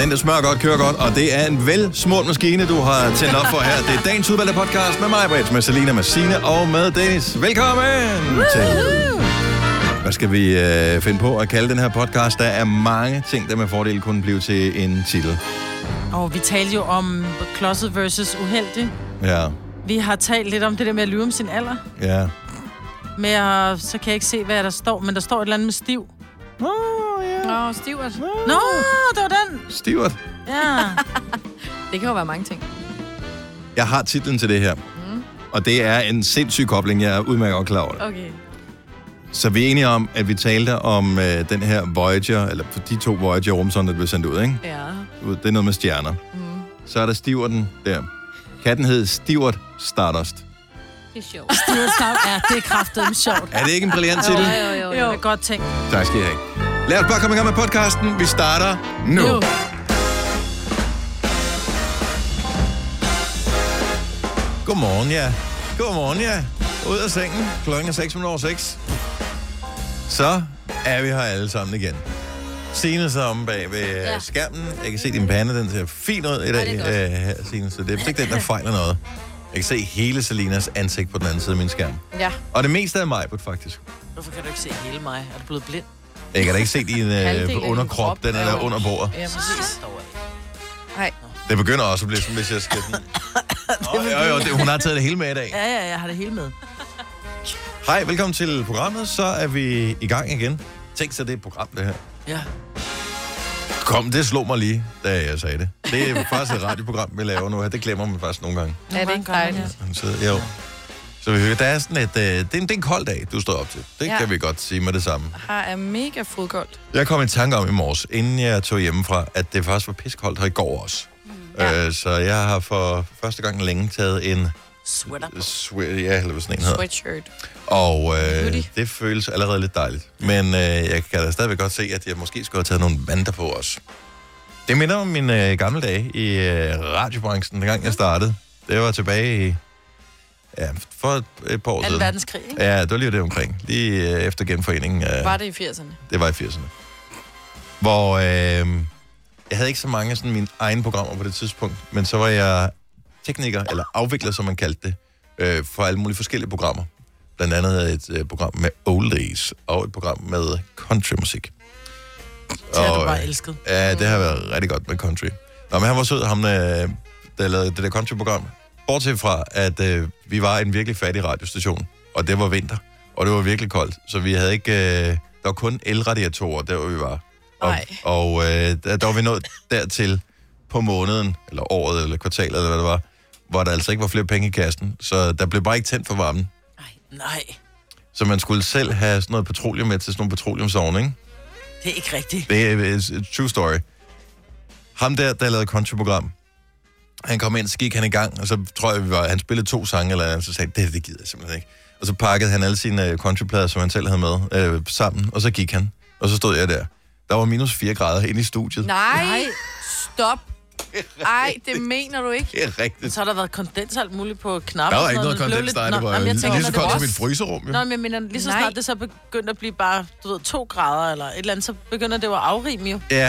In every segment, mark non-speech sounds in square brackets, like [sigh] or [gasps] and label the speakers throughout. Speaker 1: Den, der smører godt, kører godt, og det er en velsmurt maskine, du har tændt op for her. Det er dagens udvalgte podcast med mig, Brits, med Selina, med Signe og med Dennis. Velkommen til. Hvad skal vi øh, finde på at kalde den her podcast? Der er mange ting, der med fordel kunne blive til en titel.
Speaker 2: Og vi talte jo om klodset versus uheldig.
Speaker 1: Ja,
Speaker 2: Vi har talt lidt om det der med at lyve om sin alder.
Speaker 1: ja.
Speaker 2: Med at, så kan jeg ikke se, hvad der står, men der står et eller andet med stiv.
Speaker 1: Nå, ja.
Speaker 3: Nå, Stivert.
Speaker 2: Nå, det var den!
Speaker 1: Stivert.
Speaker 2: Ja.
Speaker 3: Det kan jo være mange ting.
Speaker 1: Jeg har titlen til det her. Og det er en sindssyg kobling, jeg er udmærket godt klar over. det.
Speaker 3: Okay.
Speaker 1: Så vi er enige om, at vi talte om øh, den her Voyager, eller for de to Voyager-rumsonder, der blev sendt ud, ikke?
Speaker 3: Ja.
Speaker 1: Ud- Det er noget med stjerner. Mm. Så er der Stiverten der. Katten hed Stivert Stardust.
Speaker 3: Det er sjovt.
Speaker 2: Stiv stav. Ja, det er kraftedeme sjovt.
Speaker 1: Er det ikke en brillant titel?
Speaker 3: jo, jo.
Speaker 2: Jo. Det er godt tænkt.
Speaker 1: Tak skal I have. Lad os bare komme i gang med podcasten. Vi starter nu.
Speaker 2: Jo.
Speaker 1: Godmorgen, ja. Godmorgen, ja. Ud af sengen. Klokken er 6 minutter over 6. Så er vi her alle sammen igen. Signe så om bag ved ja.
Speaker 3: Ja.
Speaker 1: skærmen. Jeg kan se din pande, den ser fin ud i dag,
Speaker 3: det er godt.
Speaker 1: øh, her, Signe. Så det er vist ikke den, der fejler noget. Jeg kan se hele Selinas ansigt på den anden side af min skærm.
Speaker 3: Ja.
Speaker 1: Og det meste af mig, faktisk.
Speaker 2: Hvorfor kan du ikke se hele mig? Er du blevet blind?
Speaker 1: Jeg kan da ikke se din
Speaker 3: af din
Speaker 1: øh, underkrop,
Speaker 3: krop
Speaker 1: den er
Speaker 3: er
Speaker 1: der
Speaker 3: jo-
Speaker 1: under bordet.
Speaker 3: Ja, præcis. Nej.
Speaker 1: Det begynder også at blive sådan, hvis jeg skal... den-
Speaker 3: [laughs]
Speaker 1: Nå, jo, jo, det, hun har taget det hele med i dag.
Speaker 2: Ja, ja, jeg har det hele med.
Speaker 1: Hej, velkommen til programmet. Så er vi i gang igen. Tænk så, det er et program, det her.
Speaker 2: Ja.
Speaker 1: Kom, det slog mig lige, da jeg sagde det. Det er faktisk et radioprogram, vi laver nu her. Det glemmer man faktisk nogle gange.
Speaker 3: Er det ikke dejligt?
Speaker 1: Så, jo. Så vi hører, der er sådan et... Øh, det, er en, det er en kold dag, du står op til. Det ja.
Speaker 3: Ja.
Speaker 1: kan vi godt sige med det samme.
Speaker 3: Her er mega fodgodt.
Speaker 1: Jeg kom i tanke om i morges, inden jeg tog hjemmefra, at det faktisk var piskoldt her i går også. Ja. Øh, så jeg har for første gang længe taget en...
Speaker 2: Sweater.
Speaker 1: Swe- ja, eller hvad sådan en hedder.
Speaker 3: Sweatshirt.
Speaker 1: Og øh,
Speaker 3: Hoodie.
Speaker 1: det føles allerede lidt dejligt. Men øh, jeg kan da stadigvæk godt se, at jeg måske skulle have taget nogle vandter på os. Det minder om mine øh, gamle dage i øh, radiobranchen, dengang jeg startede. Det var tilbage i... Ja, for et, et par år
Speaker 2: Al
Speaker 1: siden.
Speaker 2: verdenskrig, ikke?
Speaker 1: Ja, det var lige det omkring. Lige øh, efter genforeningen. Øh,
Speaker 3: Var det i 80'erne?
Speaker 1: det var i 80'erne. Hvor øh, jeg havde ikke så mange af sådan mine egne programmer på det tidspunkt, men så var jeg tekniker, eller afvikler, som man kaldte det, øh, for alle mulige forskellige programmer. Blandt andet havde jeg et øh, program med Old Days, og et program med countrymusik.
Speaker 2: Det har du
Speaker 1: Og,
Speaker 2: bare
Speaker 1: øh,
Speaker 2: elsket.
Speaker 1: Ja, det har været rigtig godt med country. Nå, men han var sød, ham, øh, der lavede det der countryprogram. Bortset fra, at øh, vi var en virkelig fattig radiostation, og det var vinter, og det var virkelig koldt, så vi havde ikke... Øh, der var kun elradiatorer, der hvor vi var. Og,
Speaker 3: Nej.
Speaker 1: og øh, der, der var vi nået dertil på måneden, eller året, eller kvartalet, eller hvad det var, hvor der altså ikke var flere penge i kassen, så der blev bare ikke tændt for varmen.
Speaker 2: Nej, nej.
Speaker 1: Så man skulle selv have sådan noget petroleum med til sådan nogle petroleumsovne, ikke?
Speaker 2: Det er ikke rigtigt.
Speaker 1: Det er it's a true story. Ham der, der lavede countryprogram, han kom ind, så gik han i gang, og så tror jeg, vi var, han spillede to sange, eller så sagde han, det, det gider jeg simpelthen ikke. Og så pakkede han alle sine øh, countryplader, som han selv havde med, øh, sammen, og så gik han. Og så stod jeg der. Der var minus 4 grader inde i studiet.
Speaker 3: Nej. Stop. Ej, det mener du ikke.
Speaker 1: Det er rigtigt.
Speaker 2: Så har der været kondens og alt muligt på knapper.
Speaker 1: Der var ikke
Speaker 2: og
Speaker 1: noget
Speaker 2: sådan
Speaker 1: kondens, nej,
Speaker 2: Det
Speaker 1: det
Speaker 2: blev lidt- Nå,
Speaker 1: var
Speaker 2: jamen, jeg
Speaker 1: lige
Speaker 2: tænker,
Speaker 1: så
Speaker 2: når det
Speaker 1: koldt som
Speaker 2: var-
Speaker 1: et fryserum, jo.
Speaker 2: Nå, men jeg mener, lige så
Speaker 3: Nej.
Speaker 2: snart det så begyndte at blive bare, du ved, to grader eller et eller andet, så begynder det jo at afrime jo. Det
Speaker 1: Ja,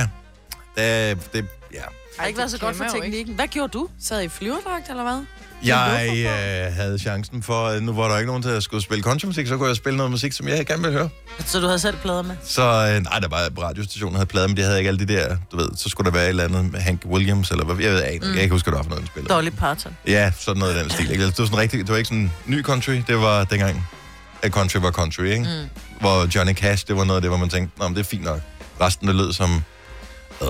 Speaker 1: det, det, ja.
Speaker 2: har ikke været så godt for
Speaker 3: kan man jo ikke.
Speaker 2: teknikken. Hvad gjorde du?
Speaker 3: Sad I flyverdragt, eller hvad?
Speaker 1: Jeg øh, havde chancen for, at nu var der ikke nogen, der skulle spille countrymusik, så kunne jeg spille noget musik, som jeg gerne ville høre.
Speaker 2: Så du havde selv plader med?
Speaker 1: Så øh, nej, der var radiostationen, der havde plader, men de havde ikke alle de der, du ved, så skulle der være et eller andet med Hank Williams, eller hvad, jeg ved, jeg, mm. jeg kan ikke huske, hvad det var for noget, den spiller.
Speaker 2: Dolly Parton.
Speaker 1: Ja, sådan noget i den stil. Ikke? Det var sådan rigtig, det var ikke sådan ny country, det var dengang, at country var country, ikke? Mm. Hvor Johnny Cash, det var noget af det, hvor man tænkte, nå, men det er fint nok. Resten, det lød som, øh.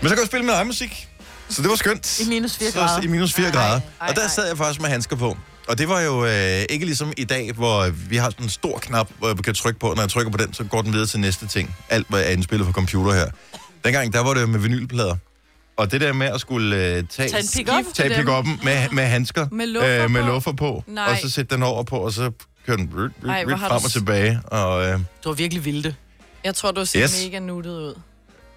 Speaker 1: Men så kan jeg spille med egen musik, så det var skønt.
Speaker 2: I minus 4
Speaker 1: Så-
Speaker 2: grader.
Speaker 1: I minus 4 grader.
Speaker 3: ej,
Speaker 1: Og der
Speaker 3: ej.
Speaker 1: sad jeg faktisk med handsker på. Og det var jo øh, ikke ligesom i dag, hvor vi har sådan en stor knap, hvor jeg kan trykke på. Når jeg trykker på den, så går den videre til næste ting. Alt, hvad er indspillet på computer her. Dengang, der var det jo med vinylplader. Og det der med at skulle øh, tage,
Speaker 2: Tag en pick-up til
Speaker 1: tage
Speaker 2: dem.
Speaker 1: pick-up'en med, med handsker, øh,
Speaker 3: Med luffer
Speaker 1: med
Speaker 3: på.
Speaker 1: luffer på
Speaker 3: Nej.
Speaker 1: og så sætte den over på, og så kører den ryt, ryt,
Speaker 3: Ej,
Speaker 1: Ej,
Speaker 3: hvor
Speaker 1: ryt
Speaker 3: har
Speaker 1: frem
Speaker 3: du
Speaker 1: og
Speaker 3: s-
Speaker 1: tilbage. Og øh,
Speaker 2: Du var virkelig vilde.
Speaker 3: Jeg tror, du ser
Speaker 1: Yes.
Speaker 3: mega nuttet ud.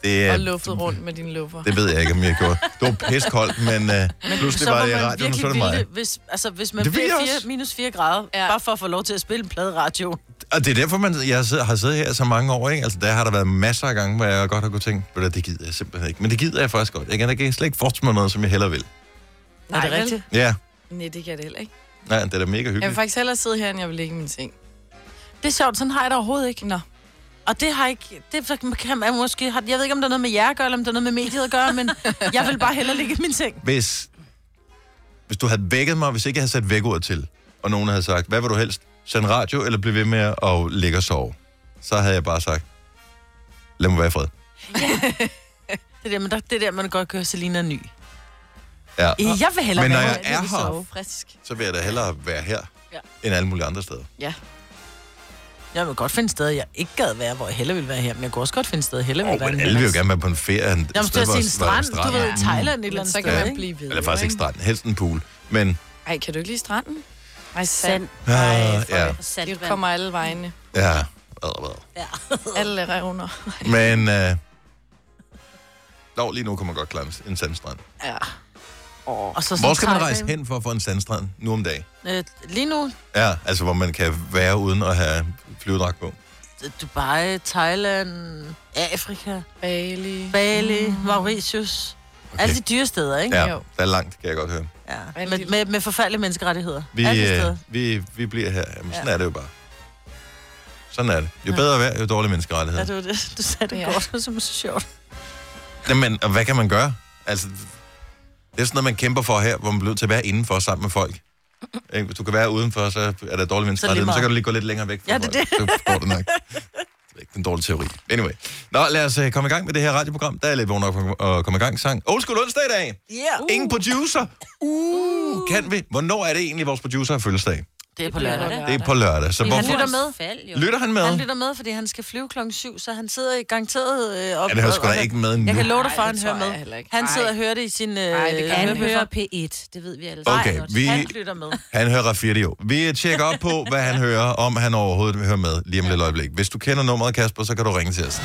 Speaker 1: det,
Speaker 3: Og
Speaker 1: øh,
Speaker 3: luftet rundt med dine luffer.
Speaker 1: det ved jeg ikke, om jeg gjorde. Det var piskoldt, men øh, pludselig var det i radioen, og så var det mig.
Speaker 2: hvis, altså, hvis man
Speaker 1: Det
Speaker 2: det
Speaker 1: vil
Speaker 2: bliver
Speaker 1: jeg også.
Speaker 2: 4, minus 4 grader, ja.
Speaker 3: Ja.
Speaker 2: bare for at få lov til at spille en plade radio.
Speaker 1: Og det er derfor, man, jeg sidder- har siddet her så mange år, ikke? Altså, der har der været masser af gange, hvor jeg godt har kunne tænke, "Ved du hvad, det gider jeg simpelthen ikke. Men det gider jeg faktisk godt. Jeg kan, jeg kan slet ikke forestille mig noget, som jeg heller vil.
Speaker 4: Nej, det er rigtigt.
Speaker 1: Ja,
Speaker 4: Nej, det kan jeg da heller ikke.
Speaker 1: nej, det er da mega
Speaker 4: Jeg vil
Speaker 1: hyggeligt.
Speaker 4: faktisk hellere sidde her, end jeg vil ligge i min seng.
Speaker 2: Det er sjovt, sådan har jeg det overhovedet ikke.
Speaker 4: Nå.
Speaker 2: Og det har ikke... Det kan man måske... har- Jeg ved ikke, om det er noget med jer at gøre, eller om det er noget med mediet at gøre, [laughs] men jeg vil bare hellere ligge i min seng.
Speaker 1: Hvis, hvis du havde vækket mig, hvis ikke jeg havde sat vækord til, og nogen havde sagt, hvad vil du helst? Send radio, eller blive ved med at ligge og sove? Så havde jeg bare sagt, lad mig være i fred.
Speaker 2: [laughs] Det er der, man, det er der, man godt kan høre, Selina er ny.
Speaker 1: Ja.
Speaker 2: Jeg vil hellere
Speaker 1: Men når
Speaker 2: være
Speaker 1: jeg er her,
Speaker 4: Frisk.
Speaker 1: så vil jeg da hellere være her,
Speaker 4: Ja.
Speaker 1: end alle mulige andre steder.
Speaker 4: Ja.
Speaker 2: Jeg vil godt finde steder, jeg ikke gad være, hvor jeg hellere ville være her, men jeg kunne også godt finde steder, jeg hellere
Speaker 1: Åh,
Speaker 2: ville
Speaker 1: oh,
Speaker 2: være.
Speaker 1: men
Speaker 2: end
Speaker 1: alle vil jo
Speaker 2: ellers.
Speaker 4: altså-
Speaker 1: gerne være på en ferie. en
Speaker 2: Jamen,
Speaker 1: sted,
Speaker 2: skulle jeg sige en
Speaker 1: hvor- hvor
Speaker 2: strand, du ved, i Thailand et eller andet
Speaker 4: Mm. Så kan
Speaker 2: sted,
Speaker 4: man
Speaker 2: ikke?
Speaker 4: blive ved.
Speaker 1: Eller faktisk ikke
Speaker 4: ikke?
Speaker 1: strand, helst en pool. Men
Speaker 4: Ej, kan du ikke lide stranden? Ej, sand.
Speaker 5: Sand.
Speaker 1: Ah,
Speaker 4: Ej, for-
Speaker 1: ja.
Speaker 4: Det
Speaker 5: Saltvand.
Speaker 4: kommer alle vegne.
Speaker 1: Ja, ad, ad.
Speaker 4: Alle revner.
Speaker 1: Men øh, dog, lige nu kan man godt klare en sandstrand.
Speaker 4: Ja.
Speaker 2: Og så
Speaker 1: Hvor
Speaker 2: sådan
Speaker 1: skal man
Speaker 2: Thailand.
Speaker 1: rejse hen for at få en sandstrand nu om dagen?
Speaker 2: Øh, lige nu,
Speaker 1: Ja, altså hvor man kan være uden at have flyvedragt på.
Speaker 2: Dubai, Thailand, Afrika,
Speaker 4: Bali.
Speaker 2: Bali, Mauritius. Okay. Alle de dyre steder, ikke?
Speaker 1: Ja,
Speaker 4: Jo.
Speaker 1: der er langt, kan jeg godt høre.
Speaker 2: Ja.
Speaker 4: Alle
Speaker 2: Med,
Speaker 4: de-
Speaker 2: med, med forfærdelige menneskerettigheder.
Speaker 1: Vi,
Speaker 2: Alle steder.
Speaker 1: øh, vi, vi bliver her. Jamen, sådan er det jo bare. Sådan er det. Jo bedre vejr, jo dårligere
Speaker 2: Ja,
Speaker 1: menneskerettighed.
Speaker 2: det var det. Du sagde det
Speaker 4: Ja.
Speaker 2: ja. godt, som er så sjovt.
Speaker 1: Jamen, og hvad kan man gøre? Altså, det er sådan noget, man kæmper for her, hvor man bliver nødt til at være indenfor sammen med folk. Ikke? Hvis du kan være udenfor, så er der dårlig menneskerettighed, men så
Speaker 2: meget.
Speaker 1: kan du lige gå lidt længere væk fra
Speaker 2: Ja, det er
Speaker 1: folk. Så går det nok. Det er ikke en dårlig teori. Anyway. Nå, lad os øh, komme i gang med det her radioprogram. Der er lidt vågen op at komme i gang. Sang Old School onsdag i dag.
Speaker 2: Yeah. Uh.
Speaker 1: Ingen producer. Uh, kan vi? Hvornår er det egentlig, vores producer har fødselsdag?
Speaker 2: Det er på lørdag.
Speaker 1: Det er på lørdag. Så
Speaker 2: Han
Speaker 1: hvorfor...
Speaker 2: lytter med.
Speaker 5: Fald, jo.
Speaker 1: Lytter han med?
Speaker 2: Han lytter med, fordi han skal flyve klokken 7, så han sidder i garanteret øh, op.
Speaker 1: Ja, det hører sgu da
Speaker 2: op-
Speaker 1: ikke med nu.
Speaker 2: Jeg kan love dig
Speaker 4: Nej,
Speaker 2: for, at
Speaker 4: det
Speaker 2: han
Speaker 4: tror
Speaker 2: hører
Speaker 4: jeg
Speaker 2: med.
Speaker 4: heller ikke.
Speaker 2: Han sidder og
Speaker 4: Nej.
Speaker 2: hører det i sin øh,
Speaker 4: Nej, det kan
Speaker 5: Han
Speaker 4: Hvem
Speaker 5: hører P1, det ved vi alle sammen
Speaker 1: Okay,
Speaker 5: godt.
Speaker 1: vi,
Speaker 2: Han lytter med.
Speaker 1: Han hører Raffirdio. Vi tjekker op på, hvad han hører, om han overhovedet hører med lige om lidt øjeblik. Hvis du kender nummeret, Kasper, så kan du ringe til os.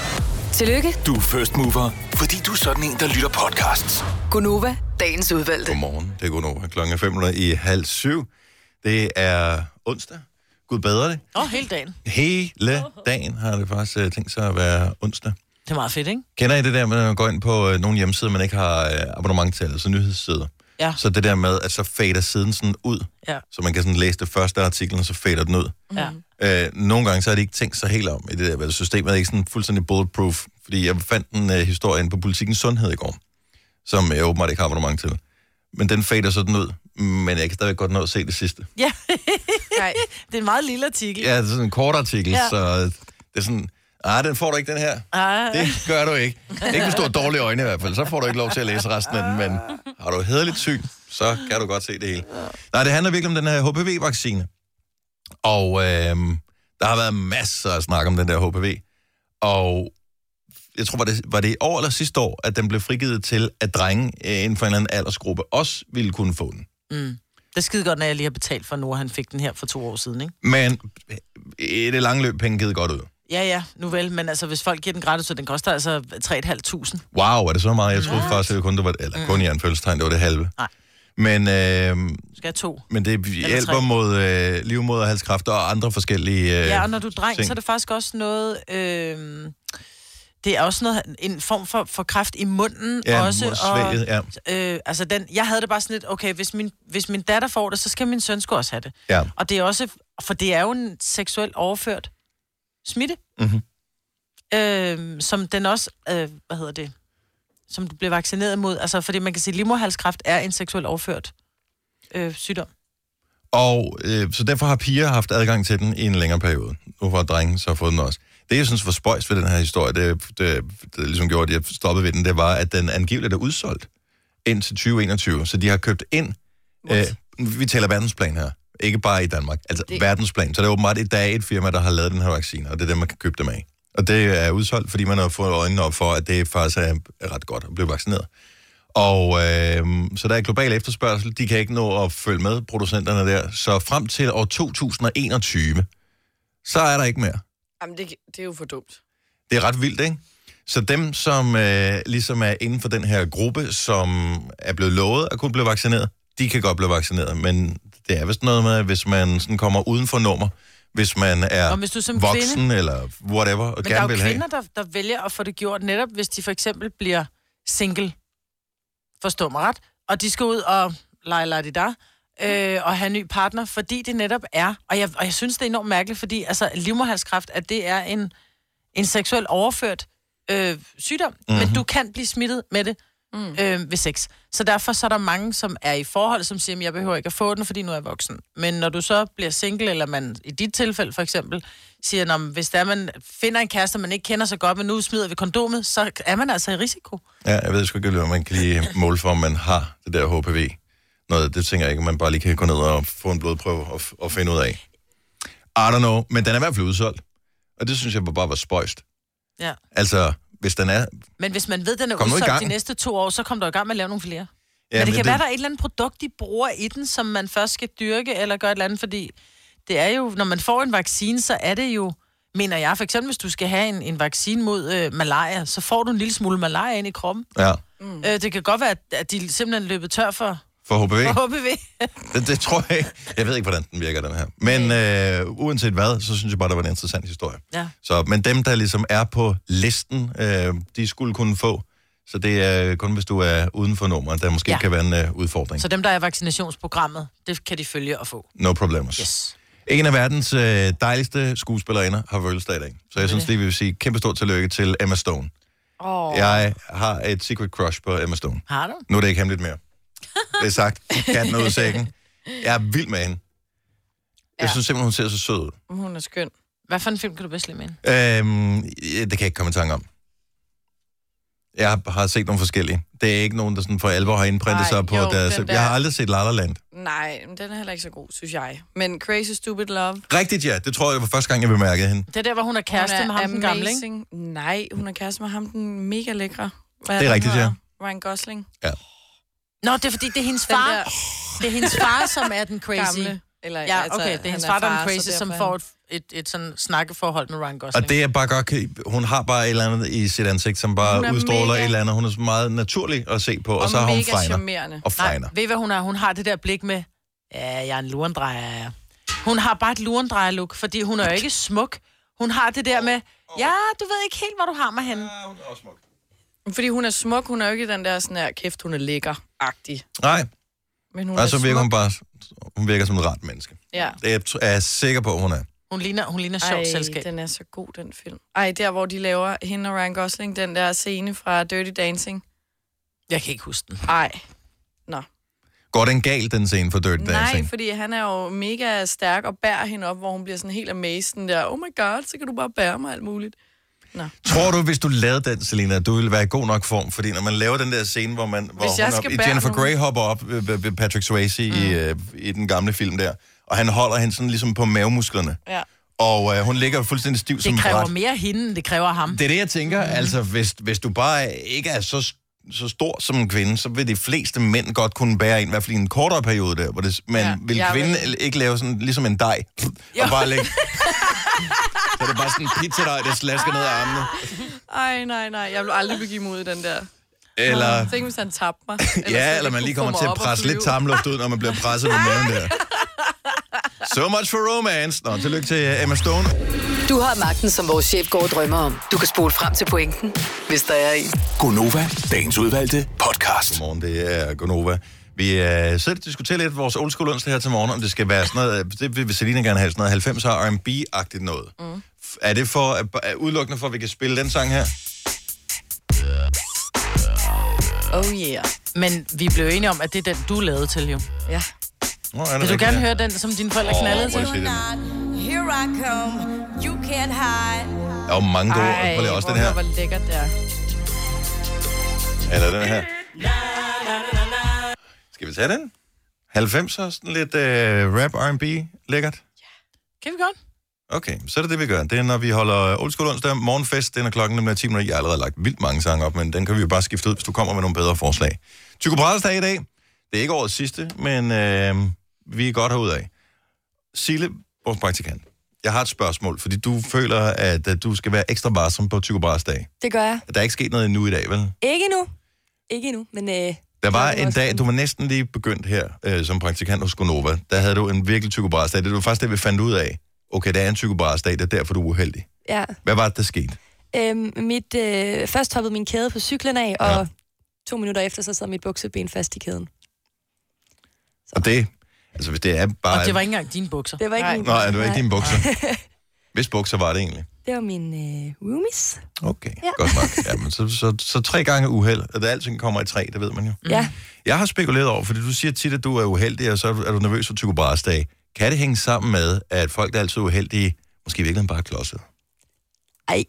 Speaker 6: Tillykke,
Speaker 7: Du er first mover, fordi du er sådan en, der lytter podcasts.
Speaker 6: Gunova, dagens udvalgte.
Speaker 1: Godmorgen. Det er Gunova. Klokken er fem minutter i halv syv. Det er onsdag. Gud bedre det.
Speaker 2: Åh, oh, hele dagen.
Speaker 1: Hele dagen har det faktisk uh, tænkt sig at være onsdag.
Speaker 2: Det er meget fedt, ikke?
Speaker 1: Kender I det der med, at man går ind på uh, nogle hjemmesider, man ikke har uh, abonnement til, altså nyhedssider?
Speaker 2: Ja.
Speaker 1: Så det der med, at så fader siden sådan ud,
Speaker 2: Ja.
Speaker 1: så man kan sådan læse det første af artiklen, og så fader den ud.
Speaker 4: Mhm.
Speaker 2: ja.
Speaker 1: Øh, nogle gange så har de ikke tænkt sig helt om i det der, vel, systemet er ikke sådan fuldstændig bulletproof, fordi jeg fandt en øh, historie inde på Politikens Sundhed i går, som jeg åbenbart ikke har abonnement til. Men den fader sådan ud, men jeg kan stadigvæk godt nå at se det sidste.
Speaker 2: Ja,
Speaker 4: [laughs] Nej,
Speaker 2: det er en meget lille artikel.
Speaker 1: Ja, det er sådan en kort artikel, ja.
Speaker 2: Ja.
Speaker 1: så det er sådan, ah, den får du ikke, den her.
Speaker 2: Ah,
Speaker 1: Det gør du ikke. Ikke hvis du har dårlige øjne i hvert fald, så får du ikke lov til at læse resten af den, men har du hederligt syn, så kan du godt se det hele. Nej, det handler virkelig om den her HPV-vaccine. Og øhm, der har været masser af snak om den der HPV. Og jeg tror, var det, var det i år eller sidste år, at den blev frigivet til, at drenge øh, inden for en eller anden aldersgruppe også ville kunne få den.
Speaker 2: Mm. Det er skide godt, når jeg lige har betalt for nu, han fik den her for to år siden, ikke?
Speaker 1: Men øh, i det lange løb, penge givet godt ud.
Speaker 2: Ja, ja, nu vel, men altså, hvis folk giver den gratis, så den koster altså 3.500.
Speaker 1: Wow, er det så meget? Jeg troede faktisk, at det kun, det var, eller kun i anfølgelsestegn, det var det halve.
Speaker 2: Nej.
Speaker 1: Men øh,
Speaker 2: Skal jeg to?
Speaker 1: Men det hjælper
Speaker 2: tre.
Speaker 1: mod øh, livmoderhalskræft og andre forskellige... Øh,
Speaker 2: Ja, og når du er dreng,
Speaker 1: ting.
Speaker 2: så er det faktisk også noget... Øh, det er også noget, en form for, for kræft i munden.
Speaker 1: ja,
Speaker 2: også, og,
Speaker 1: svæget, ja.
Speaker 2: øh, altså den, jeg havde det bare sådan lidt, okay, hvis min, hvis min datter får det, så skal min søn sgu også have det.
Speaker 1: ja.
Speaker 2: Og det er også, for det er jo en seksuelt overført smitte,
Speaker 1: Mhm.
Speaker 2: øh, som den også, øh, hvad hedder det, som du bliver vaccineret mod. Altså, fordi man kan sige, at livmoderhalskræft er en seksuelt overført øh, sygdom.
Speaker 1: Og øh, så derfor har piger haft adgang til den i en længere periode. Nu har drenge så fået den også. Det, jeg synes var spøjs ved den her historie, det, det, det ligesom gjorde, at jeg stoppede ved den, det var, at den angiveligt er udsolgt indtil 2021. Så de har købt ind... Øh, vi taler verdensplan her. Ikke bare i Danmark. Altså det... verdensplan. Så det er åbenbart i dag et firma, der har lavet den her vaccine, og det er det, man kan købe dem af. Og det er udsolgt, fordi man har fået øjnene op for, at det faktisk er er ret godt at blive vaccineret. Og øh, så der er global efterspørgsel. De kan ikke nå at følge med producenterne der. Så frem til år 2021, så er der ikke mere.
Speaker 4: Jamen, det, det er jo for dumt.
Speaker 1: Det er ret vildt, ikke? Så dem, som øh, ligesom er inden for den her gruppe, som er blevet lovet at kunne blive vaccineret, de kan godt blive vaccineret, men det er vist noget med, at hvis man sådan kommer uden for nummer, hvis man er
Speaker 2: Og hvis du som
Speaker 1: voksen
Speaker 2: kvinde-
Speaker 1: eller whatever og
Speaker 2: Men der er
Speaker 1: gerne
Speaker 2: jo
Speaker 1: vil have.
Speaker 2: kvinder, der, der vælger at få det gjort netop, hvis de for eksempel bliver single. Forstår mig ret. Og de skal ud og lege lege da, øh, og have en ny partner, fordi det netop er, og jeg, og jeg synes, det er enormt mærkeligt, fordi altså, livmoderhalskræft, at det er en, en seksuel overført øh, sygdom, mm-hmm.
Speaker 1: Mhm.
Speaker 2: men du kan blive smittet med det mm. øh, ved sex. Så derfor så er der mange, som er i forhold, som siger, at jeg behøver ikke at få den, fordi nu er jeg voksen. Men når du så bliver single, eller man i dit tilfælde for eksempel, siger, at hvis der man finder en kæreste, man ikke kender så godt, men nu smider vi kondomet, så er man altså i risiko.
Speaker 1: Ja, jeg ved sgu ikke, om man kan lige måle for, om man har det der HPV. Noget, det tænker jeg ikke, man bare lige kan gå ned og få en blodprøve og, f- og finde ud af. I don't know, men den er i hvert fald udsolgt. Og det synes jeg bare var spøjst.
Speaker 2: Ja.
Speaker 1: Altså, hvis den er...
Speaker 2: Men hvis man ved, at den er
Speaker 1: Kom nu i
Speaker 2: udsolgt
Speaker 1: gang.
Speaker 2: de næste to år, så kom der i gang med at lave nogle flere. Ja,
Speaker 1: men
Speaker 2: men det kan
Speaker 1: det-
Speaker 2: det... være, der er et eller andet produkt, de bruger i den, som man først skal dyrke eller gøre et eller andet, fordi det er jo, når man får en vaccine, så er det jo, mener jeg, for eksempel hvis du skal have en, en vaccine mod øh, malaria, så får du en lille smule malaria ind i kroppen.
Speaker 1: Ja,
Speaker 2: Mm. Øh, det kan godt være, at- at de simpelthen løbet tør for,
Speaker 1: for HPV.
Speaker 2: for
Speaker 1: [laughs]
Speaker 2: HPV.
Speaker 1: Det, det tror jeg ikke. Jeg ved ikke, hvordan den virker, den her. Men øh, uanset hvad, så synes jeg bare, det var en interessant historie.
Speaker 2: ja.
Speaker 1: Så, men dem, der ligesom er på listen, øh, de skulle kunne få. Så det er kun, hvis du er uden for nummeret, der måske ja.
Speaker 2: Ja.
Speaker 1: kan være en øh, udfordring.
Speaker 2: Så dem, der er i vaccinationsprogrammet, det kan de følge og få.
Speaker 1: No problemers.
Speaker 2: Yes.
Speaker 1: En af verdens øh, dejligste skuespillerinder har fødselsdag i dag. Så jeg synes lige, vi vil sige kæmpe stort tillykke til Emma Stone.
Speaker 4: Åh,
Speaker 1: Jeg har et secret crush på Emma Stone.
Speaker 2: Har du?
Speaker 1: Nu er det ikke hemmeligt
Speaker 4: [laughs]
Speaker 1: mere. Det er sagt. Katten er ud af sækken. Jeg er vild med hende. Jeg
Speaker 4: Ja.
Speaker 1: synes simpelthen, hun ser så sød ud.
Speaker 4: hun er skøn.
Speaker 2: Hvad for en film kan du bedst lide med? hende?
Speaker 1: Øhm, ja, det kan jeg ikke komme i tanke om. Jeg har- har set nogle forskellige. Det er ikke nogen, der sådan for alvor har indprintet
Speaker 4: Ej,
Speaker 1: sig på
Speaker 4: jo,
Speaker 1: deres...
Speaker 4: den der-
Speaker 1: Jeg har aldrig set La La Land.
Speaker 4: Nej, men den er heller ikke så god, synes jeg. Men Crazy Stupid Love,
Speaker 1: Rigtigt, ja. Det tror jeg var første gang, jeg bemærkede hende.
Speaker 2: Det er der, hvor hun er kæreste
Speaker 4: hun er
Speaker 2: med ham, den gamle, ikke?
Speaker 4: amazing. Nej, hun er kæreste med ham, den mega lækre. Hvad
Speaker 1: Det er
Speaker 4: han
Speaker 1: rigtigt, ja.
Speaker 4: hedder? Ryan Gosling.
Speaker 2: Nå, det er fordi, det er hendes
Speaker 4: Den
Speaker 2: far.
Speaker 4: der
Speaker 2: Det er hendes far, som er den crazy.
Speaker 4: gamle. Eller, altså,
Speaker 2: Ja, okay, det er
Speaker 4: han
Speaker 2: hendes far, der er den
Speaker 4: så
Speaker 2: crazy, som
Speaker 4: derfor
Speaker 2: får
Speaker 4: han-
Speaker 2: et, et, et sådan snakkeforhold med Ryan Gosling.
Speaker 1: Og det er bare godt... kan- Hun har bare et eller andet i sit ansigt, som
Speaker 4: Hun
Speaker 1: bare
Speaker 4: er
Speaker 1: udstråler
Speaker 4: mega-
Speaker 1: et eller andet. Hun er så meget naturlig at se på, og,
Speaker 4: Og
Speaker 1: så har hun
Speaker 4: mega
Speaker 1: fregner.
Speaker 4: charmerende.
Speaker 1: Og
Speaker 2: Nej,
Speaker 1: fregner.
Speaker 2: ved I, hvad hun er? Hun har det der blik med, ja, jeg er en lurendrejer, ja. Hun har bare et lurendrejer-look, fordi hun er jo ikke smuk. Hun har det der med, ja, du ved ikke helt, hvor du har mig henne.
Speaker 4: Fordi hun er smuk, hun er jo ikke den der sådan her, kæft, hun er lækker-agtig.
Speaker 1: Nej,
Speaker 4: Men hun
Speaker 1: og så
Speaker 4: er
Speaker 1: virker
Speaker 4: smuk.
Speaker 1: hun bare... Hun virker som et rart menneske.
Speaker 4: Ja.
Speaker 1: Det er jeg er sikker på, hun er.
Speaker 2: Hun ligner, hun ligner sjovt selskab.
Speaker 4: den er så god, den film. Ej, der hvor de laver hende og Ryan Gosling, den der scene fra Dirty Dancing.
Speaker 2: Jeg kan ikke huske den.
Speaker 4: Ej. Nå.
Speaker 1: Går den galt, den scene for Dirty Dancing?
Speaker 4: Nej, fordi han er jo mega stærk og bærer hende op, hvor hun bliver sådan helt amazed, den der, oh my god, så kan du bare bære mig alt muligt.
Speaker 1: Tror du, hvis du lavede den, Selina, at du ville være i god nok form? Fordi når man laver den der scene, hvor, man, hvor
Speaker 4: Hvis jeg
Speaker 1: hun op,
Speaker 4: skal bære
Speaker 1: Jennifer
Speaker 4: nogen-
Speaker 1: Grey hopper op ved, ved, ved Patrick Swayze mm. i, øh, i den gamle film der, og han holder hende sådan ligesom på mavemusklerne,
Speaker 4: Ja.
Speaker 1: og øh, hun ligger fuldstændig stiv som
Speaker 2: Det
Speaker 1: et
Speaker 2: kræver
Speaker 1: bræt.
Speaker 2: mere hende, end det kræver ham.
Speaker 1: Det er det, jeg tænker. Mm. Altså, hvis, hvis du bare ikke er så, så stor som en kvinde, så vil de fleste mænd godt kunne bære en, i hvert fald i en kortere periode der, hvor det, men ja,
Speaker 4: Ja,
Speaker 1: vil
Speaker 4: jeg
Speaker 1: kvinden
Speaker 4: vil.
Speaker 1: ikke lave sådan ligesom en dej, [laughs] og
Speaker 2: [laughs]
Speaker 1: bare lægge... så er det bare sådan en pizzadej, der slasker ned af armene.
Speaker 4: Ej, nej, nej, jeg vil aldrig begive mig ud i den der.
Speaker 1: Eller... [laughs]
Speaker 4: Tænk, hvis han tabte mig.
Speaker 1: Ja, eller man lige kommer til at presse lidt tarmluft ud, når man bliver presset på maven [laughs] der. So much for romance. Nå, tillykke til Emma Stone.
Speaker 6: Du har magten, som vores chef går og drømmer om. Du kan spole frem til pointen, hvis der er en.
Speaker 7: Gonova, dagens udvalgte podcast.
Speaker 1: Godmorgen, det er Gonova. Vi øh, sidder og diskuterer lidt vores old school onsdag her til morgen, om det skal være sådan noget, øh, det vil vil Selina gerne have, sådan noget 90'er R&B-agtigt noget. Mm. Er det for, er, er udelukkende for, at vi kan spille den sang her?
Speaker 4: Oh yeah.
Speaker 2: Men vi blev enige om, at det er den, du lavede til, jo.
Speaker 4: Ja.
Speaker 1: Nå, er det
Speaker 2: Vil du
Speaker 1: rigtigt,
Speaker 2: gerne
Speaker 1: ja?
Speaker 2: høre den, som dine forældre
Speaker 1: Åh,
Speaker 2: knaldede
Speaker 1: må jeg
Speaker 2: til?
Speaker 1: se den.
Speaker 8: Here I come, you can't hide.
Speaker 1: Der er jo mange gode. Ej, Prøv lige også den her.
Speaker 4: hvor lækkert det er.
Speaker 1: Eller den her. Skal vi tage den? 90'er, sådan lidt øh, rap, R&B, lækkert.
Speaker 2: Kan vi godt?
Speaker 1: Okay, så er det det, vi gør. Det er, når vi holder Old School onsdag morgenfest. Den er klokken nemlig 10 minutter. Jeg har allerede lagt vildt mange sange op, men den kan vi jo bare skifte ud, hvis du kommer med nogle bedre forslag. Tycho Brahes dag i dag. Det er ikke årets sidste, men øh, vi er godt herudad. Sille, vores praktikant. Jeg har et spørgsmål, fordi du føler, at, at du skal være ekstra varsom på Tycho Brahes dag.
Speaker 9: Det gør jeg.
Speaker 1: Der er ikke sket noget endnu i dag, vel?
Speaker 9: Ikke nu. Ikke nu, men øh,
Speaker 1: Der var
Speaker 9: Ja, det var
Speaker 1: en
Speaker 9: også
Speaker 1: dag,
Speaker 9: sådan.
Speaker 1: du var næsten lige begyndt her øh, som praktikant hos Gonova. Der havde du en virkelig Tycho Brahes dag. Det var faktisk det, vi fandt ud af okay, det er en psykobarsdag, det er derfor, du er uheldig.
Speaker 9: Ja.
Speaker 1: Hvad var det, der skete?
Speaker 9: Øhm, mit, øh, først hoppede min kæde på cyklen af, og ja. to minutter efter, så sad mit bukseben fast i kæden.
Speaker 1: Og det, altså hvis det er bare...
Speaker 2: Og det var ikke engang dine bukser.
Speaker 9: Det var ikke min
Speaker 1: Nej, det var ikke dine bukser. Hvis bukser var det egentlig.
Speaker 9: [laughs] Det var min øh, roomies.
Speaker 1: Okay,
Speaker 9: Ja.
Speaker 1: godt nok. Jamen, så, så, så tre gange uheld, og det alting kommer i tre, det ved man jo.
Speaker 9: Mm. Ja.
Speaker 1: Jeg har spekuleret over, fordi du siger tit, at du er uheldig, og så er du- er du nervøs for Tycho Brahes dag. Kan det hænge sammen med, at folk, der er altid er uheldige, måske i virkeligheden bare er klodset?
Speaker 9: Ej.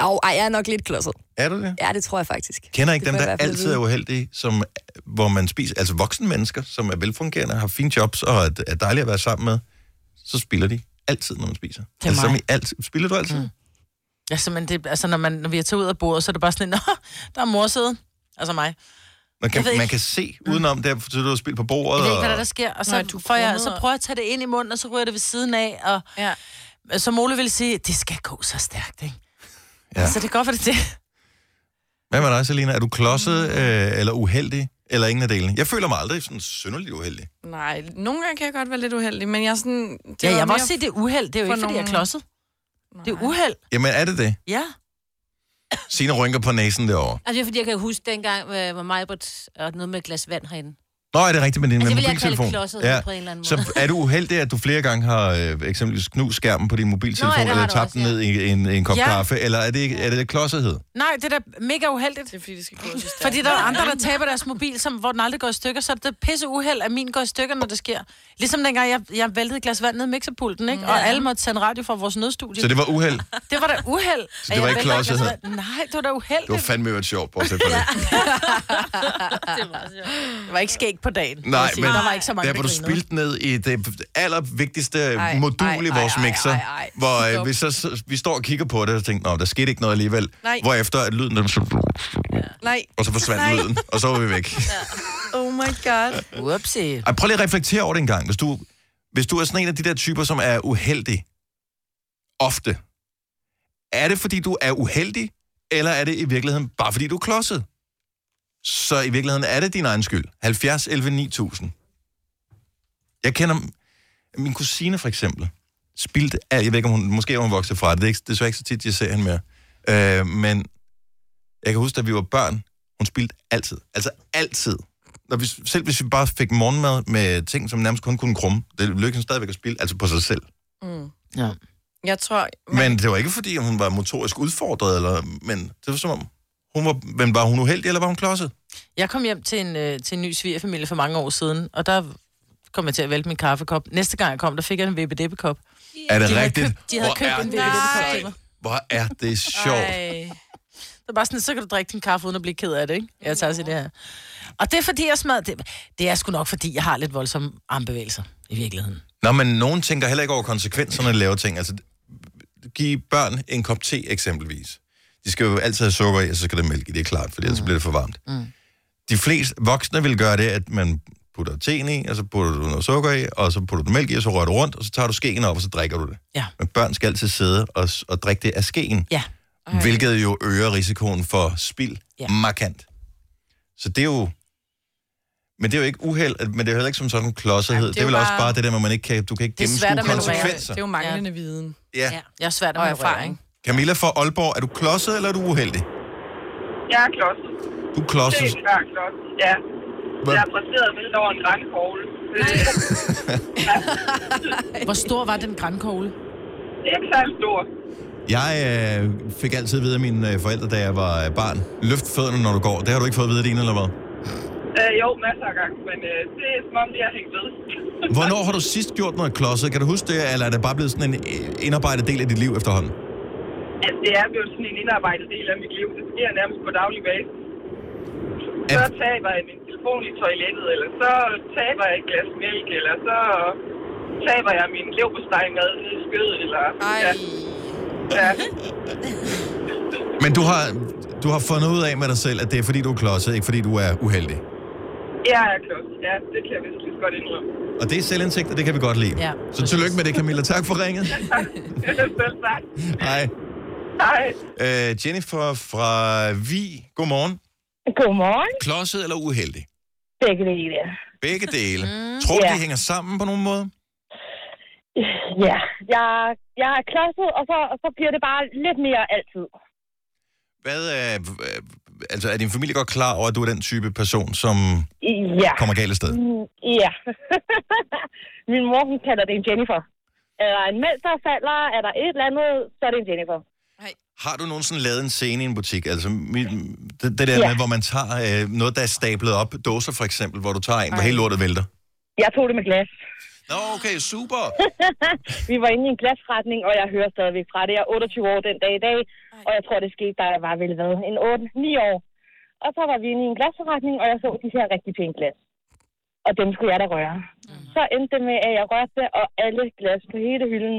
Speaker 9: Au, ej, jeg er nok lidt klodset.
Speaker 1: Er du det?
Speaker 9: Ja, det tror jeg faktisk.
Speaker 1: Kender ikke
Speaker 9: Det
Speaker 1: dem,
Speaker 9: får jeg
Speaker 1: der
Speaker 9: i hvert fald at
Speaker 1: altid
Speaker 9: vide.
Speaker 1: er uheldige, som, hvor man spiser, altså voksne mennesker, som er velfungerende, har fine jobs og er, er dejlige at være sammen med, så spiller de altid, når man spiser. Det
Speaker 2: er
Speaker 1: altså, som
Speaker 2: mig.
Speaker 1: i alt, spiller du altid? Mm.
Speaker 2: Ja, simpelthen, det, altså, når, man, når vi er taget ud af bordet, så er det bare sådan, Nå, der er morsæde. Altså mig.
Speaker 1: Man,
Speaker 2: Jeg ved
Speaker 1: kan, man
Speaker 2: ikke. Mm.
Speaker 1: kan se udenom, der så du har spillet på bordet.
Speaker 2: Jeg ved ikke, hvad der,
Speaker 1: og-
Speaker 2: der sker. Og så,
Speaker 4: Nå,
Speaker 2: Nej,
Speaker 4: du er
Speaker 2: får jeg,
Speaker 4: krummet
Speaker 2: så
Speaker 4: og-
Speaker 2: prøver jeg at tage det ind i munden, og så ryger jeg det ved siden af. Og
Speaker 4: Ja.
Speaker 2: som Ole ville sige, det skal gå så stærkt, ikke?
Speaker 1: Ja.
Speaker 2: Ja. Så det er godt, for det er det.
Speaker 1: Hvad med dig, Selina? Er du klodset øh, eller uheldig? Eller ingen af delene? Jeg føler mig aldrig sådan synderligt uheldig.
Speaker 4: Nej, nogle gange kan jeg godt være lidt uheldig, men jeg er sådan... Det
Speaker 2: Ja,
Speaker 4: var
Speaker 2: jeg må
Speaker 4: mere-
Speaker 2: også sige, det er uheld. Det er jo
Speaker 4: for
Speaker 2: ikke, fordi jeg er
Speaker 4: nogle-
Speaker 2: klodset. Det er
Speaker 4: Nej.
Speaker 2: uheld.
Speaker 1: Jamen, er det det?
Speaker 2: Ja.
Speaker 1: Signe rynker på næsen derovre.
Speaker 5: Altså, det er fordi, jeg kan huske dengang, øh, hvor Majbert og noget med et glas vand herinde.
Speaker 1: Nå, er det rigtigt med din
Speaker 5: Altså, det ville jeg kalde
Speaker 1: mobiltelefon?
Speaker 5: klodset
Speaker 1: ja.
Speaker 5: ja. på en eller anden måde.
Speaker 1: Så er du uheldig, at du flere gange har øh, eksempelvis knust skærmen på din mobiltelefon,
Speaker 5: Nå, ja, det
Speaker 1: eller
Speaker 5: har du
Speaker 1: tabt
Speaker 5: også,
Speaker 1: den
Speaker 5: ja.
Speaker 1: ned i en, en kop
Speaker 2: Ja.
Speaker 1: kaffe, eller er det, ikke, er det klodsethed?
Speaker 2: Nej, det er da mega uheldigt.
Speaker 4: Det er fordi, det skal gå så stærkt.
Speaker 2: Fordi der er andre, der taber deres mobil, som, hvor den aldrig går i stykker, så er det pisse uheld, at min går i stykker, når det sker. Ligesom dengang, jeg, jeg væltede et glas vand ned i mixerpulten, ikke? Og alle måtte sende radio fra vores nødstudie.
Speaker 1: Så
Speaker 2: Det...
Speaker 1: det var uheld.
Speaker 2: det, var da uheld.
Speaker 1: det
Speaker 2: at
Speaker 1: var
Speaker 2: jeg
Speaker 1: ikke
Speaker 2: væltede et glas
Speaker 1: klodsethed?
Speaker 2: vand. Nej, det var da
Speaker 1: Det var
Speaker 2: uheldigt.
Speaker 1: fandme et sjovt, bortset fra det.
Speaker 2: Det var ikke skæg på dagen. vil
Speaker 1: Nej,
Speaker 2: jeg sige.
Speaker 1: men
Speaker 2: der var ikke så mange,
Speaker 1: Der, hvor du
Speaker 2: der grinede.
Speaker 1: spildte ned i det allervigtigste ej,
Speaker 4: Ej,
Speaker 1: modul ej,
Speaker 4: ej,
Speaker 1: i vores
Speaker 4: ej, ej,
Speaker 1: mixer, ej,
Speaker 4: ej,
Speaker 1: ej,
Speaker 4: ej.
Speaker 1: hvor øh,
Speaker 4: Stop.
Speaker 1: vi, så, så, vi står og kigger på det og tænker, nå, der skete ikke noget alligevel.
Speaker 4: Nej.
Speaker 1: Hvorefter at lyden, den,
Speaker 4: Nej,
Speaker 1: og så forsvandt
Speaker 4: Nej.
Speaker 1: lyden, og så var vi væk.
Speaker 4: [laughs] oh my god.
Speaker 2: Whoopsie.
Speaker 1: Ej, prøv lige at reflektere over det en gang. Hvis du, hvis du er sådan en af de der typer, som er uheldig, ofte, er det fordi, du er uheldig, eller er det i virkeligheden bare fordi, du er klodset? Så i virkeligheden er det din egen skyld. 70, 11, 9000. Jeg kender min kusine for eksempel. Spildt af, jeg ved ikke, om hun, måske er hun vokset fra det. Det er, ikke, det er så ikke så tit, jeg ser hende mere. Øh, men jeg kan huske, da vi var børn, hun spildte altid. Altså altid når vi, selv hvis vi bare fik morgenmad med ting, som nærmest kun kunne krumme, det lykkedes hende stadigvæk at spille, altså på sig selv.
Speaker 2: Mm.
Speaker 4: Jeg tror...
Speaker 1: Men det var ikke fordi, hun var motorisk udfordret, eller, men det var som om, hun var, men var hun uheldig, eller var hun klodset?
Speaker 2: Jeg kom hjem til en, øh, til en ny svigerfamilie for mange år siden, og der kom jeg til at vælte min kaffekop. Næste gang jeg kom, der fik jeg en vippedeppekop.
Speaker 1: Er det
Speaker 2: De havde
Speaker 1: rigtigt?
Speaker 2: købt- de havde
Speaker 1: Hvor
Speaker 2: købt
Speaker 1: er
Speaker 2: en
Speaker 1: det
Speaker 2: vippedeppekop
Speaker 1: sejt.
Speaker 2: til mig.
Speaker 1: Hvor er det sjovt.
Speaker 4: Ej.
Speaker 2: Det er bare sådan, så kan du drikke din kaffe, uden at blive ked af det, ikke? Jeg tager sig det her. Og det er fordi, jeg smad... Det, det er sgu nok, fordi jeg har lidt voldsomme armbevægelser, i virkeligheden.
Speaker 1: Nå, men nogen tænker heller ikke over konsekvenserne af at lave ting. Altså, give børn en kop te eksempelvis. De skal jo altid have sukker i, og så skal der mælk i, det er klart, for ellers bliver det for varmt. Mm. De fleste voksne vil gøre det, at man putter teen i, og så putter du noget sukker i, og så putter du mælk i, og så rører du rundt, og så tager du skeen op, og så drikker du det.
Speaker 2: Ja.
Speaker 1: Men børn skal altid sidde og, og drikke det af skeen,
Speaker 2: Ja.
Speaker 1: hvilket jo øger risikoen for spild ja.
Speaker 2: Ja.
Speaker 1: markant. Så det er jo... Men det er jo ikke uheld, at- men det er jo heller ikke som sådan en klodsethed.
Speaker 4: Ej,
Speaker 1: det,
Speaker 4: det
Speaker 1: det er
Speaker 4: er
Speaker 1: vel
Speaker 4: jo
Speaker 1: også
Speaker 4: bare-
Speaker 1: bare det der, med, at man ikke kan, du kan ikke
Speaker 2: Det er
Speaker 1: gennemskue
Speaker 2: svært at manøvrere.
Speaker 1: konsekvenser.
Speaker 4: Det er jo manglende ja. viden.
Speaker 1: Ja.
Speaker 5: Ja.
Speaker 2: Jeg er svært at
Speaker 4: Og
Speaker 2: manøvrere,
Speaker 4: erfaring.
Speaker 2: ikke?
Speaker 1: Camilla fra Aalborg, er du klodset, eller er du uheldig?
Speaker 10: Jeg er klodset.
Speaker 1: Du er
Speaker 10: Det
Speaker 1: klodset.
Speaker 10: er klart klodset, ja.
Speaker 1: Hvad-
Speaker 10: Jeg er placeret vildt over en grænkogl.
Speaker 2: [laughs] Hvor stor var den grænkogle?
Speaker 10: Det er ikke særlig stor.
Speaker 1: Jeg øh, fik altid at vide af mine øh, forældre, da jeg var øh, barn. Løft fødderne, når du går. Det har du ikke fået at vide af dine, eller hvad?
Speaker 10: Øh, jo, masser af gange, men øh, det er som om, de har hængt ved.
Speaker 1: Hvornår har du sidst gjort noget klodset? Kan du huske det, eller er det bare blevet sådan en øh, indarbejdet del af dit liv efterhånden?
Speaker 10: altså, det er blevet sådan en indarbejdet del af mit liv. Det sker nærmest på daglig basis. Så
Speaker 1: At-
Speaker 10: taber jeg min telefon i toilettet, eller så taber jeg et glas mælk, eller så taber jeg min leverpostej med i skød, eller...
Speaker 4: Ej.
Speaker 10: Ja, ja.
Speaker 1: Men du har, du har fundet ud af med dig selv, at det er fordi, du er klodset, ikke fordi du er uheldig.
Speaker 10: Jeg er klodset. Ja, det kan jeg vist lige så godt indrømme. [laughs]
Speaker 1: Og det er selvindsigt, og det kan vi godt lide.
Speaker 2: Ja,
Speaker 1: Så
Speaker 2: præcis.
Speaker 1: tillykke med det, Camilla. Tak for ringet.
Speaker 2: [laughs]
Speaker 10: Selv tak.
Speaker 1: Hej.
Speaker 10: Hej.
Speaker 1: Øh, Jennifer fra Vi. Godmorgen.
Speaker 10: Godmorgen.
Speaker 1: Klodset eller uheldig?
Speaker 10: Begge dele.
Speaker 1: Begge dele. Mm. Tror du,
Speaker 10: Ja.
Speaker 1: de hænger sammen på nogen måde?
Speaker 3: Ja, jeg, jeg er klodset, og så, og så bliver det bare lidt mere altid.
Speaker 1: Hvad er, altså, er din familie godt klar over, at du er den type person, som
Speaker 3: Ja.
Speaker 1: kommer galt af sted?
Speaker 3: Mm, Ja. [laughs] Min mor, hun kalder det en Jennifer. Er der en mælk, der falder, er der et eller andet, så er det en Jennifer.
Speaker 1: Har du nogensinde lavet en scene i en butik? Altså, mi- det, det der
Speaker 3: Ja.
Speaker 1: med, hvor man tager øh, noget, der er stablet op. Dåser for eksempel, hvor du tager en, hvor
Speaker 3: Ej.
Speaker 1: hele lortet vælter.
Speaker 3: Jeg tog det med glas.
Speaker 1: Nå, okay, super.
Speaker 3: [laughs] Vi var inde i en glasforretning, og jeg hører stadigvæk fra det. Jeg er 28 år den dag i dag, og jeg tror, det skete, da jeg var vel hvad, en 8-9 år. Og så var vi inde i en glasforretning, og jeg så de her rigtig pæne glas. Og dem skulle jeg da røre. Så endte det med, at jeg rørte det, og alle glas på hele hylden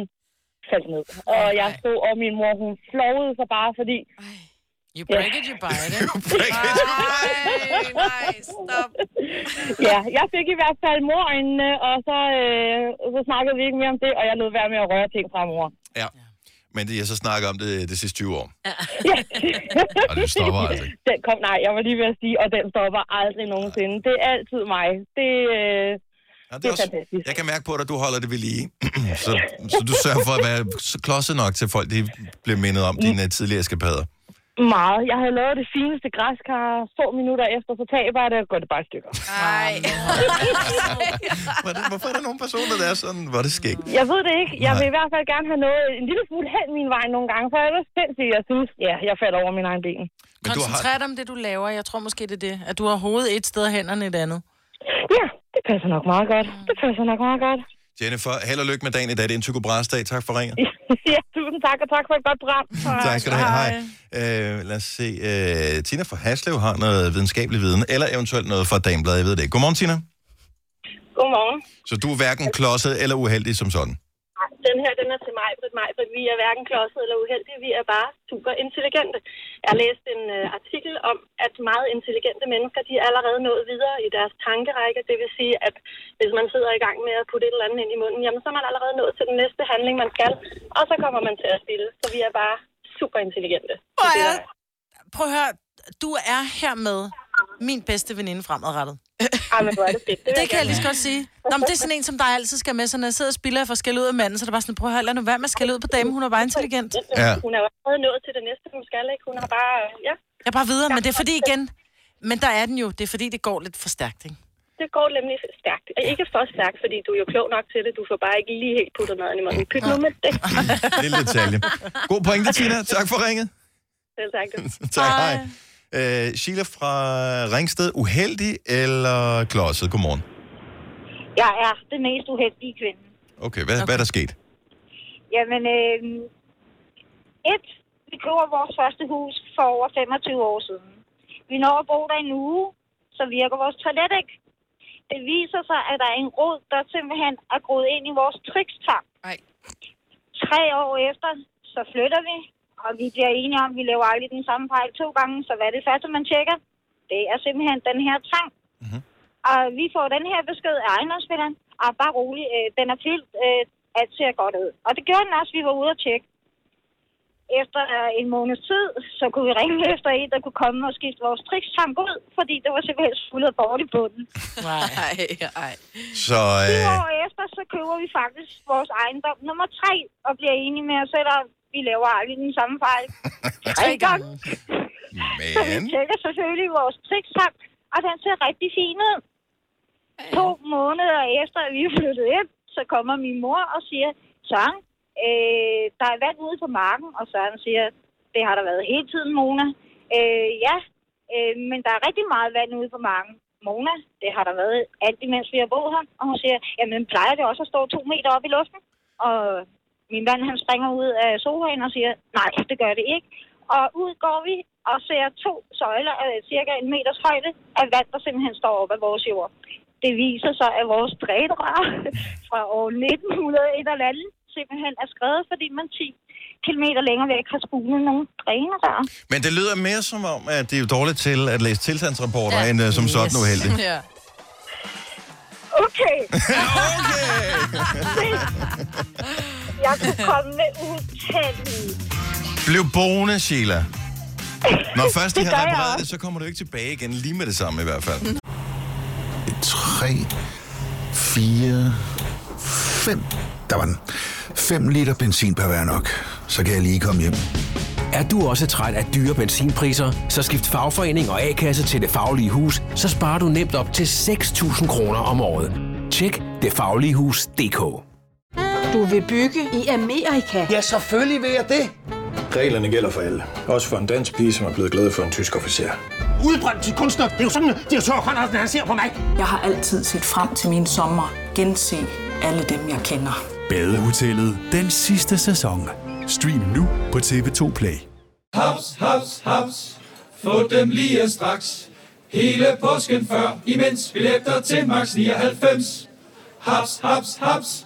Speaker 3: faldt ned. Og jeg stod, og min mor, hun flovede sig bare, fordi...
Speaker 2: You
Speaker 3: break
Speaker 2: it, you buy it, ikke?
Speaker 1: [laughs] you break
Speaker 3: it, you buy it. Nej, stop. [laughs] ja, jeg fik i hvert fald morøjnene, og så, øh, så snakkede vi ikke mere om det, og jeg lod være med at røre ting fra mor.
Speaker 1: Ja. Men det, jeg så snakker om det de sidste 20 år.
Speaker 3: Ja.
Speaker 1: Og den stopper
Speaker 3: [laughs]
Speaker 1: aldrig.
Speaker 3: Den kom, nej, jeg var lige ved at sige, og den stopper aldrig nogensinde. Det er altid mig. Det, øh,
Speaker 1: Ja, det
Speaker 3: Det
Speaker 1: er
Speaker 3: er
Speaker 1: også,
Speaker 3: fantastisk.
Speaker 1: jeg kan mærke på dig, at du holder det ved lige. [clears throat] så, så du sørger for at være så klodset nok til folk, de bliver mindet
Speaker 3: Mm.
Speaker 1: om dine øh, tidligere eskapader.
Speaker 3: meget. Jeg havde lavet det fineste græskar. Få minutter efter, så taber jeg det, og går det bare i stykker.
Speaker 11: Nej.
Speaker 1: Hvordan- Hvorfor er der nogle personer, der er sådan? Hvor er det skægt.
Speaker 3: Jeg ved det ikke. Jeg
Speaker 1: Nej.
Speaker 3: vil i hvert fald gerne have noget, en lille smule hen min vej nogle gange, for ellers sindssygt, jeg synes, ja, jeg falder over min egen ben.
Speaker 1: Men du har,
Speaker 2: Koncentrer dig om det, du laver. Jeg tror måske, det er det. At du har hovedet et sted og hænderne et andet.
Speaker 3: Ja, det passer nok meget godt. Det passer nok meget godt.
Speaker 1: Jennifer, held og lykke med dagen i dag. Det er en Tycho Brahes dag. Tak for ringet.
Speaker 3: [laughs] ja, tusind tak, og tak for et godt program.
Speaker 1: [laughs] Tak skal du have. Hej. Øh, lad os se. Øh, Tina fra Haslev har noget videnskabelig viden, eller eventuelt noget fra Danbladet. Jeg ved det ikke. Godmorgen, Tina.
Speaker 10: Godmorgen.
Speaker 1: Så du er hverken klodset eller uheldig som sådan.
Speaker 10: Ej, Den her, den er til mig, Britt mig, Britt. Vi er hverken klodset eller uheldige. Vi er bare super intelligente. Jeg læste en øh, artikel om, at meget intelligente mennesker, de er allerede nået videre i deres tankerække. Det vil sige, at hvis man sidder i gang med at putte et eller andet ind i munden, jamen så er man allerede nået til den næste handling, man skal. Og så kommer man til at stille. Så vi er bare super intelligente.
Speaker 2: Prøv at høre. Du er hermed min [laughs] bedste veninde fremadrettet.
Speaker 10: Ej, men hvor er det fedt. vil
Speaker 2: Det kan jeg
Speaker 10: gerne
Speaker 2: lige så godt sige. Nå, men det er sådan en, som dig altid skal med, så når jeg sidder og spiller for skæld ud af manden, så er det bare sådan, prøv at høre, lad nu være med at skælde ud på damen, hun er bare intelligent.
Speaker 10: Ja. Hun er jo allerede nået til det næste, hun skal, ikke? Hun har bare, øh, ja,
Speaker 2: Jeg er bare videre, men det er fordi igen, men der er den jo, det er fordi, det går lidt for stærkt, ikke?
Speaker 10: Det går nemlig stærkt. Og Ikke for stærkt, fordi du er jo klog nok til det. Du får bare ikke lige helt puttet maden i munden. Pyt nu med det.
Speaker 1: Lille detalje. God pointe, Tina. Tak for ringet. [laughs]
Speaker 10: Selv tak.
Speaker 1: tak, hej. Øh, Sheila fra Ringsted. Uheldig eller klodset? Godmorgen.
Speaker 12: Jeg er den mest uheldige kvinde.
Speaker 1: Okay, hvad, okay. hvad er der sket?
Speaker 12: Jamen, øh, et, vi køber vores første hus for over 25 år siden. Vi når at bo der en uge, så virker vores toilet ikke. Det viser sig, at der er en rod, der simpelthen er groet ind i vores trikstang. Tre år efter, så flytter vi, og vi bliver enige om, at vi laver aldrig den samme fejl to gange, så hvad er det første, man tjekker? Det er simpelthen den her tang. Og vi får den her besked af ejendomsspilleren, og bare rolig, øh, den er fyldt, øh, alt ser godt ud. Og det gjorde den også, vi var ude og tjekke. Efter øh, en måneds tid, så kunne vi ringe [laughs] efter en, der kunne komme og skifte vores trikstank ud, fordi det var simpelthen skuldet bort i bunden.
Speaker 2: Nej,
Speaker 12: nej.
Speaker 1: Så
Speaker 12: Syv
Speaker 1: øh,
Speaker 12: år efter, så køber vi faktisk vores ejendom nummer tre, og bliver enige med os selv, at vi laver aldrig den samme [laughs] fejl. tre gange. Så vi
Speaker 1: men...
Speaker 12: tjekker selvfølgelig vores trikstank, og den ser rigtig fin ud. To måneder efter, at vi er flyttet ind, så kommer min mor og siger, Søren, øh, der er vand ude på marken, og Søren siger, det har der været hele tiden, Mona. Øh, ja, øh, men der er rigtig meget vand ude på marken. Mona, det har der været alt imens vi har boet her. Og hun siger, jamen plejer det også at stå to meter op i luften? Og min mand, han springer ud af sofaen og siger, nej, det gør det ikke. Og ud går vi og ser to søjler af cirka en meters højde af vand, der simpelthen står op af vores jord. Det viser sig, at vores drænrør [laughs] fra år 1900 et eller andet simpelthen er skrevet, fordi man 10 km længere væk har spulet nogle drænrør.
Speaker 1: Men det lyder mere som om, at det er jo dårligt til at læse tilstandsrapporter, ja. end uh, som sådan uheldig. [laughs]
Speaker 12: Ja. Okay.
Speaker 3: [laughs]
Speaker 1: okay.
Speaker 12: jeg kunne komme med utallige.
Speaker 1: Bliv boende, Sheila.
Speaker 5: [laughs]
Speaker 1: Når først de
Speaker 12: Det gør
Speaker 1: har
Speaker 12: jeg
Speaker 1: repareret
Speaker 12: også.
Speaker 1: det, så kommer du ikke tilbage igen lige med det samme i hvert fald.
Speaker 7: 3, 4, 5. Der var den. 5 liter benzin per hver nok. Så kan jeg lige komme hjem.
Speaker 13: Er du også træt af dyre benzinpriser, så skift fagforening og A-kasse til Det Faglige Hus, så sparer du nemt op til 6.000 kroner om året. Tjek detfagligehus.dk
Speaker 14: Du vil bygge i Amerika? Ja, selvfølgelig vil jeg det.
Speaker 15: Reglerne gælder for alle. Også for en dansk pige, som er blevet glad for en tysk officer.
Speaker 16: Udbrændt til kunstner. Det er jo sådan, at de har Conradsen, han ser på mig.
Speaker 17: Jeg har altid set frem til min sommer. Gense alle dem, jeg kender.
Speaker 18: Badehotellet den sidste sæson. Stream nu på TV2 Play.
Speaker 19: Haps, haps, haps. Få dem lige straks. Hele påsken før, imens billetter til max 99. Haps, haps, haps.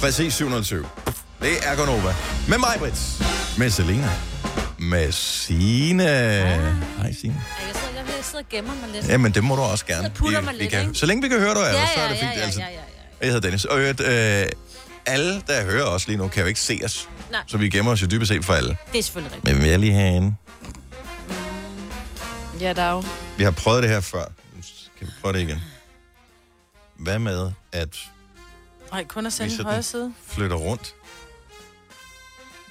Speaker 1: Præcis 720. Det er Gonova. Med mig, Brits. Med Selina. Med Signe.
Speaker 5: Ah.
Speaker 1: Hej, Signe.
Speaker 5: Jeg sidder, jeg, jeg sidder og gemmer mig lidt.
Speaker 1: Jamen, det må du også gerne.
Speaker 5: Så puller man
Speaker 1: Vi- vi
Speaker 5: lidt,
Speaker 1: kan-
Speaker 5: ikke?
Speaker 1: Så længe vi kan høre dig,
Speaker 5: ja,
Speaker 1: altså, så
Speaker 5: ja,
Speaker 1: er det fint.
Speaker 5: Ja, ja,
Speaker 1: Altså,
Speaker 5: ja, ja, ja.
Speaker 1: Jeg hedder Dennis. Og i øvrigt, øh, alle, der hører os lige nu, kan jo ikke se os.
Speaker 5: Nej.
Speaker 1: Så vi gemmer os jo dybest set for alle.
Speaker 5: Det er selvfølgelig rigtigt.
Speaker 1: Men vi er lige herinde.
Speaker 4: Ja, der er jo.
Speaker 1: Vi har prøvet det her før. Nu skal vi prøve det igen. Hvad med at
Speaker 2: Nej, kun at
Speaker 1: Vi
Speaker 2: sende den
Speaker 1: sætter
Speaker 2: højre
Speaker 1: den.
Speaker 2: side.
Speaker 1: flytte rundt?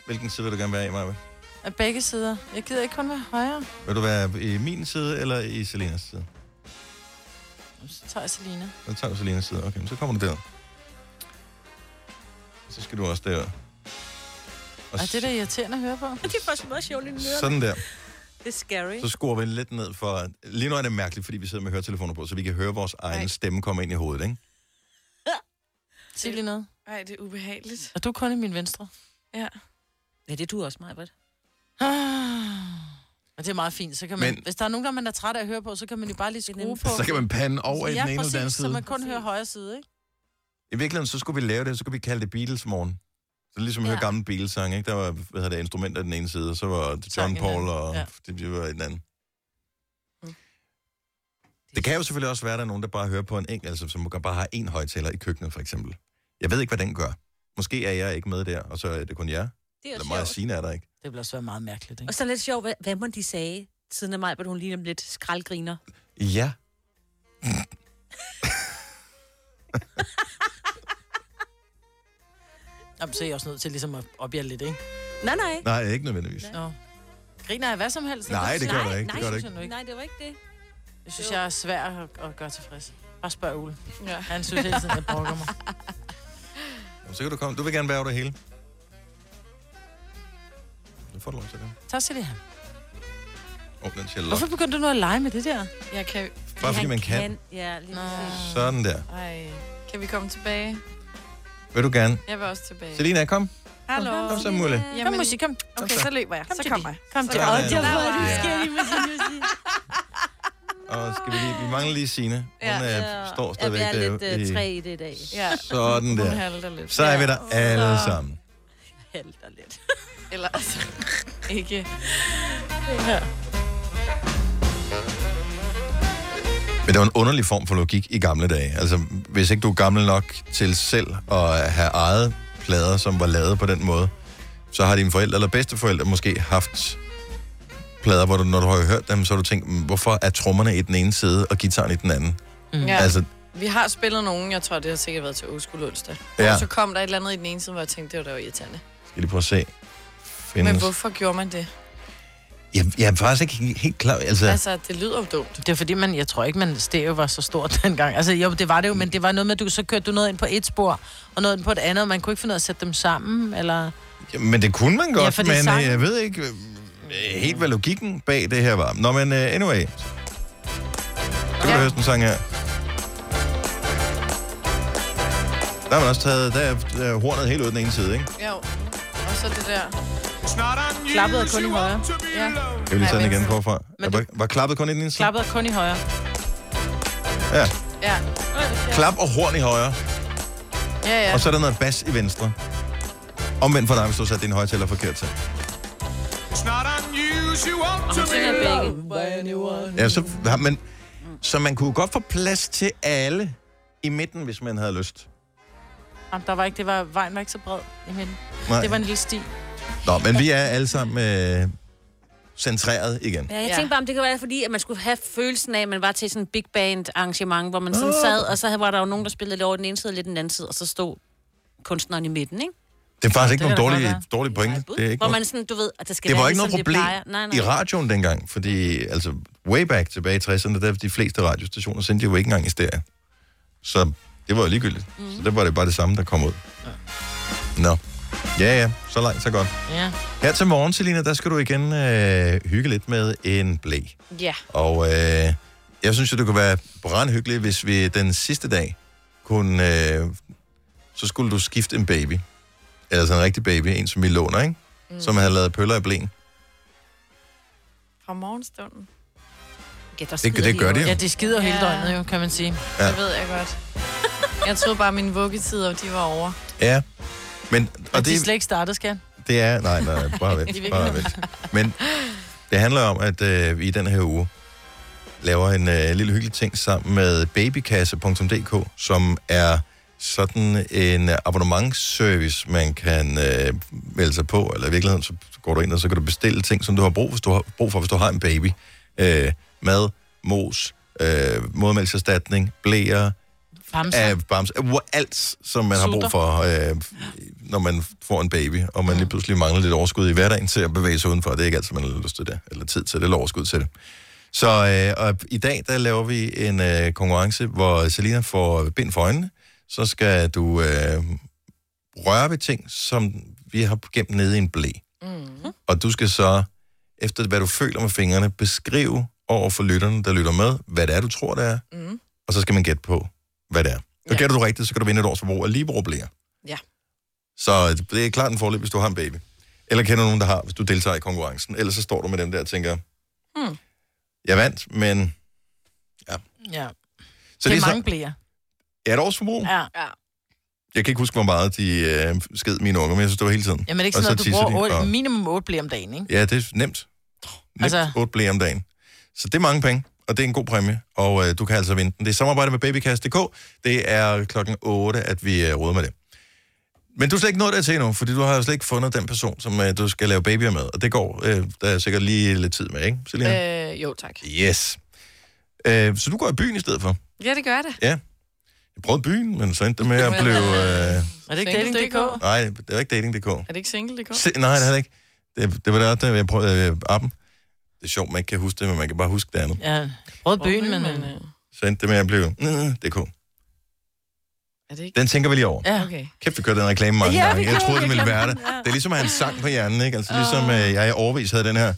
Speaker 1: Hvilken side vil du gerne være i, Maja?
Speaker 2: Af begge sider. Jeg gider ikke kun være højre.
Speaker 1: Vil du være i min side eller i Selinas side?
Speaker 2: Så tager jeg Selina.
Speaker 1: Så tager du Selinas side. Okay, men så kommer du der. Så skal du også der. Og
Speaker 2: Og det er da irriterende at høre på.
Speaker 5: Det er faktisk meget sjovt i ørerne.
Speaker 1: sådan der.
Speaker 5: Det er scary.
Speaker 1: Så skruer vi lidt ned for... Lige nu er det mærkeligt, fordi vi sidder med høretelefoner på, så vi kan høre vores egen stemme komme ind i hovedet, ikke?
Speaker 2: Sig lige noget.
Speaker 4: Nej, det er ubehageligt.
Speaker 2: Og du er kun i min venstre. Ah.
Speaker 4: Ja.
Speaker 5: Ja, det er du også, Majbert.
Speaker 2: Og det er meget fint. Så kan man,
Speaker 1: Men-
Speaker 2: Men... Hvis der er nogen, der man er træt af at høre på, så kan man jo bare lige skrue på.
Speaker 1: Så kan man pande over i den ene eller den anden
Speaker 2: så
Speaker 1: side.
Speaker 2: man kun hører højre side, ikke?
Speaker 1: I virkeligheden, så skulle vi lave det, så kunne vi kalde det Beatles morgen. Så det er ligesom at høre gamle Beatles-sang, ikke? Der var, hvad hedder det, instrumenter i den ene side, og så var det John Paul, og
Speaker 2: Ja.
Speaker 1: det, det var i den anden. Mm. Det kan jo selvfølgelig også være, at der er nogen, der bare hører på en enkelt, altså som bare har en højtaler i køkkenet, for eksempel. Jeg ved ikke, hvad den gør. Måske er jeg ikke med der, og så er det kun jer.
Speaker 5: Det er
Speaker 1: Eller
Speaker 5: jo
Speaker 1: mig og
Speaker 5: sjovt.
Speaker 1: Signe er der ikke.
Speaker 2: Det bliver så meget mærkeligt, ikke?
Speaker 5: Og så lidt sjovt, hvad, hvad må de sagde, siden af Majbert, hun ligner lidt skraldgriner.
Speaker 1: Ja.
Speaker 2: Jamen, så er jeg også nødt til ligesom at opjære lidt, ikke?
Speaker 5: Nej, nej.
Speaker 1: Nej, ikke nødvendigvis.
Speaker 2: Nå. Griner jeg hvad som helst?
Speaker 1: Nej, det gør
Speaker 2: Nej,
Speaker 1: du ikke. Det
Speaker 2: nej,
Speaker 1: gør du
Speaker 2: synes
Speaker 1: ikke.
Speaker 2: jeg nu ikke.
Speaker 5: Nej, det var ikke det.
Speaker 2: Jeg synes, jeg er svær at, at gøre tilfreds. Bare spørg Ole. Ja. Han synes hele tiden, jeg brokker mig.
Speaker 1: Så kan du komme. Du vil gerne være over det hele. Nu får du lov til det.
Speaker 2: Tak skal I have.
Speaker 1: Åh, den siger lock.
Speaker 2: Hvorfor begyndte du nu at lege med det der?
Speaker 4: Jeg kan...
Speaker 1: Bare fordi man kan.
Speaker 5: Ja, lige
Speaker 1: Sådan der.
Speaker 4: Ej. Kan vi komme tilbage?
Speaker 1: Vil du gerne?
Speaker 4: Jeg vil også tilbage.
Speaker 1: Selina, kom.
Speaker 4: Hallo.
Speaker 1: Kom så, Mulle.
Speaker 4: Jamen,
Speaker 2: Kom, musik, kom.
Speaker 4: Okay, så løber jeg. Så kommer jeg.
Speaker 2: Kom
Speaker 4: Så
Speaker 2: til-
Speaker 4: kommer
Speaker 1: Åh, det var det, vi skal
Speaker 4: jeg.
Speaker 1: Og skal vi, lige, vi mangler lige Signe. Hun ja, ja. står stadigvæk
Speaker 5: jeg er lidt
Speaker 1: derude
Speaker 5: øh,
Speaker 1: i-
Speaker 5: træ i det i dag.
Speaker 4: Ja.
Speaker 1: Sådan
Speaker 4: Hun
Speaker 1: der.
Speaker 4: halter lidt.
Speaker 1: Så er vi
Speaker 4: Ja.
Speaker 1: der alle
Speaker 4: Så-
Speaker 1: sammen.
Speaker 5: Halter lidt.
Speaker 4: Eller altså, [laughs] ikke.
Speaker 2: Ja.
Speaker 1: Men det var en underlig form for logik i gamle dage. Altså, hvis ikke du er gammel nok til selv at have ejet plader, som var lavet på den måde, så har dine forældre eller bedsteforældre måske haft plader, hvor du, når du har hørt dem, så har du tænkt, "Mm, hvorfor er trommerne i den ene side og gitaren i den anden?
Speaker 4: Mm. Ja.
Speaker 1: Altså,
Speaker 4: Vi har spillet nogen, jeg tror, det har sikkert været til Oskul onsdag.
Speaker 1: Ja.
Speaker 4: Ja. Og så kom der et eller andet i den ene side, hvor jeg tænkte, det var da irriterende.
Speaker 1: skal lige prøve at se. Findes.
Speaker 4: Men hvorfor gjorde man det?
Speaker 1: Jeg, jeg er faktisk ikke helt- helt klar. Altså, altså...
Speaker 4: det lyder jo dumt.
Speaker 2: Det er fordi, man, jeg tror ikke, man stereo var så stort [laughs] dengang. Altså, jo, det var det jo, men det var noget med, at du, så kørte du noget ind på et spor, og noget ind på et andet, og man kunne ikke finde ud af at sætte dem sammen, eller...
Speaker 1: Men det kunne man
Speaker 2: Ja,
Speaker 1: godt,
Speaker 2: for det
Speaker 1: ja,
Speaker 2: er
Speaker 1: men sang...
Speaker 2: sang.
Speaker 1: jeg ved ikke øh, helt, hvad logikken bag det her var. Nå, men uh, anyway. Du kan ja. høre sådan en sang her. Der har man også taget, der er, der er hornet helt ud den ene side, ikke?
Speaker 4: Jo. Og så det der.
Speaker 2: Klappede kun i højre.
Speaker 4: Ja.
Speaker 1: Jeg vil lige tage den igen forfra. Jeg var, var klappet kun i den ene side?
Speaker 2: Klappede kun i højre.
Speaker 1: Ja.
Speaker 4: Ja.
Speaker 1: Klap og horn i højre.
Speaker 4: Ja, ja.
Speaker 1: Og så er der noget bas i venstre. Omvendt for dig, hvis du har sat din højtaler forkert til.
Speaker 7: It's not unusual
Speaker 5: to be loved
Speaker 7: by anyone.
Speaker 1: Ja, så, har man, så man kunne godt få plads til alle i midten, hvis man havde lyst.
Speaker 2: Jamen, der var ikke, det var, vejen var ikke så bred i midten.
Speaker 1: Nej.
Speaker 2: Det var en lille sti.
Speaker 1: Nå, men vi er alle sammen øh, centreret igen.
Speaker 5: Ja, jeg tænkte bare, om det kan være, fordi at man skulle have følelsen af, at man var til sådan en big band arrangement, hvor man sådan
Speaker 1: Åh.
Speaker 5: sad, og så havde- var der jo nogen, der spillede lidt over den ene side og lidt den anden side, og så stod kunstneren i midten, ikke?
Speaker 1: Det er faktisk ikke
Speaker 5: Det kan
Speaker 1: nogen
Speaker 5: da
Speaker 1: dårlige,
Speaker 5: godt være.
Speaker 1: dårlige pointe. Det er ikke
Speaker 5: Hvor
Speaker 1: noget-
Speaker 5: man sådan, du ved, at det skal
Speaker 1: det
Speaker 5: være
Speaker 1: var ikke
Speaker 5: ligesom
Speaker 1: noget problem
Speaker 5: det plejer. Nej, nej.
Speaker 1: i radioen dengang, fordi altså way back tilbage i 60'erne, der de fleste radiostationer sendte jo ikke engang i stereo. Så det var jo ligegyldigt. Mm. Så der var det bare det samme, der kom ud. Ja. Nå. Ja, ja. Så langt, så godt.
Speaker 2: Ja.
Speaker 1: Her til morgen, Selina, der skal du igen øh, hygge lidt med en blæ.
Speaker 5: Ja.
Speaker 1: Og øh, jeg synes jo, det kunne være brandhyggeligt, hvis vi den sidste dag kunne... Øh, så skulle du skifte en baby. Altså en rigtig baby, en som vi låner, ikke? Mm. Som havde lavet pøller i blæen.
Speaker 4: Fra morgenstunden.
Speaker 5: Ja, der
Speaker 1: skider det de gør jo. de jo.
Speaker 2: Ja, de skider hele døgnet jo, kan man sige.
Speaker 1: Ja.
Speaker 4: Ja. Det ved jeg godt. Jeg troede bare, at mine vuggetider, de var over.
Speaker 1: Ja. Men,
Speaker 2: Og
Speaker 1: og
Speaker 2: de er slet
Speaker 1: det,
Speaker 2: ikke startet, skal
Speaker 1: det er... Nej, nej, nej,
Speaker 4: [laughs]
Speaker 2: [laughs] De vil
Speaker 1: bare vent,
Speaker 2: ikke
Speaker 1: bare
Speaker 2: have
Speaker 1: vent. Men det handler om, at øh, vi i den her uge laver en øh, lille hyggelig ting sammen med babykasse.dk, som er sådan en abonnementsservice, man kan øh, melde sig på, eller i virkeligheden, så går du ind, og så kan du bestille ting, som du har brug, hvis du har, brug for, hvis du har en baby. Øh, mad, mos, øh, modermælkserstatning, blæer,
Speaker 2: Bamser.
Speaker 1: af bamser, af hvor- alt, som man har brug
Speaker 2: Sutter.
Speaker 1: for, øh, når man får en baby, og man lige pludselig mangler lidt overskud i hverdagen til at bevæge sig udenfor. Det er ikke altid, man har lyst til det, eller tid til det, eller overskud til det. Så øh, og i dag, der laver vi en øh, konkurrence, hvor Selina får bind for øjnene. Så skal du øh, røre ved ting, som vi har gemt nede i en blæ. Mm. Og du skal så, efter hvad du føler med fingrene, beskrive over for lytterne, der lytter med, hvad det er, du tror, det er.
Speaker 4: Mm.
Speaker 1: Og så skal man gætte på, hvad det er. Og gætter du rigtigt, så kan du vinde et års forbrug af Libro blæer.
Speaker 4: Ja.
Speaker 1: Så det er klart en fordel, hvis du har en baby. Eller kender nogen, der har, hvis du deltager i konkurrencen. Ellers så står du med dem der og tænker,
Speaker 2: Hmm.
Speaker 1: jeg vandt, men
Speaker 2: Ja.
Speaker 1: Så
Speaker 2: Så det
Speaker 1: det
Speaker 2: er
Speaker 1: er
Speaker 2: mange
Speaker 1: så-
Speaker 2: blæer.
Speaker 1: er et års forbrug?
Speaker 2: Ja. ja.
Speaker 1: Jeg kan ikke huske, hvor meget de øh, sked mine unger, men jeg synes, det var hele tiden.
Speaker 2: Jamen, er det ikke
Speaker 1: Og
Speaker 2: sådan
Speaker 1: så
Speaker 2: noget, du
Speaker 1: tisser
Speaker 2: bruger otte,
Speaker 1: de, og-
Speaker 2: minimum 8 blæer om dagen, ikke?
Speaker 1: Ja, det er nemt. Nemt altså...
Speaker 2: Altså-
Speaker 1: 8 blæer om dagen. Så det er mange penge, og det er en god præmie, og øh, du kan altså vinde den. Det er samarbejde med Babycast.dk. Det er klokken 8, at vi øh, råder med det. Men du er slet ikke nået dertil endnu, fordi du har jo slet ikke fundet den person, som øh, du skal lave babyer med. Og det går, øh, der er sikkert lige lidt tid med, ikke, Selina? Øh...
Speaker 4: Øh, jo, tak.
Speaker 1: Yes. Øh, så du går i byen i stedet for?
Speaker 4: Ja, det gør det.
Speaker 1: Ja. Jeg prøvede byen, men så endte det med at blive... Øh...
Speaker 4: Er
Speaker 2: det ikke dating.dk?
Speaker 1: Nej, det var ikke dating.dk.
Speaker 4: Er det ikke single.dk?
Speaker 1: Se, nej, det er det ikke. Det, det var der, der jeg prøvede øh, appen. Det er sjovt, man ikke kan huske det, men man kan bare huske det andet.
Speaker 2: Ja. Rød byen, men... øh,
Speaker 1: Så endte det med at blive øh, DK.
Speaker 4: Er det ikke?
Speaker 1: Den tænker vi lige over.
Speaker 2: Ja.
Speaker 4: Okay.
Speaker 1: Kæft, vi kørte den reklame mange
Speaker 4: Ja, vi
Speaker 1: gange. Jeg
Speaker 4: gjorde
Speaker 1: troede, det ville
Speaker 4: reklamen,
Speaker 1: være det.
Speaker 4: ja.
Speaker 1: Det er ligesom at have en sang på hjernen, ikke? Altså ligesom øh, jeg i overvis havde den her.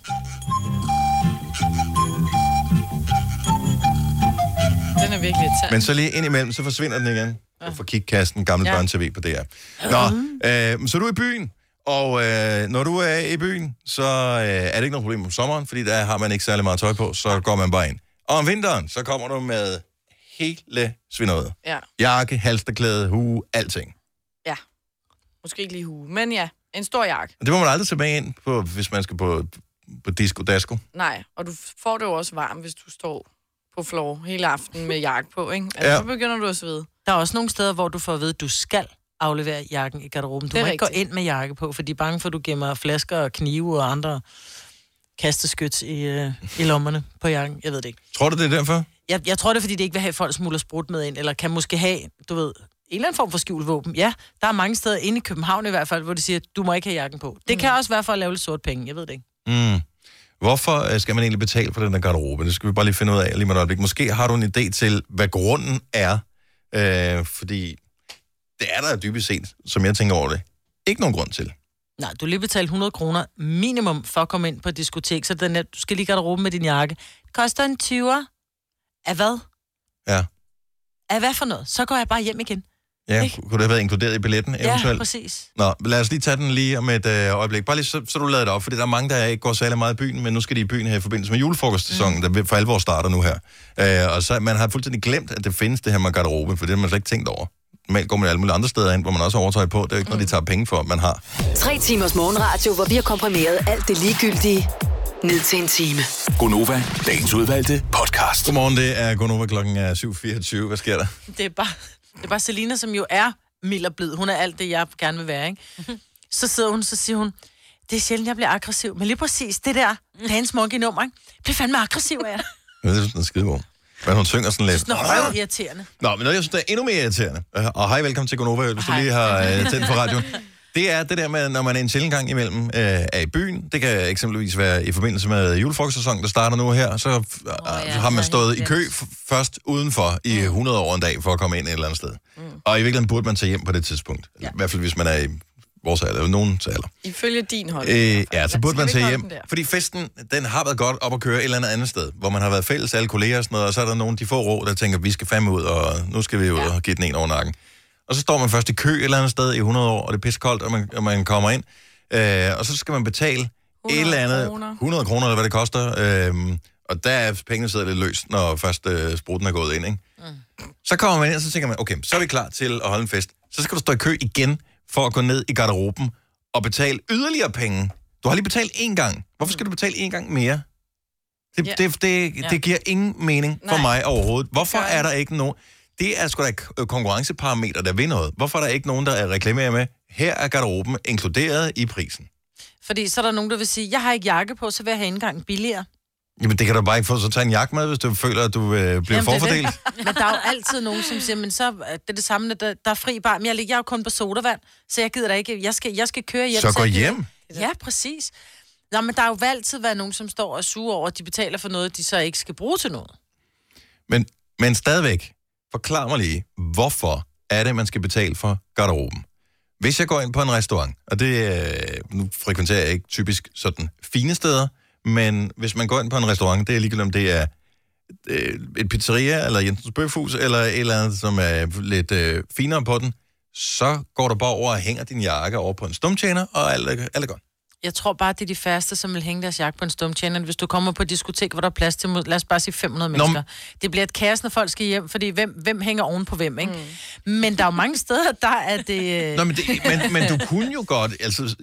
Speaker 4: Den er virkelig et
Speaker 1: Men så lige indimellem, så forsvinder den igen. Du får kigkasten, gammel ja.
Speaker 4: Ja.
Speaker 1: børn-tv på DR. Nå, øh, så du er i byen. Og øh, når du er i byen, så øh, er det ikke noget problem om sommeren, fordi der har man ikke særlig meget tøj på, så går man bare ind. Og om vinteren, så kommer du med hele svineriet.
Speaker 4: Ja.
Speaker 1: Jakke, halsterklæde, hue, alting.
Speaker 4: Ja. Måske ikke lige hue, men ja. En stor jakke.
Speaker 1: Og det må man aldrig tage med ind, på, hvis man skal på, på disco dasko.
Speaker 4: Nej, og du får det jo også varmt, hvis du står på floor hele aftenen med jakke på, ikke? Altså,
Speaker 2: Ja.
Speaker 4: ja. så begynder du at svede.
Speaker 2: Der er også nogle steder, hvor du får at vide, at du skal aflevere jakken i garderoben. Du
Speaker 4: Det er
Speaker 2: må ikke gå
Speaker 4: rigtigt.
Speaker 2: ind med jakke på, for de er bange for, at du gemmer flasker og knive og andre kasteskyts i, øh, i lommerne på jakken. Jeg ved det ikke.
Speaker 1: Tror du, det er derfor?
Speaker 2: Jeg, jeg tror det, er, fordi det ikke vil have, at folk smuler sprut med ind, eller kan måske have, du ved, en eller anden form for skjult våben. Ja, der er mange steder inde i København i hvert fald, hvor de siger, du må ikke have jakken på. Det mm. kan også være for at lave lidt sort penge, jeg ved det ikke.
Speaker 1: Mm. Hvorfor øh, skal man egentlig betale for den der garderobe? Det skal vi bare lige finde ud af lige med et øjeblik. Måske har du en idé til, hvad grunden er, øh, fordi det er der dybest set, som jeg tænker over det, ikke nogen grund til.
Speaker 2: Nej, du vil lige betale 100 kroner minimum for at komme ind på et diskotek, så den er, du skal lige garderoben med din jakke. Koster en 20'er. Af hvad?
Speaker 1: Ja.
Speaker 2: Af hvad for noget? Så går jeg bare hjem igen.
Speaker 1: Ja, kunne det have været inkluderet i billetten eventuelt?
Speaker 2: Ja, præcis.
Speaker 1: Nå, lad os lige tage den lige om et øh, øjeblik. Bare lige så, så du lader det op, fordi der er mange, der ikke går særlig meget i byen, men nu skal de i byen her i forbindelse med julefrokostsæsonen, mm. der for alvor starter nu her. Øh, og så man har fuldstændig glemt, at det findes det her med garderobe, for det har man slet ikke tænkt over. Normalt går man alle mulige andre steder hen, hvor man også har overtøj på. Det er jo ikke noget, de tager penge for, man har.
Speaker 6: Tre timers morgenradio, hvor vi har komprimeret alt det ligegyldige ned til en time.
Speaker 1: Gonova, dagens udvalgte podcast. Godmorgen, det er Gonova klokken er 7.24. Hvad sker der?
Speaker 2: Det er bare, det er bare Selina, som jo er mild og blid. Hun er alt det, jeg gerne vil være, ikke? Så sidder hun, så siger hun, det er sjældent, jeg bliver aggressiv. Men lige præcis det der Dance Monkey-nummer, ikke? Jeg bliver fandme aggressiv af det.
Speaker 1: Jeg synes, den er skidegod. Men hun synger sådan lidt.
Speaker 2: Sådan noget røv irriterende.
Speaker 1: Nå, men noget, jeg synes, der er endnu mere irriterende. Øh, Og hej, velkommen til Gonova, hvis du lige har øh, tændt for radioen. Det er det der med, når man en sjældent gang imellem øh, er i byen. Det kan eksempelvis være i forbindelse med julefrokostsæsonen, der starter nu her. Så, øh, så har man stået i kø f- først udenfor i 100 år en dag for at komme ind et eller andet sted. Mm. Og i virkeligheden burde man tage hjem på det tidspunkt. Ja. I hvert fald hvis man er i vores alder, eller nogens alder.
Speaker 4: Ifølge din hold.
Speaker 1: Øh, ja, så burde
Speaker 4: Skal
Speaker 1: man
Speaker 4: vi ikke
Speaker 1: tage
Speaker 4: holde
Speaker 1: hjem.
Speaker 4: den der?
Speaker 1: Fordi festen, den har været godt op at køre et eller andet andet sted, hvor man har været fælles alle kolleger og sådan noget, og så er der nogen, de får rå, der tænker, vi skal fandme ud, og nu skal vi ud og give den en over nakken. Og så står man først i kø et eller andet sted i 100 år, og det er pissekoldt, og man, og man kommer ind, øh, og så skal man betale et eller andet, 100 kroner, eller hvad det koster, øh, og der er pengene sidder lidt løst, når først øh, spruten er gået ind, ikke? Så kommer man ind, og så tænker man, okay, så er vi klar til at holde en fest. Så skal du stå i kø igen for at gå ned i garderoben og betale yderligere penge. Du har lige betalt én gang. Hvorfor skal du betale én gang mere? Det,
Speaker 8: Ja.
Speaker 1: yeah. det, det,
Speaker 8: Ja.
Speaker 1: det giver ingen mening for
Speaker 8: Nej.
Speaker 1: Nej. mig overhovedet. Hvorfor er der ikke nogen... Det er sgu da k- øh, konkurrenceparameter, der ved noget. Hvorfor er der ikke nogen, der er reklamerer med, her er garderoben inkluderet i prisen?
Speaker 2: Fordi så er der nogen, der vil sige, jeg har ikke jakke på, så vil jeg have indgangen billigere.
Speaker 1: Jamen, det kan du bare ikke få. Så tag en jakke med, hvis du føler, at du øh, bliver
Speaker 2: Jamen, det er
Speaker 1: forfordelt.
Speaker 2: det. [laughs] Men der er jo altid nogen, som siger, men så er det det samme, at der, der er fri bar. Men jeg, ligger- jeg er jo kun på sodavand, så jeg gider da ikke. Jeg skal, jeg skal køre hjem.
Speaker 1: Så
Speaker 2: jeg
Speaker 1: gå
Speaker 2: gider-
Speaker 1: hjem.
Speaker 2: Ja, præcis. Nå, men der har jo altid været nogen, som står og suger over, at de betaler for noget, de så ikke skal bruge til noget.
Speaker 1: Men, men stadigvæk, forklar mig lige, hvorfor er det, man skal betale for garderoben? Hvis jeg går ind på en restaurant, og det øh, nu frekventerer jeg ikke typisk sådan fine steder, men hvis man går ind på en restaurant, det er ligegyldigt, om det er øh, et pizzeria, eller Jensens Bøfhus, eller et eller andet, som er lidt øh, finere på den, så går du bare over og hænger din jakke over på en stumtjener, og alt er, alt er godt.
Speaker 2: Jeg tror bare, det er de færreste, som vil hænge deres jakke på en stumtjener. Hvis du kommer på et diskotek, hvor der er plads til, mod- lad os bare sige 500
Speaker 1: Nå,
Speaker 2: mennesker. Det bliver et kaos, når folk skal hjem, fordi hvem, hvem hænger oven på hvem, ikke? Mm. Men der er jo mange steder, der er det...
Speaker 1: Nå, men, det, men, men
Speaker 2: [laughs]
Speaker 1: du kunne jo godt, altså,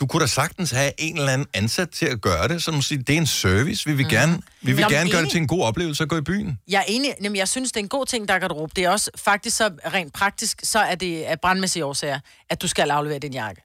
Speaker 1: du kunne da sagtens have en eller anden ansat til at gøre det, som siger, det er en service, vi vil gerne, vi vil
Speaker 2: Mm. Nå, men
Speaker 1: gerne gøre det
Speaker 2: enig.
Speaker 1: til en god oplevelse at gå i byen.
Speaker 2: Jeg er enig, jamen jeg synes, det er en god ting, der er garderobe. Det er også faktisk så rent praktisk, så er det af brandmæssige årsager, at du skal aflevere din jakke.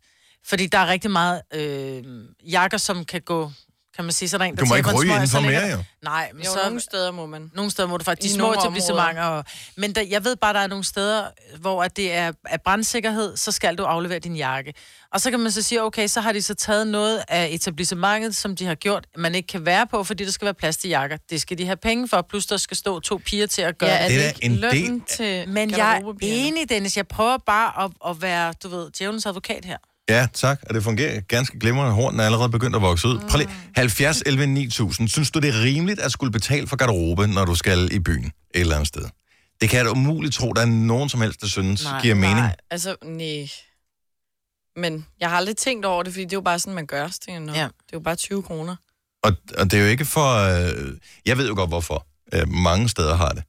Speaker 2: Fordi der er rigtig meget øh, jakker, som kan gå, kan man sige, så rent.
Speaker 4: Du må ikke ryge indenfor mere, jo.
Speaker 2: Nej, men
Speaker 4: Jo,
Speaker 2: så...
Speaker 4: nogle steder må man.
Speaker 2: Nogle steder må du faktisk.
Speaker 4: I
Speaker 2: De
Speaker 4: nogle
Speaker 2: små etablissementer.
Speaker 4: områder.
Speaker 2: Og, men der, jeg ved bare, der er nogle steder, hvor at det er, er brandsikkerhed, så skal du aflevere din jakke. Og så kan man så sige, okay, så har de så taget noget af etablissementet, som de har gjort, man ikke kan være på, fordi der skal være plads til jakker. Det skal de have penge for, plus der skal stå to piger til at gøre
Speaker 4: Ja, er
Speaker 1: Det er da en del.
Speaker 4: til
Speaker 2: Men jeg er enig, Dennis. Jeg prøver bare at, at være, du ved, djævelens advokat her.
Speaker 1: Ja, tak. Og det fungerer ganske glimrende. Hornen er allerede begyndt at vokse ud. Prøv lige.
Speaker 2: Mm.
Speaker 1: 70 11 9000. Synes du, det er rimeligt at skulle betale for garderobe, når du skal i byen et eller andet sted? Det kan jeg da umuligt tro, der er nogen som helst, der synes, nej, giver mening.
Speaker 4: Nej, altså, nej. Men jeg har aldrig tænkt over det, fordi det er jo bare sådan, man gør. Så tænker, jeg, ja. Det er jo bare 20 kroner.
Speaker 1: Og, og det er jo ikke for... Øh, jeg ved jo godt, hvorfor øh, mange steder har det.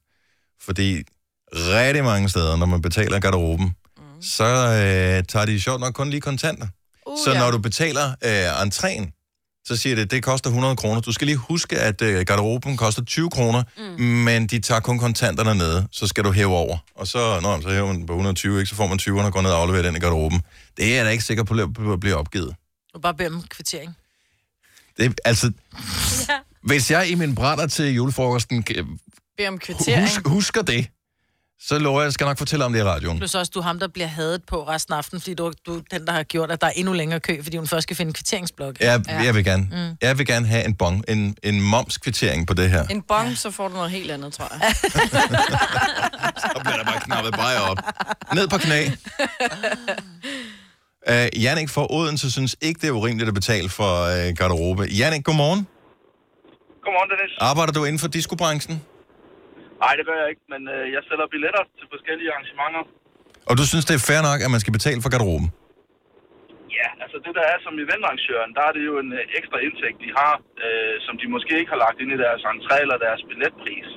Speaker 1: Fordi rigtig mange steder, når man betaler garderoben, mm. så øh, tager de sjovt nok kun lige kontanter. Uh, så ja. når du betaler øh, entréen, så siger det, det koster 100 kroner. Du skal lige huske, at øh, garderoben koster 20 kroner, mm. men de tager kun kontanterne nede, så skal du hæve over. Og så, nå, så hæver man på 120, ikke? så får man 20'erne og går ned og afleverer den i garderoben. Det er jeg da ikke sikker på at blive opgivet.
Speaker 2: Du bare beder om kvittering.
Speaker 1: Det, altså, hvis jeg i min brænder til julefrokosten øh,
Speaker 4: Bed om kvittering.
Speaker 1: husk, husker det, så lover jeg, at jeg skal nok fortælle om det i radioen.
Speaker 2: Plus også, du er ham, der bliver hadet på resten af aftenen, fordi du, du er den, der har gjort, at der er endnu længere kø, fordi hun først skal finde en kvitteringsblok.
Speaker 1: Jeg, jeg vil gerne.
Speaker 2: Mm.
Speaker 1: Jeg vil gerne have en bong, en, en momskvittering på det her.
Speaker 4: En bong, så får du noget helt andet, tror
Speaker 2: [laughs]
Speaker 4: jeg.
Speaker 1: [laughs] Så bliver der bare knappet bare op. Ned på
Speaker 2: [laughs]
Speaker 1: knæ. Uh, Jannik fra Odense synes ikke, det er urimeligt at betale for uh, garderobe. Jannik, godmorgen.
Speaker 9: Godmorgen, Dennis.
Speaker 1: Arbejder du inden for diskobranchen?
Speaker 9: Nej, det gør jeg ikke, men øh, jeg sælger billetter til forskellige arrangementer.
Speaker 1: Og du synes, det er fair nok, at man skal betale for garderoben?
Speaker 9: Ja, altså det der er som eventarrangøren, der er det jo en øh, ekstra indtægt, de har, øh, som de måske ikke har lagt ind i deres entré eller deres billetpris.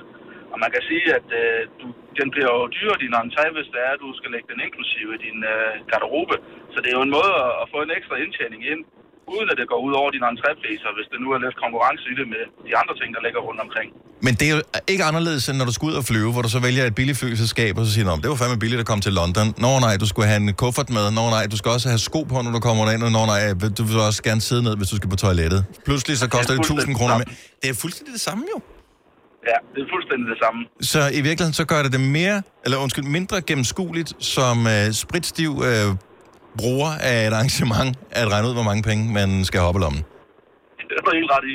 Speaker 9: Og man kan sige, at øh, du, den bliver jo dyrere, din entré, hvis det er, at du skal lægge den inklusive i din øh, garderobe. Så det er jo en måde at, at få en ekstra indtjening ind, uden at det går ud over dine entrépriser, hvis det nu er lidt konkurrence i det med de andre ting, der ligger rundt omkring.
Speaker 1: Men det er jo ikke anderledes, end når du skal ud og flyve, hvor du så vælger et billigt flyselskab, og så siger, at det var fandme billigt at komme til London. Nå nej, du skulle have en kuffert med. Nå nej, du skal også have sko på, når du kommer derind. Og nå nej, øh, du vil også gerne sidde ned, hvis du skal på toilettet. Pludselig så koster det 1000 kroner mere. Det er fuldstændig det samme jo.
Speaker 9: Ja, det er fuldstændig det samme. [laughs]
Speaker 1: Så i virkeligheden så gør det det mere, eller undskyld, mindre gennemskueligt som øh, spritstiv øh, bruger af et arrangement at regne ud, hvor mange penge man skal hoppe i lommen.
Speaker 9: Det er du helt ret i.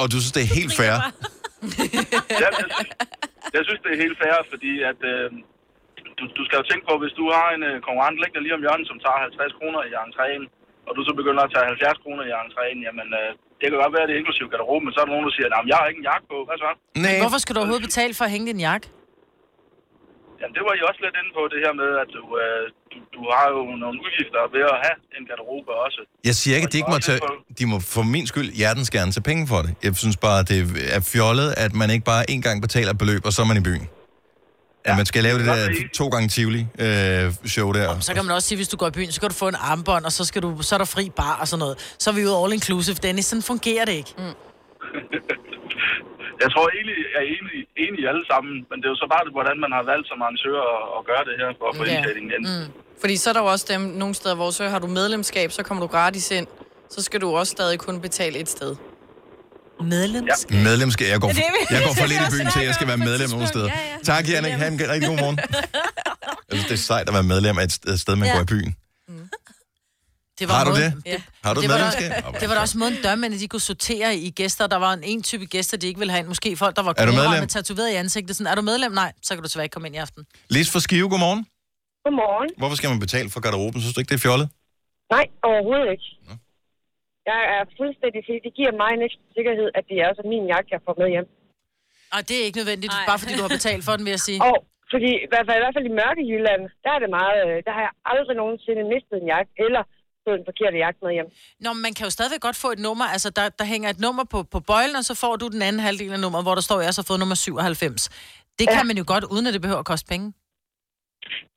Speaker 1: Og du synes, det er helt fair.
Speaker 9: ja, jeg, synes, jeg synes, det er helt fair, fordi at, øh, du, du skal jo tænke på, hvis du har en øh, konkurrent liggende lige om hjørnet, som tager 50 kroner i entréen, og du så begynder at tage 70 kroner i entréen, jamen øh, det kan godt være, at det er inklusiv garderobe, men så er der nogen, der siger, at jeg har ikke en jakke på, hvad så?
Speaker 2: Nej. Hvorfor skal du overhovedet betale for at hænge din jakke?
Speaker 9: Jamen, det var I også lidt inde på, det her med, at du, øh, du, du har jo nogle udgifter ved at have en garderobe også.
Speaker 1: Jeg siger ikke, at de ikke må tage... De må for min skyld hjertens gerne tage penge for det. Jeg synes bare, det er fjollet, at man ikke bare en gang betaler et beløb, og så er man i byen. Ja, at man skal lave det der to gange Tivoli øh, show der.
Speaker 2: Så kan man også sige, hvis du går i byen, så kan du få en armbånd, og så, skal du, så er der fri bar og sådan noget. Så er vi jo all inclusive, Dennis. Sådan fungerer det ikke. Mm.
Speaker 9: Jeg tror egentlig, jeg er enig, enig i alle sammen, men det er jo så bare, hvordan man har valgt som arrangør at, at gøre det her for at få
Speaker 4: Ja.
Speaker 9: indtjeningen ind.
Speaker 4: Mm. Fordi så er der jo også dem, nogle steder, hvor så har du medlemskab, så kommer du gratis ind. Så skal du også stadig kun betale et sted.
Speaker 2: Medlemskab?
Speaker 1: Medlemskab. Jeg går,
Speaker 4: Det er det, vi-
Speaker 1: jeg går for
Speaker 4: det
Speaker 1: lidt
Speaker 4: er
Speaker 1: i byen til, at jeg skal være medlem nogle steder. Tak, Jannik. Ha' en rigtig god morgen. Jeg synes, det er sejt at være medlem af et sted- et sted, man
Speaker 2: Ja.
Speaker 1: går i byen.
Speaker 2: Det
Speaker 1: Har du
Speaker 2: måden-
Speaker 1: det? Har du
Speaker 2: det
Speaker 1: et
Speaker 2: var da- [laughs]
Speaker 1: medlemskab?
Speaker 2: Det var da også måden, dørmændene de kunne sortere i gæster. Der var en, en type gæster, de ikke ville have ind. Måske folk, der var
Speaker 1: Er du medlem?
Speaker 2: med tatoveret i ansigtet. Sådan, er du medlem? Nej, så kan du desværre ikke komme ind i aften.
Speaker 1: Lis for Skive, godmorgen.
Speaker 20: Godmorgen.
Speaker 1: Hvorfor skal man betale for garderoben? Synes du ikke, det er fjollet?
Speaker 20: Nej, overhovedet ikke. Jeg er fuldstændig til. Det giver mig en ekstra sikkerhed, at det er også min jakke, jeg får med hjem.
Speaker 2: Og det er ikke nødvendigt, Ej. bare fordi du har betalt
Speaker 4: [laughs]
Speaker 2: for den, vil jeg sige.
Speaker 20: Og fordi, i hvert fald, i hvert fald i mørke Jylland, der er det meget, øh, der har jeg aldrig nogensinde mistet en jakke, eller fået en forkert jakke med hjem.
Speaker 2: Nå, men man kan jo stadigvæk godt få et nummer. Altså, der, der hænger et nummer på, på bøjlen, og så får du den anden halvdel af nummeret, hvor der står, at jeg har så fået nummer 97. Det ja. kan man jo godt, uden at det behøver at koste penge.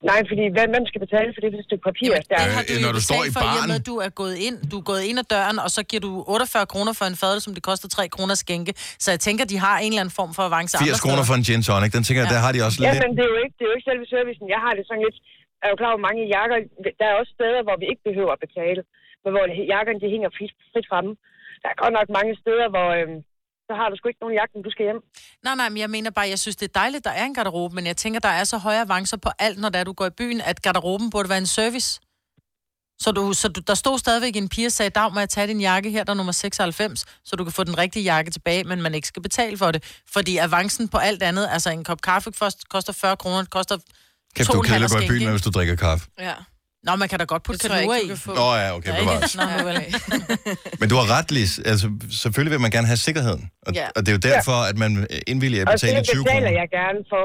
Speaker 20: Nej, fordi hvem, hvem skal betale for det for et stykke papir? Jamen, der?
Speaker 1: har du Øh, jo når du står
Speaker 2: Betalt
Speaker 1: i
Speaker 2: for, i og med,
Speaker 1: baren.
Speaker 2: at du er gået ind, du er gået ind ad døren, og så giver du 48 kroner for en fadøl, som det koster 3 kroner at skænke. Så jeg tænker, de har en eller anden form for avance.
Speaker 1: 80
Speaker 2: andre
Speaker 1: kroner for
Speaker 2: steder.
Speaker 1: en gin tonic. Den tænker jeg, der har de også
Speaker 20: ja,
Speaker 1: lidt.
Speaker 20: men det er, jo ikke, det er jo ikke selve servicen. Jeg har det sådan lidt, jeg er jo klar over mange jakker. Der er også steder, hvor vi ikke behøver at betale, men hvor jakkerne de hænger frit, frit fremme. Der er godt nok mange steder, hvor øhm, så har du sgu ikke nogen jakken, du skal hjem.
Speaker 2: Nej, nej, men jeg mener bare, jeg synes, det er dejligt, der er en garderobe, men jeg tænker, der er så høje avancer på alt, når det er, du går i byen, at garderoben burde være en service. Så, du, så du, der stod stadigvæk en pige og sagde, Dag, må jeg tage din jakke her, der er nummer 96, så du kan få den rigtige jakke tilbage, men man ikke skal betale for det. Fordi avancen på alt andet, altså en kop kaffe først koster 40 kroner, det koster
Speaker 1: Kæft,
Speaker 2: to
Speaker 1: du
Speaker 2: og
Speaker 1: er
Speaker 2: en halv
Speaker 1: kedelig at gå i
Speaker 2: skænke,
Speaker 1: byen,
Speaker 2: ikke?
Speaker 1: hvis du drikker kaffe.
Speaker 4: Ja.
Speaker 2: Nå, man kan da godt putte
Speaker 4: Det tror jeg
Speaker 2: kaluer
Speaker 4: ikke,
Speaker 2: i.
Speaker 4: du kan få.
Speaker 1: Nå ja, okay,
Speaker 2: Ja,
Speaker 1: bevares.
Speaker 2: ikke? Nå, nu vel.
Speaker 1: Men du har ret, Lis. Altså, selvfølgelig vil man gerne have sikkerheden. Og,
Speaker 20: Ja.
Speaker 1: og det er jo derfor, at man indvilliger at
Speaker 20: Og
Speaker 1: betale
Speaker 20: det
Speaker 1: 20
Speaker 20: betaler
Speaker 1: kroner.
Speaker 20: jeg gerne for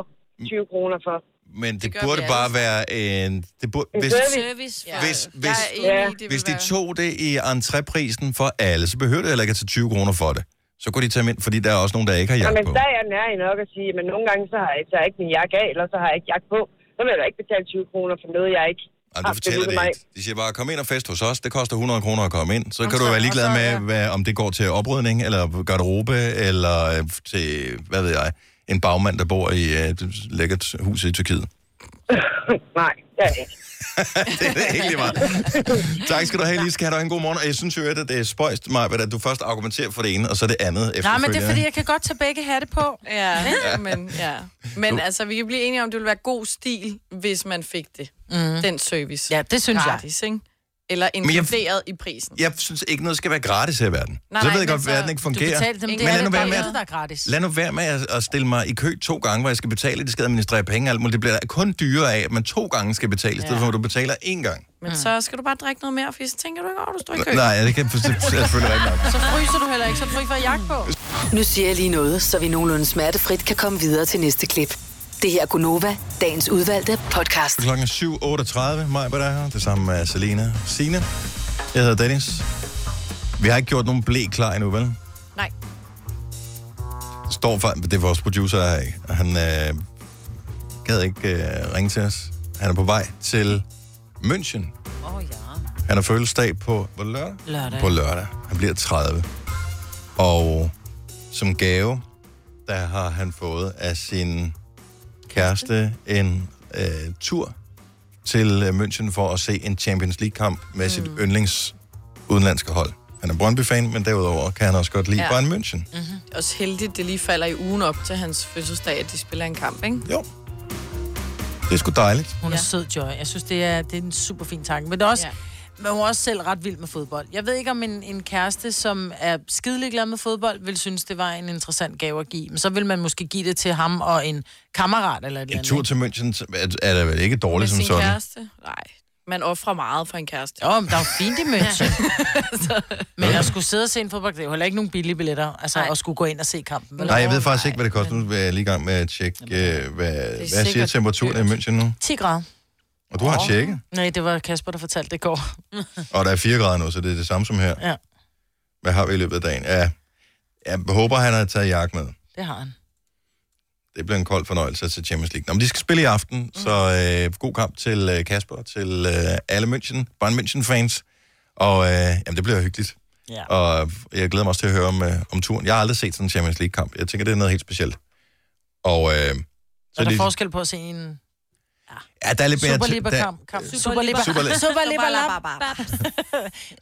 Speaker 20: 20 kroner for.
Speaker 1: Men det,
Speaker 20: gør
Speaker 1: burde
Speaker 20: vi
Speaker 1: bare være en... Det burde,
Speaker 20: En
Speaker 1: hvis,
Speaker 20: service.
Speaker 1: Ja. Hvis,
Speaker 20: Jeg er
Speaker 1: hvis,
Speaker 20: enig i, det
Speaker 1: ja.
Speaker 20: vil
Speaker 1: hvis de
Speaker 20: være-
Speaker 1: tog det i entréprisen for alle, så behøver det heller ikke at tage 20 kroner for det. Så kunne de tage dem ind, fordi der er også nogen, der ikke har
Speaker 20: Ja,
Speaker 1: jakke
Speaker 20: men
Speaker 1: på.
Speaker 20: der er jeg nær i nok at sige, men nogle gange så har jeg, så har jeg ikke min jakke af, eller så har jeg ikke jakke på. Så vil jeg da ikke betale 20 kroner for noget, jeg ikke
Speaker 1: Jamen,
Speaker 20: har
Speaker 1: det fortæller
Speaker 20: besluttet
Speaker 1: det ikke. De siger bare, kom ind og fest hos os, det koster 100 kroner at komme ind. Så kan du være ligeglad med, hvad, om det går til oprydning, eller garderobe, eller øh, til, hvad ved jeg, en bagmand, der bor i øh, et lækkert hus i Tyrkiet.
Speaker 20: [laughs]
Speaker 1: [laughs]
Speaker 20: Nej, det er jeg ikke.
Speaker 1: det er det ikke lige
Speaker 20: [laughs]
Speaker 1: meget. tak skal du have, Lise. Kan du have en god morgen. Og jeg synes jo, at det er spøjst, Maja, at du først argumenterer for det ene, og så det andet
Speaker 2: Nej,
Speaker 1: efterfølgende.
Speaker 2: men det er fordi, jeg kan godt tage begge hatte
Speaker 4: [laughs]
Speaker 2: på.
Speaker 4: Ja, men, ja. men altså, vi kan blive enige om, at det ville være god stil, hvis man fik det. Mm. Den service.
Speaker 2: Ja, det synes jeg.
Speaker 4: gratis, jeg. Ikke? Eller
Speaker 1: jeg-
Speaker 4: inkluderet i prisen.
Speaker 1: Jeg synes ikke, noget skal være gratis her i verden.
Speaker 4: Nej,
Speaker 1: så
Speaker 4: nej,
Speaker 1: ved jeg
Speaker 4: men
Speaker 1: godt, at
Speaker 4: så-
Speaker 1: verden ikke
Speaker 4: du
Speaker 1: fungerer.
Speaker 4: betaler dem.
Speaker 1: men
Speaker 4: Det er
Speaker 1: lad nu
Speaker 4: det
Speaker 1: være
Speaker 4: bare
Speaker 1: med,
Speaker 4: noget,
Speaker 2: der er gratis.
Speaker 1: Lad nu være med at, at stille mig i kø to gange, hvor jeg skal betale. Det skal administrere penge og alt muligt. Det bliver da kun dyrere af, at man to gange skal betale, i stedet
Speaker 4: Ja.
Speaker 1: for, at du betaler én gang.
Speaker 4: Men så skal du bare drikke noget mere, for så tænker du ikke over, at du står i kø.
Speaker 1: Mm. Nej, det kan det er selvfølgelig rigtig nok.
Speaker 2: Så fryser du heller ikke, så er du fri for jakke på.
Speaker 6: Nu siger jeg lige noget, så vi nogenlunde smertefrit kan komme videre til næste klip. Det her er Gunova, dagens udvalgte podcast.
Speaker 1: Klokken er 7.38. Maj, hvad der er her. Det samme med Selina Sine. Jeg hedder Dennis. Vi har ikke gjort nogen blæ klar endnu, vel?
Speaker 4: Nej.
Speaker 1: står for... Det er vores producer her, ikke? Og Han øh, gad ikke øh, ringe til os. Han er på vej til München.
Speaker 5: Åh oh, ja.
Speaker 1: Han har fødselsdag på, på lørdag?
Speaker 5: Lørdag.
Speaker 1: På lørdag. Han bliver 30. Og som gave, der har han fået af sin kæreste en øh, tur til øh, München for at se en Champions League-kamp med mm. sit yndlings udenlandske hold. Han er Brøndby-fan, men derudover kan han også godt lide ja.
Speaker 4: Ja.
Speaker 1: Bayern München.
Speaker 4: Mm-hmm. Også heldigt, det lige falder i ugen op til hans fødselsdag, at de spiller en kamp, ikke?
Speaker 1: Jo. Det er sgu dejligt.
Speaker 2: Hun er sød, Joy. Jeg synes, det er, det er en super fin tanke. Men, det er også, ja. men hun er også selv ret vild med fodbold. Jeg ved ikke, om en, en kæreste, som er skidelig glad med fodbold, vil synes, det var en interessant gave at give. Men så vil man måske give det til ham og en kammerat eller et eller
Speaker 1: En
Speaker 2: andet.
Speaker 1: tur til München er, er da vel ikke dårligt som
Speaker 4: Sin
Speaker 1: sådan.
Speaker 4: kæreste? Nej. Man offrer meget for en kæreste.
Speaker 2: Jo, men der er jo fint i
Speaker 4: [laughs]
Speaker 2: München. Men at skulle sidde og se en fodbold, det er jo heller ikke nogen billige billetter. Altså, at skulle gå ind og se kampen. vel?
Speaker 1: Nej, jeg ved faktisk ikke, hvad det koster. Nu er jeg lige i gang med at tjekke, øh, hvad, hvad siger
Speaker 2: sikkert
Speaker 1: temperaturen i München nu?
Speaker 2: 10 grader.
Speaker 1: Og du har tjekket,
Speaker 2: Nej, det var Kasper, der fortalte det i går.
Speaker 1: og der er 4 grader nu, så det er det samme som her.
Speaker 2: Ja.
Speaker 1: Hvad har vi i løbet af dagen? Ja, jeg håber, han har taget jakke med.
Speaker 2: Det har han.
Speaker 1: Det bliver en kold fornøjelse til Champions League. Nå, men de skal spille i aften, mm. så øh, god kamp til øh, Kasper, til øh, alle München, Bayern München-fans. Og øh, jamen, det bliver hyggeligt.
Speaker 2: Ja.
Speaker 1: Og jeg glæder mig også til at høre om, øh, om turen. Jeg har aldrig set sådan en Champions League-kamp. Jeg tænker, det er noget helt specielt. Og, øh, så
Speaker 2: Så er der forskel på at se en...
Speaker 1: Ja, der er lidt mere...
Speaker 2: Superliga-kamp. kamp.
Speaker 1: der-
Speaker 2: Superliga.
Speaker 1: Superliga.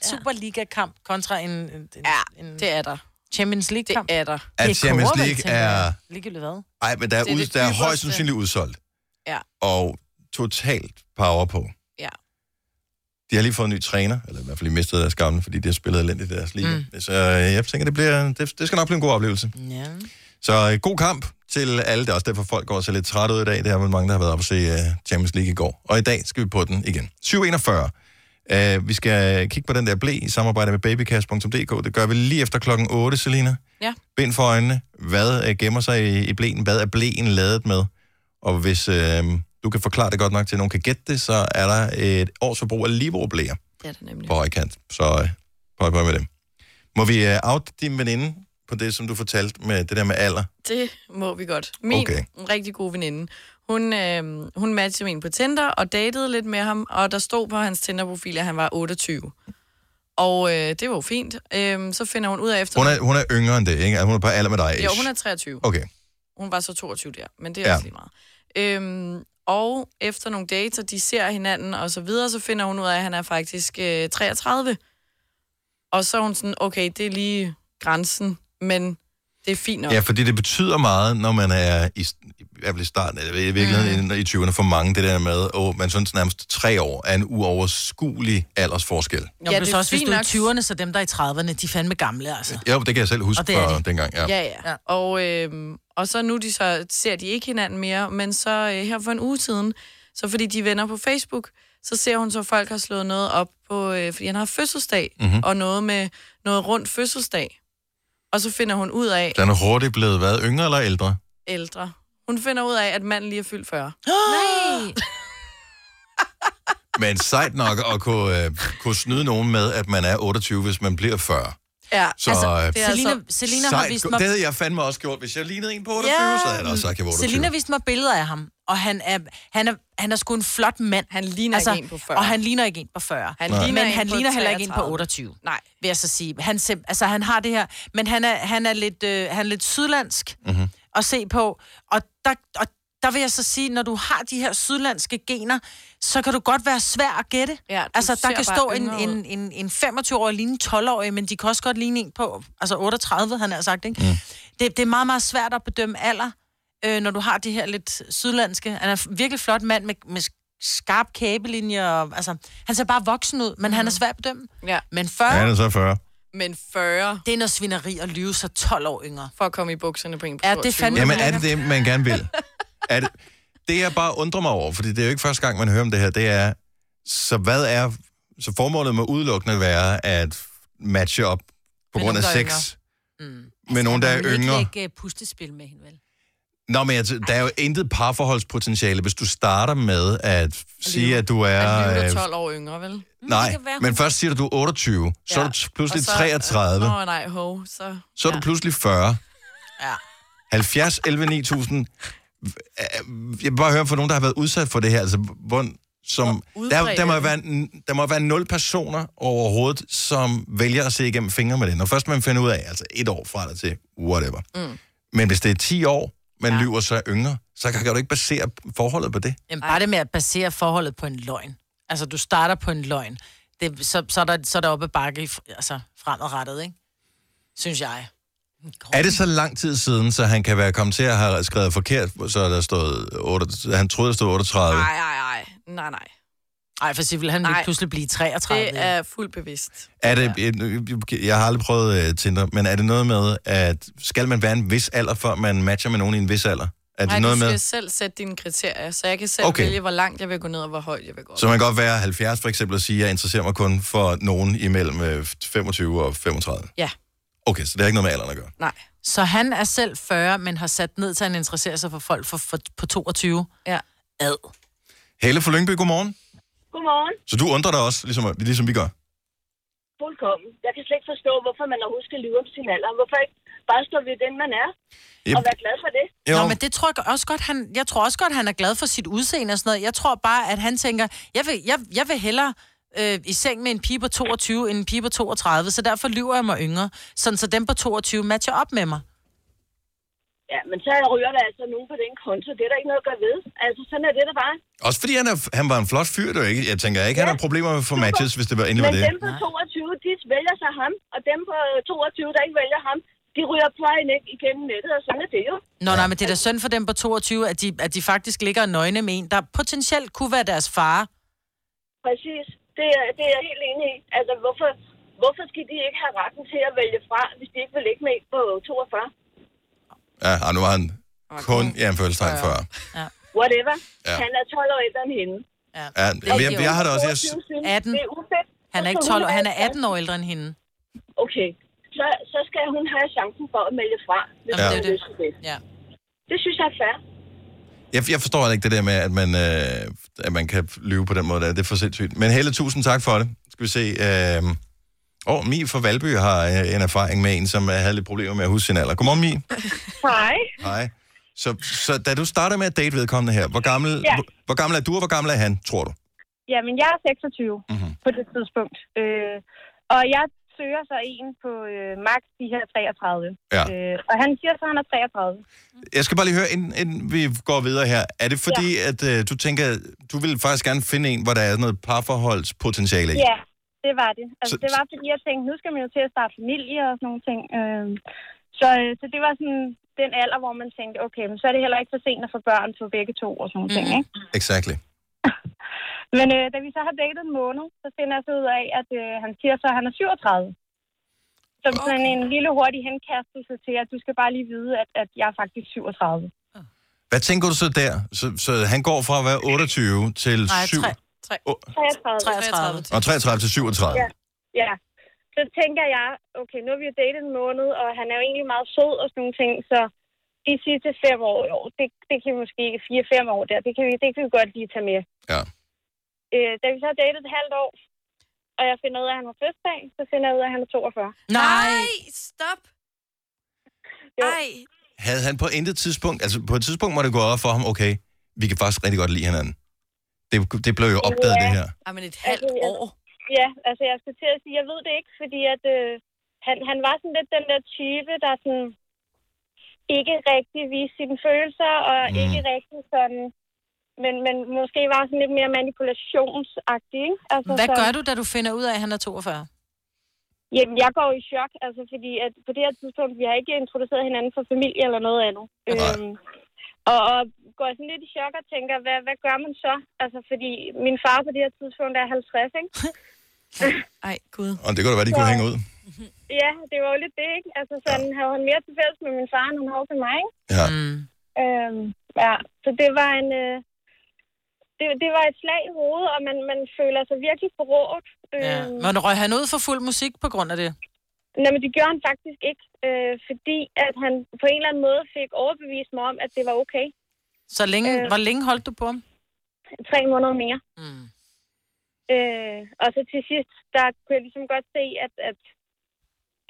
Speaker 2: Superliga-kamp kontra en, en, ja, en... det er der. Champions League-kamp. Det er der.
Speaker 1: At Champions League er-
Speaker 2: Ligegyldigt hvad?
Speaker 1: Ej, men der er,
Speaker 2: Det er
Speaker 1: ud,
Speaker 2: det
Speaker 1: der er
Speaker 2: dybeste.
Speaker 1: højst sandsynligt udsolgt.
Speaker 4: Ja.
Speaker 1: Og totalt power på.
Speaker 4: Ja.
Speaker 1: De har lige fået en ny træner, eller i hvert fald lige mistet deres gamle, fordi de har spillet elendigt i deres liga. Mm. Så øh, jeg tænker, det, bliver, det, det skal nok blive en god oplevelse.
Speaker 2: Ja.
Speaker 1: Så øh, god kamp til alle. Det er også derfor, folk går så lidt trætte ud i dag. Det er vel mange, der har været oppe og se øh, Champions League i går. Og i dag skal vi på den igen. 7.41. Øh, vi skal kigge på den der blæ i samarbejde med babycast.dk. Det gør vi lige efter klokken 8, Selina.
Speaker 4: Ja.
Speaker 1: Bind for øjnene. Hvad øh, gemmer sig i, i blæen? Hvad er blæen lavet med? Og hvis øh, du kan forklare det godt nok til, at nogen kan gætte det, så er der et års forbrug af Libro-blæer
Speaker 4: Det er det nemlig.
Speaker 1: på højkant. Så øh, prøv at med dem. Må vi øh, out din veninde på det, som du fortalte med det der med alder?
Speaker 4: Det må vi godt. Min
Speaker 1: Okay.
Speaker 4: okay. rigtig gode veninde, hun, øh, hun matchede min på Tinder og datede lidt med ham, og der stod på hans Tinder-profil, at han var 28. Og øh, det var jo fint. Øh, så finder hun ud af efter...
Speaker 1: Hun er, hun er yngre end det, ikke? Altså, Hun er på alder med dig.
Speaker 4: Jo, hun er 23.
Speaker 1: Okay.
Speaker 4: Hun var så 22 der, men det er
Speaker 1: Ja.
Speaker 4: ja. også lige meget. Øhm, og efter nogle dater, de ser hinanden og så videre, så finder hun ud af, at han er faktisk øh, 33. Og så er hun sådan, okay, det er lige grænsen, men det er fint nok.
Speaker 1: Ja, fordi det betyder meget, når man er i, i hvert fald i starten, eller i virkeligheden mm. i 20'erne for mange, det der med, åh, man synes nærmest tre år er en uoverskuelig aldersforskel.
Speaker 2: Nå,
Speaker 4: Ja,
Speaker 2: ja, det
Speaker 4: det
Speaker 2: er
Speaker 4: er
Speaker 2: også, hvis
Speaker 4: fint
Speaker 2: du er
Speaker 4: nok.
Speaker 2: i 20'erne, så dem, der er i 30'erne, de er fandme gamle, altså.
Speaker 1: Jo, det kan jeg selv huske
Speaker 2: Og det er
Speaker 1: fra
Speaker 2: det.
Speaker 1: dengang. Ja.
Speaker 4: Ja, ja. ja. Og, øh, og så nu de så, ser de ikke hinanden mere, men så øh, her for en uge siden, så fordi de er venner på Facebook, så ser hun så, at folk har slået noget op på, øh, fordi han har fødselsdag,
Speaker 1: Mhm.
Speaker 4: mm-hmm. og noget med noget rundt fødselsdag. Og så finder hun ud af,
Speaker 1: Den er hurtigt blevet hvad, yngre eller ældre?
Speaker 4: ældre. Hun finder ud af, at manden lige er fyldt
Speaker 2: [gasps]
Speaker 4: 40.
Speaker 5: Nej!
Speaker 1: Men sejt nok at kunne, øh, kunne snyde nogen med, at man er 28, hvis man bliver 40.
Speaker 4: Ja,
Speaker 1: Så, øh,
Speaker 2: altså, Selina, Selina har
Speaker 1: Sejt
Speaker 2: vist
Speaker 1: gu-
Speaker 2: mig...
Speaker 1: Det havde jeg fandme også gjort. Hvis jeg lignede en på 28, yeah. så havde jeg da også sagt, at jeg var 28.
Speaker 2: Selina viste mig billeder af ham, og han er, han er, han er sgu en flot mand. Altså,
Speaker 4: Han ligner ikke en på 40.
Speaker 2: Og han ligner ikke en på 40.
Speaker 4: Han
Speaker 2: Nej.
Speaker 4: ligner
Speaker 2: men
Speaker 4: en
Speaker 2: han
Speaker 4: på
Speaker 2: ligner heller ikke en på
Speaker 4: 33.
Speaker 2: 28.
Speaker 4: Nej.
Speaker 2: Vil jeg så sige. Han, sim, altså, han har det her, men han er, han er, lidt, øh, han er lidt sydlandsk mm-hmm. at se på. Og der, og der vil jeg så sige, når du har de her sydlandske gener, så kan du godt være svær at gætte.
Speaker 4: Ja, du
Speaker 2: altså, der
Speaker 4: ser
Speaker 2: kan
Speaker 4: bare
Speaker 2: stå en,
Speaker 4: yngre ud.
Speaker 2: en, en, en 25-årig ligne en 12-årig, men de kan også godt ligne en på altså 38, han har sagt. Ikke? Mm. Det, det er meget, meget svært at bedømme alder, øh, når du har de her lidt sydlandske. Han er en virkelig flot mand med, med skarp kæbelinjer. Og, altså, han ser bare voksen ud, men mm. han er svær at bedømme.
Speaker 4: Ja.
Speaker 2: Men 40,
Speaker 1: Ja, han er så 40.
Speaker 4: Men 40.
Speaker 2: Det er noget svineri at lyve sig 12 år yngre.
Speaker 4: For at komme i bukserne på en på
Speaker 2: Ja, det er fandme
Speaker 1: Jamen, er det det, man gerne vil? Er det, det, jeg bare undrer mig over, fordi det er jo ikke første gang, man hører om det her, det er, så hvad er, så formålet må udelukkende være at matche op på
Speaker 5: Med
Speaker 1: grund af
Speaker 5: nogen, der er
Speaker 1: sex
Speaker 2: Altså,
Speaker 1: med nogen, der er
Speaker 5: Man kan
Speaker 1: yngre.
Speaker 5: ikke lægge øh, pustespil med hende, vel?
Speaker 1: Nå, men jeg t- der er jo intet parforholdspotentiale, hvis du starter med at sige, at du er...
Speaker 4: Hun
Speaker 1: øh,
Speaker 4: er 12 år yngre, vel?
Speaker 1: Nej, men først siger du, du er 28, så er du t- pludselig
Speaker 4: Og så-
Speaker 1: 33,
Speaker 4: Åh, nej, ho, så...
Speaker 1: så er du pludselig 40.
Speaker 2: Ja.
Speaker 1: 70, 11, 9000. Jeg vil bare høre fra nogen, der har været udsat for det her. Altså, hvor, som, der, der, må
Speaker 8: udbredt.
Speaker 1: være, n- der må være nul personer overhovedet, som vælger at se igennem fingre med det. Når først man finder ud af, altså et år fra eller til, whatever.
Speaker 2: Mm.
Speaker 1: Men hvis det er 10 år, man ja. lyver så yngre, så kan, kan du ikke basere forholdet på det.
Speaker 2: Jamen, bare det med at basere forholdet på en løgn. Altså, du starter på en løgn. Det, så, så, er der, så er der oppe ad bakke, i fr- altså fremadrettet, ikke? Synes jeg.
Speaker 1: Er det så lang tid siden, så han kan være kommet til at have skrevet forkert, så er der stået 8, han troede, der stod 38?
Speaker 4: Nej, nej, nej. Nej, nej.
Speaker 2: Ej, for så vil han
Speaker 4: Nej.
Speaker 2: nej. pludselig blive 33.
Speaker 4: Det er fuldt bevidst.
Speaker 1: Er det, jeg, jeg har aldrig prøvet uh, Tinder, men er det noget med, at skal man være en vis alder, før man matcher med nogen i en vis alder? Er det
Speaker 4: Nej,
Speaker 1: noget
Speaker 4: du skal
Speaker 1: med,
Speaker 4: selv sætte dine kriterier, så jeg kan selv
Speaker 1: Okay.
Speaker 4: okay. vælge, hvor langt jeg vil gå ned, og hvor højt jeg vil gå.
Speaker 1: så man kan godt være 70 for eksempel og sige, at jeg interesserer mig kun for nogen imellem øh, 25 og 35?
Speaker 4: Ja.
Speaker 1: Okay, så det har ikke noget med alderen at gøre.
Speaker 4: Nej.
Speaker 2: Så han er selv 40, men har sat ned til, at han interesserer sig for folk for, for, på 22.
Speaker 4: Ja.
Speaker 2: Ad.
Speaker 1: Helle fra Lyngby, godmorgen.
Speaker 21: Godmorgen.
Speaker 1: Så du undrer dig også, ligesom, ligesom vi gør?
Speaker 21: Fuldkommen. Jeg kan slet ikke forstå, hvorfor man overhovedet skal lyve om sin alder. Hvorfor ikke bare stå ved den, man er?
Speaker 1: Yep.
Speaker 21: Og være glad for det.
Speaker 1: Jo.
Speaker 2: Nå, men det tror jeg også godt, han, jeg tror også godt, han er glad for sit udseende og sådan noget. Jeg tror bare, at han tænker, jeg vil, jeg, jeg vil hellere øh, i seng med en pige på 22 end en pige på 32, så derfor lyver jeg mig yngre, sådan så dem på 22 matcher op med mig.
Speaker 21: Ja, men så ryger der altså nogen på den konto. Det er der ikke noget at gøre ved. Altså, sådan er det der bare.
Speaker 1: Også fordi han, er, han var en flot fyr, du ikke? Jeg tænker ikke, han har problemer med for matches, hvis det var endelig var
Speaker 21: Men
Speaker 1: det.
Speaker 21: dem på 22, de vælger sig ham, og dem på 22, der ikke vælger ham, de ryger plejen ikke igennem nettet, og sådan er det jo.
Speaker 2: Nå, nej, men det er da synd for dem på 22, at de, at de faktisk ligger og nøgne med en, der potentielt kunne være deres far.
Speaker 21: Præcis. Det er, det er jeg helt enig i. Altså, hvorfor, hvorfor skal de ikke have retten til at vælge fra, hvis de ikke vil ligge med en på 42?
Speaker 1: Ja, og nu har han kun i anførselstegn før.
Speaker 21: Whatever.
Speaker 1: Ja.
Speaker 21: Ja. Han er 12 år ældre end hende.
Speaker 2: Ja.
Speaker 1: Ja, men jeg, jeg har det også... Jeg,
Speaker 2: 18.
Speaker 21: Det er ufedt.
Speaker 2: Han er ikke 12 år, han er 18 år ældre end hende.
Speaker 21: Okay. Så, så skal hun have chancen for at melde fra, hvis
Speaker 1: Ja.
Speaker 21: ja. hun har lyst til det.
Speaker 2: Ja.
Speaker 21: Det synes jeg er fair.
Speaker 1: Jeg, jeg forstår heller ikke det der med, at man, øh, at man kan lyve på den måde. Der. Det er for sindssygt. Men Helle, tusind tak for det. Skal vi se. Øh... Oh, Mi fra Valby har øh, en erfaring med en, som øh, havde lidt problemer med at huske sin alder. Godmorgen,
Speaker 10: [laughs]
Speaker 1: Mi.
Speaker 10: Hej.
Speaker 1: Hej. Så, så da du starter med at date vedkommende her, hvor gammel,
Speaker 10: Ja.
Speaker 1: ja. hvor, hvor gammel er du, og hvor gammel er han, tror du?
Speaker 10: Jamen, jeg er 26
Speaker 1: Mhm.
Speaker 10: mm-hmm. på det tidspunkt. Øh, og jeg søger så en på øh, max de her 33.
Speaker 1: Ja.
Speaker 10: Øh, og han siger så, at han er 33.
Speaker 1: Jeg skal bare lige høre, inden, inden vi går videre her. Er det fordi, ja. at øh, du tænker, du vil faktisk gerne finde en, hvor der er noget parforholdspotentiale i?
Speaker 10: Ja, det var det. Altså,
Speaker 1: Så-
Speaker 10: det var fordi, jeg tænkte, nu skal man jo til at starte familie og sådan nogle ting. Øh, så, øh, så det var sådan den alder, hvor man tænkte, okay, men så er det heller ikke for sent at få børn for begge to og sådan
Speaker 1: Mhm.
Speaker 10: nogle ting, ikke?
Speaker 1: Exactly.
Speaker 10: Men øh, da vi så har datet en måned, så finder jeg så ud af, at øh, han siger så, at han er 37. Som okay. sådan en lille hurtig henkastelse til, at du skal bare lige vide, at, at jeg er faktisk 37.
Speaker 1: Hvad tænker du så der? Så, så han går fra at være 28 til
Speaker 10: 33.
Speaker 1: 7...
Speaker 2: 33.
Speaker 1: Og 33 til 37.
Speaker 10: Ja. ja. Så tænker jeg, okay, nu har vi jo datet en måned, og han er jo egentlig meget sød og sådan nogle ting, så de sidste fem år, jo, det, det kan vi måske ikke, fire-fem år der, det kan, vi, det kan vi godt lige tage med.
Speaker 1: Ja.
Speaker 10: Øh, da vi så har datet et halvt år, og jeg finder ud af, at han har fødselsdag, så finder jeg ud af, at han er 42.
Speaker 2: Nej,
Speaker 10: stop!
Speaker 4: Ej,
Speaker 1: Havde han på intet tidspunkt... Altså, på et tidspunkt må det gå op for ham, okay, vi kan faktisk rigtig godt lide hinanden. Det, det blev jo opdaget,
Speaker 10: Ja.
Speaker 1: det her.
Speaker 4: Ej, men et
Speaker 10: halvt altså, år? Ja, altså jeg skulle til at sige, jeg ved det ikke, fordi at, øh, han, han var sådan lidt den der type, der sådan ikke rigtig viste sine følelser, og mm. ikke rigtig sådan, men, men måske var sådan lidt mere manipulationsagtig. Ikke? Altså,
Speaker 2: Hvad
Speaker 10: sådan-
Speaker 2: gør du, da du finder ud af, at han er 42?
Speaker 10: Jamen, jeg går i chok, altså, fordi at på det her tidspunkt, vi har ikke introduceret hinanden for familie eller noget andet. Øhm, og, og går sådan lidt i chok og tænker, hvad, hvad gør man så? Altså, fordi min far på det her tidspunkt er 50, ikke?
Speaker 4: Ej, gud.
Speaker 1: Og det kunne da være, de kunne
Speaker 10: Ja.
Speaker 1: hænge ud.
Speaker 10: Ja, det var jo lidt det, ikke? Altså, sådan ja. havde han mere til fælles med min far, end han havde til mig, ikke?
Speaker 1: Ja.
Speaker 2: Mm.
Speaker 10: Øhm, ja, så det var en... Øh, det, det var et slag i hovedet, og man, man føler sig virkelig forrådt.
Speaker 21: Øh.
Speaker 2: Ja.
Speaker 10: Øhm,
Speaker 2: Men røg han ud for fuld musik på grund af det?
Speaker 10: Nej, men det gjorde han faktisk ikke, øh, fordi at han på en eller anden måde fik overbevist mig om, at det var okay.
Speaker 2: Så længe,
Speaker 10: Øh.
Speaker 2: øh. hvor længe holdt du på ham?
Speaker 10: Tre måneder mere.
Speaker 2: Mm.
Speaker 10: Øh, og så til sidst, der kunne jeg ligesom godt se, at, at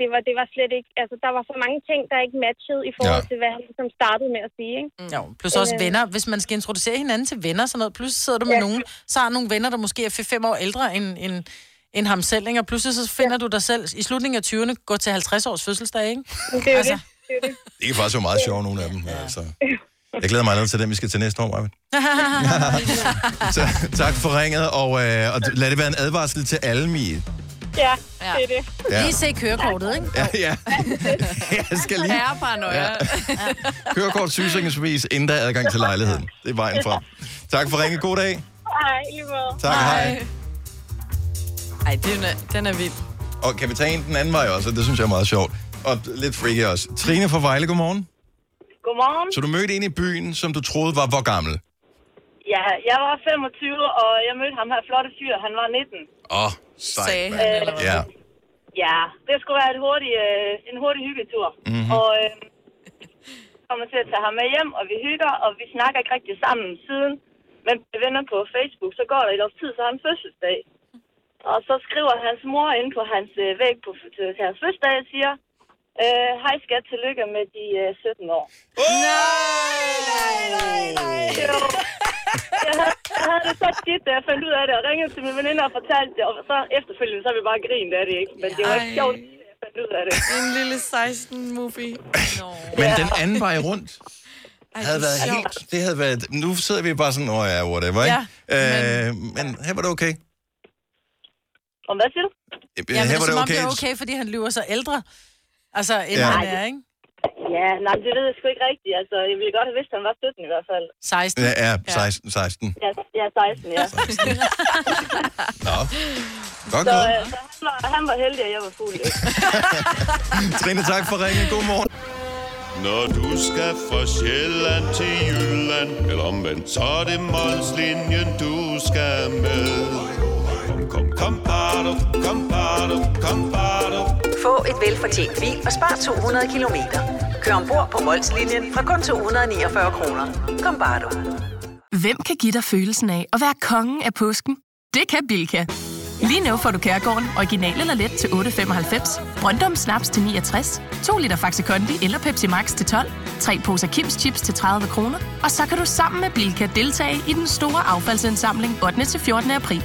Speaker 10: det var, det var slet ikke... Altså, der var så mange ting, der ikke matchede i forhold ja. til, hvad han ligesom startede med at sige, ikke?
Speaker 2: Mm. Jo, plus også
Speaker 10: Øh.
Speaker 2: venner. Hvis man skal introducere hinanden til venner, sådan noget, pludselig sidder du med
Speaker 10: Ja.
Speaker 2: nogen, så har nogle venner, der måske er 5 år ældre end, end, end ham selv, ikke? og pludselig så finder ja. du dig selv i slutningen af 20'erne, gå til 50 års fødselsdag, ikke?
Speaker 10: Det er jo
Speaker 2: altså,
Speaker 1: Det kan faktisk være meget sjovt, nogle af dem. Ja. Altså. Jeg glæder mig allerede til dem, vi skal til næste år, Maja.
Speaker 2: [laughs]
Speaker 3: [laughs]
Speaker 1: Så, tak for ringet, og, øh, og lad det være en advarsel til alle, Mie.
Speaker 10: Ja, ja, det er det.
Speaker 1: Ja.
Speaker 5: Lige se kørekortet, ikke?
Speaker 2: [laughs]
Speaker 1: Ja, ja. Jeg skal lige...
Speaker 4: Herreparanoia. Ja.
Speaker 1: Kørekort, sygesikringsbevis, inden der er adgang til lejligheden. Det er vejen frem. Tak for ringet. God dag.
Speaker 10: Hej, i lige måde.
Speaker 1: Tak, hej.
Speaker 4: Ej, den er, den er vild.
Speaker 1: Og kan vi tage en den anden vej også? Det synes jeg er meget sjovt. Og lidt freaky også. Trine fra Vejle, godmorgen.
Speaker 3: Godmorgen.
Speaker 1: Så du mødte en i byen, som du troede var hvor gammel?
Speaker 3: Ja, jeg var 25, og jeg mødte ham her flotte fyr. Han var 19.
Speaker 1: Åh, oh, sejt.
Speaker 3: Sagde
Speaker 1: mand.
Speaker 3: han, eller hvad?
Speaker 1: Ja.
Speaker 3: Ja, det skulle være et hurtig, øh, en hurtig hyggetur.
Speaker 1: Mhm.
Speaker 3: Og øh, kommer til at tage ham med hjem, og vi hygger, og vi snakker ikke rigtig sammen siden. Men vi er venner på Facebook, så går der et års tid, så har han fødselsdag. Og så skriver hans mor ind på hans øh, væg på til hans fødselsdag og siger, øh, hej skat, tillykke med de øh, 17 år. Nej!
Speaker 21: [laughs]
Speaker 3: Nej, nej, nej. Jeg havde, jeg havde det så skidt, da jeg fandt ud af det, og ringede til min veninde og fortalte det, og så efterfølgende, så har vi bare grint af det, ikke? Men det var ikke
Speaker 4: Ej.
Speaker 3: sjovt, da jeg fandt ud af det.
Speaker 4: En lille 16-movie.
Speaker 1: Men den anden vej rundt
Speaker 4: Ej,
Speaker 1: havde
Speaker 4: det er
Speaker 1: været
Speaker 4: sjovt.
Speaker 1: helt... Det havde været... Nu sidder vi bare sådan, åh oh, ja, whatever, ikke? Ja, øh, men her var det okay.
Speaker 3: Og hvad siger du?
Speaker 2: Ja, men
Speaker 1: her
Speaker 2: det er
Speaker 1: var det
Speaker 2: som om, det
Speaker 1: okay.
Speaker 2: er okay, fordi han lyver sig ældre. Altså, end
Speaker 1: Ja.
Speaker 2: ja. han er, ikke?
Speaker 3: Ja, nej, det ved jeg sgu ikke rigtigt. Altså, jeg ville godt have vidst, at han var 17 i hvert fald.
Speaker 2: 16.
Speaker 1: Ja, ja, 16, 16.
Speaker 3: Ja, ja 16, ja.
Speaker 1: Nå. Godt
Speaker 3: så,
Speaker 1: gået.
Speaker 3: øh, så han, var, han var heldig, at jeg var fuld. ikke?
Speaker 1: Trine, tak for ringen. God morgen.
Speaker 8: Når du skal fra Sjælland til Jylland, eller omvendt, så er det Molslinjen, du skal med. Kom, kom, kom, bado, kom, bado, kom, bado.
Speaker 22: Få et velfortjent bil og spar 200 kilometer. Kør ombord på Molslinjen fra kun 249 kroner. Kom bare du.
Speaker 23: Hvem kan give dig følelsen af at være kongen af påsken? Det kan Bilka! Lige nu får du Kærgården original eller let til 8.95, Brøndum Snaps til 69, 2 liter Faxi Kondi eller Pepsi Max til 12, 3 poser Kims Chips til 30 kroner, og så kan du sammen med Bilka deltage i den store affaldsindsamling 8. til 14. april.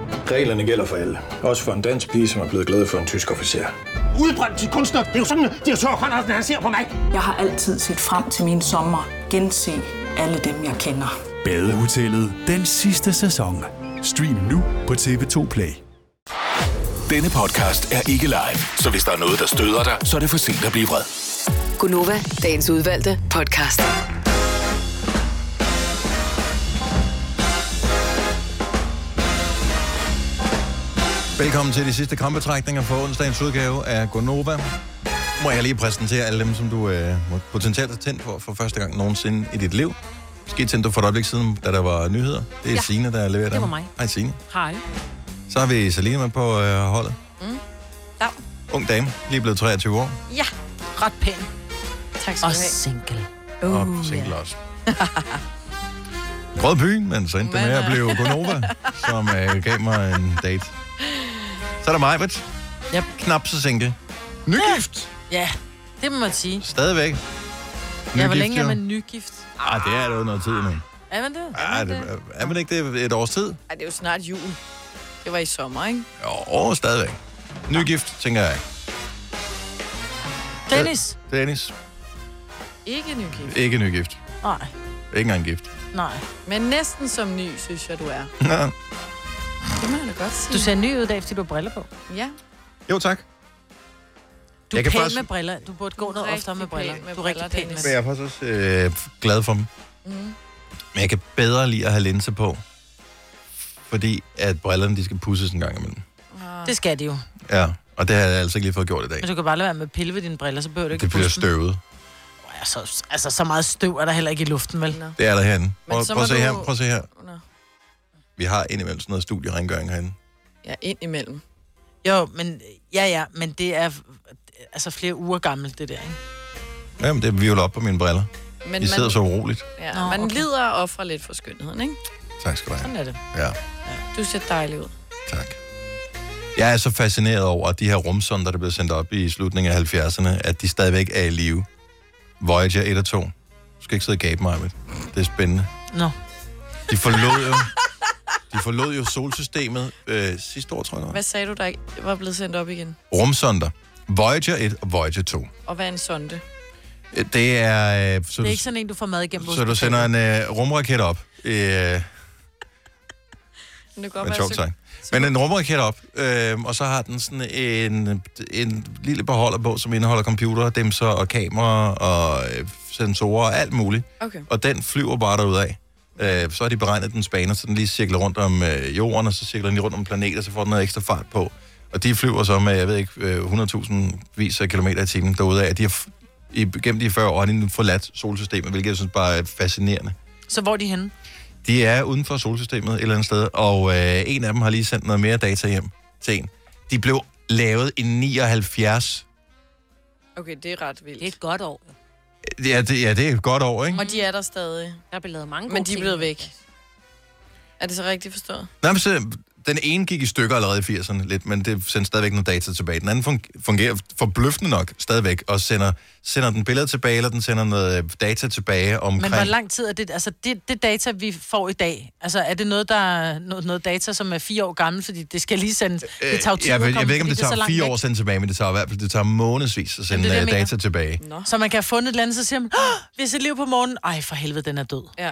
Speaker 15: Reglerne gælder for alle. Også for en dansk pige, som er blevet glad for en tysk officer.
Speaker 16: Udbrændt til kunstner. Det er jo sådan, at de har tørt, han, han ser på mig.
Speaker 17: Jeg har altid set frem til min sommer, gense alle dem, jeg kender.
Speaker 18: Badehotellet den sidste sæson. Stream nu på TV2 Play.
Speaker 7: Denne podcast er ikke live, så hvis der er noget, der støder dig, så er det for sent at blive vred.
Speaker 6: Gunova, dagens udvalgte podcast.
Speaker 1: Velkommen til de sidste kampbetrækninger for onsdagens udgave af Gonova. Må jeg lige præsentere alle dem, som du øh, må- potentielt har tændt for for første gang nogensinde i dit liv. Måske tændte du for et øjeblik siden, da der var nyheder. Det er ja.
Speaker 5: Ja.
Speaker 1: Signe, der leverer
Speaker 5: Det
Speaker 1: dem.
Speaker 5: var mig.
Speaker 1: Hej Signe.
Speaker 5: Hej.
Speaker 1: Så har vi Selina med på øh, holdet.
Speaker 5: Mm.
Speaker 1: Ung dame, lige blevet 23 år.
Speaker 5: Ja, ret pæn. Tak skal
Speaker 2: Og
Speaker 5: du have. single.
Speaker 2: Uh.
Speaker 1: og single også. Rød by, men så endte det med at blive Gonova, som øh, gav mig en date. Så er der mig, Britt.
Speaker 2: Yep.
Speaker 1: Knap så single. Nygift.
Speaker 2: [laughs] Ja, det må man sige.
Speaker 1: Stadigvæk.
Speaker 2: Ja, hvor længe er
Speaker 1: jo.
Speaker 2: man nygift?
Speaker 1: Ah, det er det jo noget tid nu.
Speaker 2: Er man det?
Speaker 1: Ah, det, er man ikke det et års tid?
Speaker 4: Ej, det er jo snart jul. Det var i sommer, ikke?
Speaker 1: Jo, stadigvæk. Nygift, tænker jeg.
Speaker 2: Dennis?
Speaker 1: Dennis,
Speaker 4: Ikke nygift.
Speaker 1: ikke nygift.
Speaker 4: Nej,
Speaker 1: Ikke engang gift.
Speaker 4: nej. Men næsten som ny, synes jeg, du er.
Speaker 1: Nå.
Speaker 4: Det må jeg da godt sige.
Speaker 2: Du ser ny ud i dag, fordi du har briller på.
Speaker 4: Ja.
Speaker 1: Jo, tak.
Speaker 2: Du
Speaker 1: Jeg
Speaker 2: er
Speaker 1: kan
Speaker 2: pæn
Speaker 1: faktisk-
Speaker 2: med briller. Du burde gå noget oftere med briller. Du er rigtig pæn med
Speaker 1: Men jeg er faktisk også øh, glad for dem. Mm. Men jeg kan bedre lide at have linser på, fordi at brillerne, de skal pusses en gang imellem.
Speaker 2: Det skal de jo.
Speaker 1: Ja, og det har jeg altså ikke lige fået gjort i dag.
Speaker 2: Men du kan bare lade være med at pille ved dine briller, så behøver du ikke
Speaker 1: Det
Speaker 2: at
Speaker 1: bliver
Speaker 2: puste dem.
Speaker 1: støvet.
Speaker 2: så, altså, så meget støv er der heller ikke i luften, vel?
Speaker 1: Det er der herinde. Prøv,
Speaker 2: Men så
Speaker 1: prøv at
Speaker 2: må
Speaker 1: se her,
Speaker 2: du-
Speaker 1: prøv at se her. Vi har indimellem sådan noget studierengøring herinde.
Speaker 2: Ja, ind imellem. Jo, men, ja, ja, men det er altså flere uger gammelt, det der, ikke?
Speaker 1: Jamen, det er violet op på mine briller.
Speaker 4: Men
Speaker 1: I sidder så uroligt.
Speaker 4: Ja, Nå, man okay. lider og offrer lidt for skønheden, ikke?
Speaker 1: Tak skal du have.
Speaker 4: Sådan er det.
Speaker 1: Ja.
Speaker 4: Du ser dejlig ud.
Speaker 1: Jeg er så fascineret over, at de her rumsonder, der blev sendt op i slutningen af 70'erne, at de stadigvæk er i live. Voyager 1 og 2. Du skal ikke sidde og gabe mig, men det er spændende.
Speaker 2: Nå.
Speaker 1: De forlod jo, de forlod jo solsystemet øh, sidste år, tror jeg. det var.
Speaker 4: Hvad sagde du, der ikke var blevet sendt op igen?
Speaker 1: Rumsonder. Voyager 1 og Voyager 2.
Speaker 4: Og hvad er en sonde?
Speaker 1: Øh, Det er... Øh,
Speaker 2: Så
Speaker 1: så,
Speaker 2: det er
Speaker 1: du,
Speaker 2: ikke sådan en, du får mad igennem.
Speaker 1: så du sender en øh, rumraket op. Øh,
Speaker 4: Men det kan godt
Speaker 1: Men
Speaker 4: være,
Speaker 1: sjovt
Speaker 4: så-
Speaker 1: sang. Men en rumraket op, øh, og så har den sådan en, en lille beholder på, som indeholder computer, dæmser og kameraer og øh, sensorer og alt muligt.
Speaker 4: Okay.
Speaker 1: Og den flyver bare derudad. Øh, så har de beregnet dens baner, så den lige cirkler rundt om øh, jorden, og så cirkler den lige rundt om planeten, og så får den noget ekstra fart på. Og de flyver så med, jeg ved ikke, øh, 100.000 vis af kilometer i timen derudad. De har f- i, gennem de 40 år har de nu forladt solsystemet, hvilket jeg synes bare er fascinerende.
Speaker 2: Så hvor er de henne?
Speaker 1: De er uden for solsystemet et eller andet sted, og øh, en af dem har lige sendt noget mere data hjem til en. De blev lavet i 79.
Speaker 4: Okay, det er ret vildt. Det er et godt år.
Speaker 1: Ja, det, ja, det er et godt år, ikke?
Speaker 4: Og de er der stadig. Der er blevet lavet mange Men
Speaker 5: gode
Speaker 4: de er
Speaker 5: ting.
Speaker 4: blevet væk. Er det så rigtigt forstået?
Speaker 1: Nå, men så, den ene gik i stykker allerede i 80'erne lidt, men det sender stadigvæk noget data tilbage. Den anden fun- fungerer forbløffende nok stadigvæk, og sender, sender den billeder tilbage, eller den sender noget øh, data tilbage omkring...
Speaker 2: Men hvor lang tid er det? Altså, det, det data, vi får i dag, altså, er det noget, der er noget, noget data, som er fire år gammel, fordi det skal lige sendes? Det tager jo
Speaker 1: Øh,
Speaker 2: tid
Speaker 1: jeg,
Speaker 2: at
Speaker 1: ved,
Speaker 2: komme,
Speaker 1: jeg ved ikke, om
Speaker 2: fordi
Speaker 1: det tager
Speaker 2: er så langt
Speaker 1: fire
Speaker 2: væk.
Speaker 1: år at sende tilbage, men det tager i hvert fald det tager månedsvis at sende
Speaker 2: det er det,
Speaker 1: øh,
Speaker 2: jeg mener.
Speaker 1: data tilbage.
Speaker 4: Nå.
Speaker 2: Så man kan have fundet et eller andet, så siger man, oh, vi har set liv på morgenen. Ej, for helvede, den er død.
Speaker 4: Ja.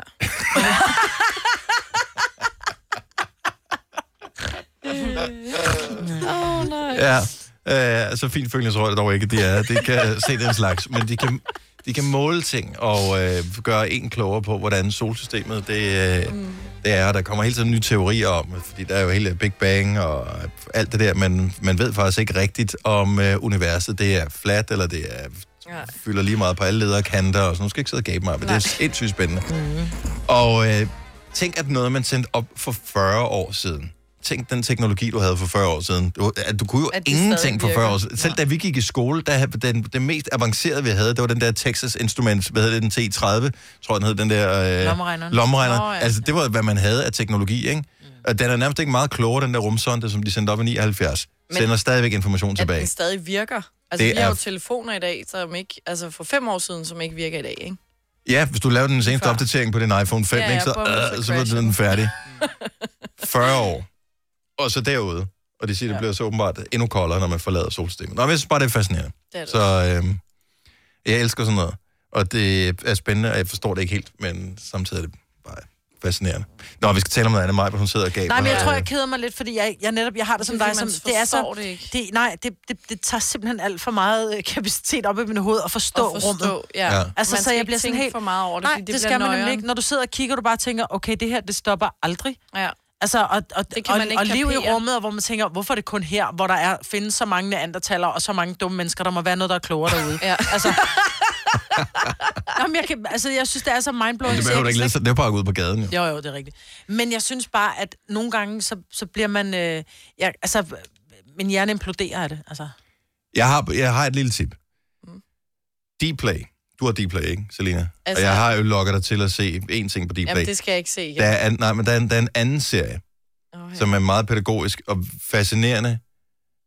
Speaker 4: Åh, oh, nej.
Speaker 1: Ja, øh, så fint følgende tror jeg dog ikke, de er. De [laughs] kan se den slags, men de kan, de kan måle ting og øh, gøre en klogere på, hvordan solsystemet det, øh, mm. det er. Og Der kommer hele tiden nye teorier om, fordi der er jo hele Big Bang og alt det der, men man ved faktisk ikke rigtigt, om øh, universet det er flat, eller det er,
Speaker 4: Ja.
Speaker 1: fylder lige meget på alle ledere og kanter, og sådan. Nu skal jeg ikke sidde og gabe mig, men Nej. det er sindssygt spændende.
Speaker 4: Mm.
Speaker 1: Og øh, tænk, at noget, man sendte op for 40 år siden. Tænk den teknologi, du havde for 40 år siden. Du, at du kunne jo
Speaker 9: At det stadig
Speaker 1: ingenting for 40
Speaker 9: virker.
Speaker 1: år siden. Selv da vi gik i skole, der havde den, den mest avancerede, vi havde, det var den der Texas Instruments, hvad hedder det, den T30, tror jeg, den hed, den der... Øh,
Speaker 2: Lommeregneren.
Speaker 1: Lommeregner.
Speaker 2: Nå, ja.
Speaker 1: Altså, det var, hvad man havde af teknologi, ikke? Og den er nærmest ikke meget klogere, den der rumsonde, som de sendte op i 79.
Speaker 4: Men-
Speaker 1: Sender stadigvæk information
Speaker 4: At
Speaker 1: tilbage.
Speaker 4: den stadig virker. Altså,
Speaker 1: Det
Speaker 4: det vi har
Speaker 1: er-
Speaker 4: jo telefoner i dag, som ikke, altså for fem år siden, som ikke virker i dag, ikke?
Speaker 1: Ja, hvis du laver den seneste
Speaker 4: Før.
Speaker 1: opdatering på din iPhone 5,
Speaker 4: Ja,
Speaker 1: ja,
Speaker 4: ja,
Speaker 1: ikke, så,
Speaker 4: bum, så
Speaker 1: øh, så var
Speaker 4: crasher
Speaker 1: den færdig. 40 år. Og så derude. Og det siger, det bliver så åbenbart endnu koldere, når man forlader solsystemet. Nå, men jeg synes bare, det er fascinerende.
Speaker 4: Det er det.
Speaker 1: Så øh, jeg elsker sådan noget. Og det er spændende, og jeg forstår det ikke helt, men samtidig er det bare fascinerende. Nå, vi skal tale om noget andet. Maja, hun sidder og gaber.
Speaker 2: Nej, men jeg tror,
Speaker 1: Øh,
Speaker 2: jeg keder mig lidt, fordi jeg, jeg netop jeg har det som
Speaker 4: Det er,
Speaker 2: dig.
Speaker 4: fordi
Speaker 2: Som,
Speaker 4: man
Speaker 2: det er
Speaker 4: forstår
Speaker 2: så,
Speaker 4: det ikke.
Speaker 2: Det, nej, det, det, det, tager simpelthen alt for meget øh, kapacitet op i min hoved at forstå,
Speaker 4: At forstå,
Speaker 2: rummet.
Speaker 4: ja. Ja. Man
Speaker 2: Altså,
Speaker 4: skal
Speaker 2: så jeg
Speaker 4: ikke
Speaker 2: bliver sådan
Speaker 4: tænke
Speaker 2: helt...
Speaker 4: for meget over det,
Speaker 2: nej,
Speaker 4: fordi det
Speaker 2: det,
Speaker 4: bliver
Speaker 2: skal man nemlig
Speaker 4: noieren.
Speaker 2: ikke. Når du sidder og kigger, du bare tænker, okay, det her, det stopper aldrig.
Speaker 4: Ja.
Speaker 2: Altså, og, og,
Speaker 4: Det kan
Speaker 2: og,
Speaker 4: man ikke
Speaker 2: og liv i
Speaker 4: kapere.
Speaker 2: rummet, og hvor man tænker, hvorfor er det kun her, hvor der er, findes så mange neandertalere og så mange dumme mennesker, der må være noget, der er klogere derude.
Speaker 4: ja.
Speaker 2: Altså, [laughs] Jamen, jeg, kan, altså, jeg synes, det er så mindblowing.
Speaker 1: Men det
Speaker 2: så
Speaker 1: behøver
Speaker 2: jeg
Speaker 1: du
Speaker 2: kan
Speaker 1: ikke
Speaker 2: slet
Speaker 1: læse. Det er bare ud på gaden, jo.
Speaker 2: jo, jo, det er rigtigt. Men jeg synes bare, at nogle gange, så, så bliver man... Øh, jeg, altså, min hjerne imploderer af det, altså.
Speaker 1: Jeg har, jeg har et lille tip. Mm. play Du har D-Play, ikke, Selina? Altså,
Speaker 4: Altså-
Speaker 1: og jeg har jo logget dig til at se én ting på D-Play.
Speaker 4: Jamen, det skal jeg ikke se igen.
Speaker 1: Der er, an- nej, men der er, en, der er en anden serie, okay. som er meget pædagogisk og fascinerende,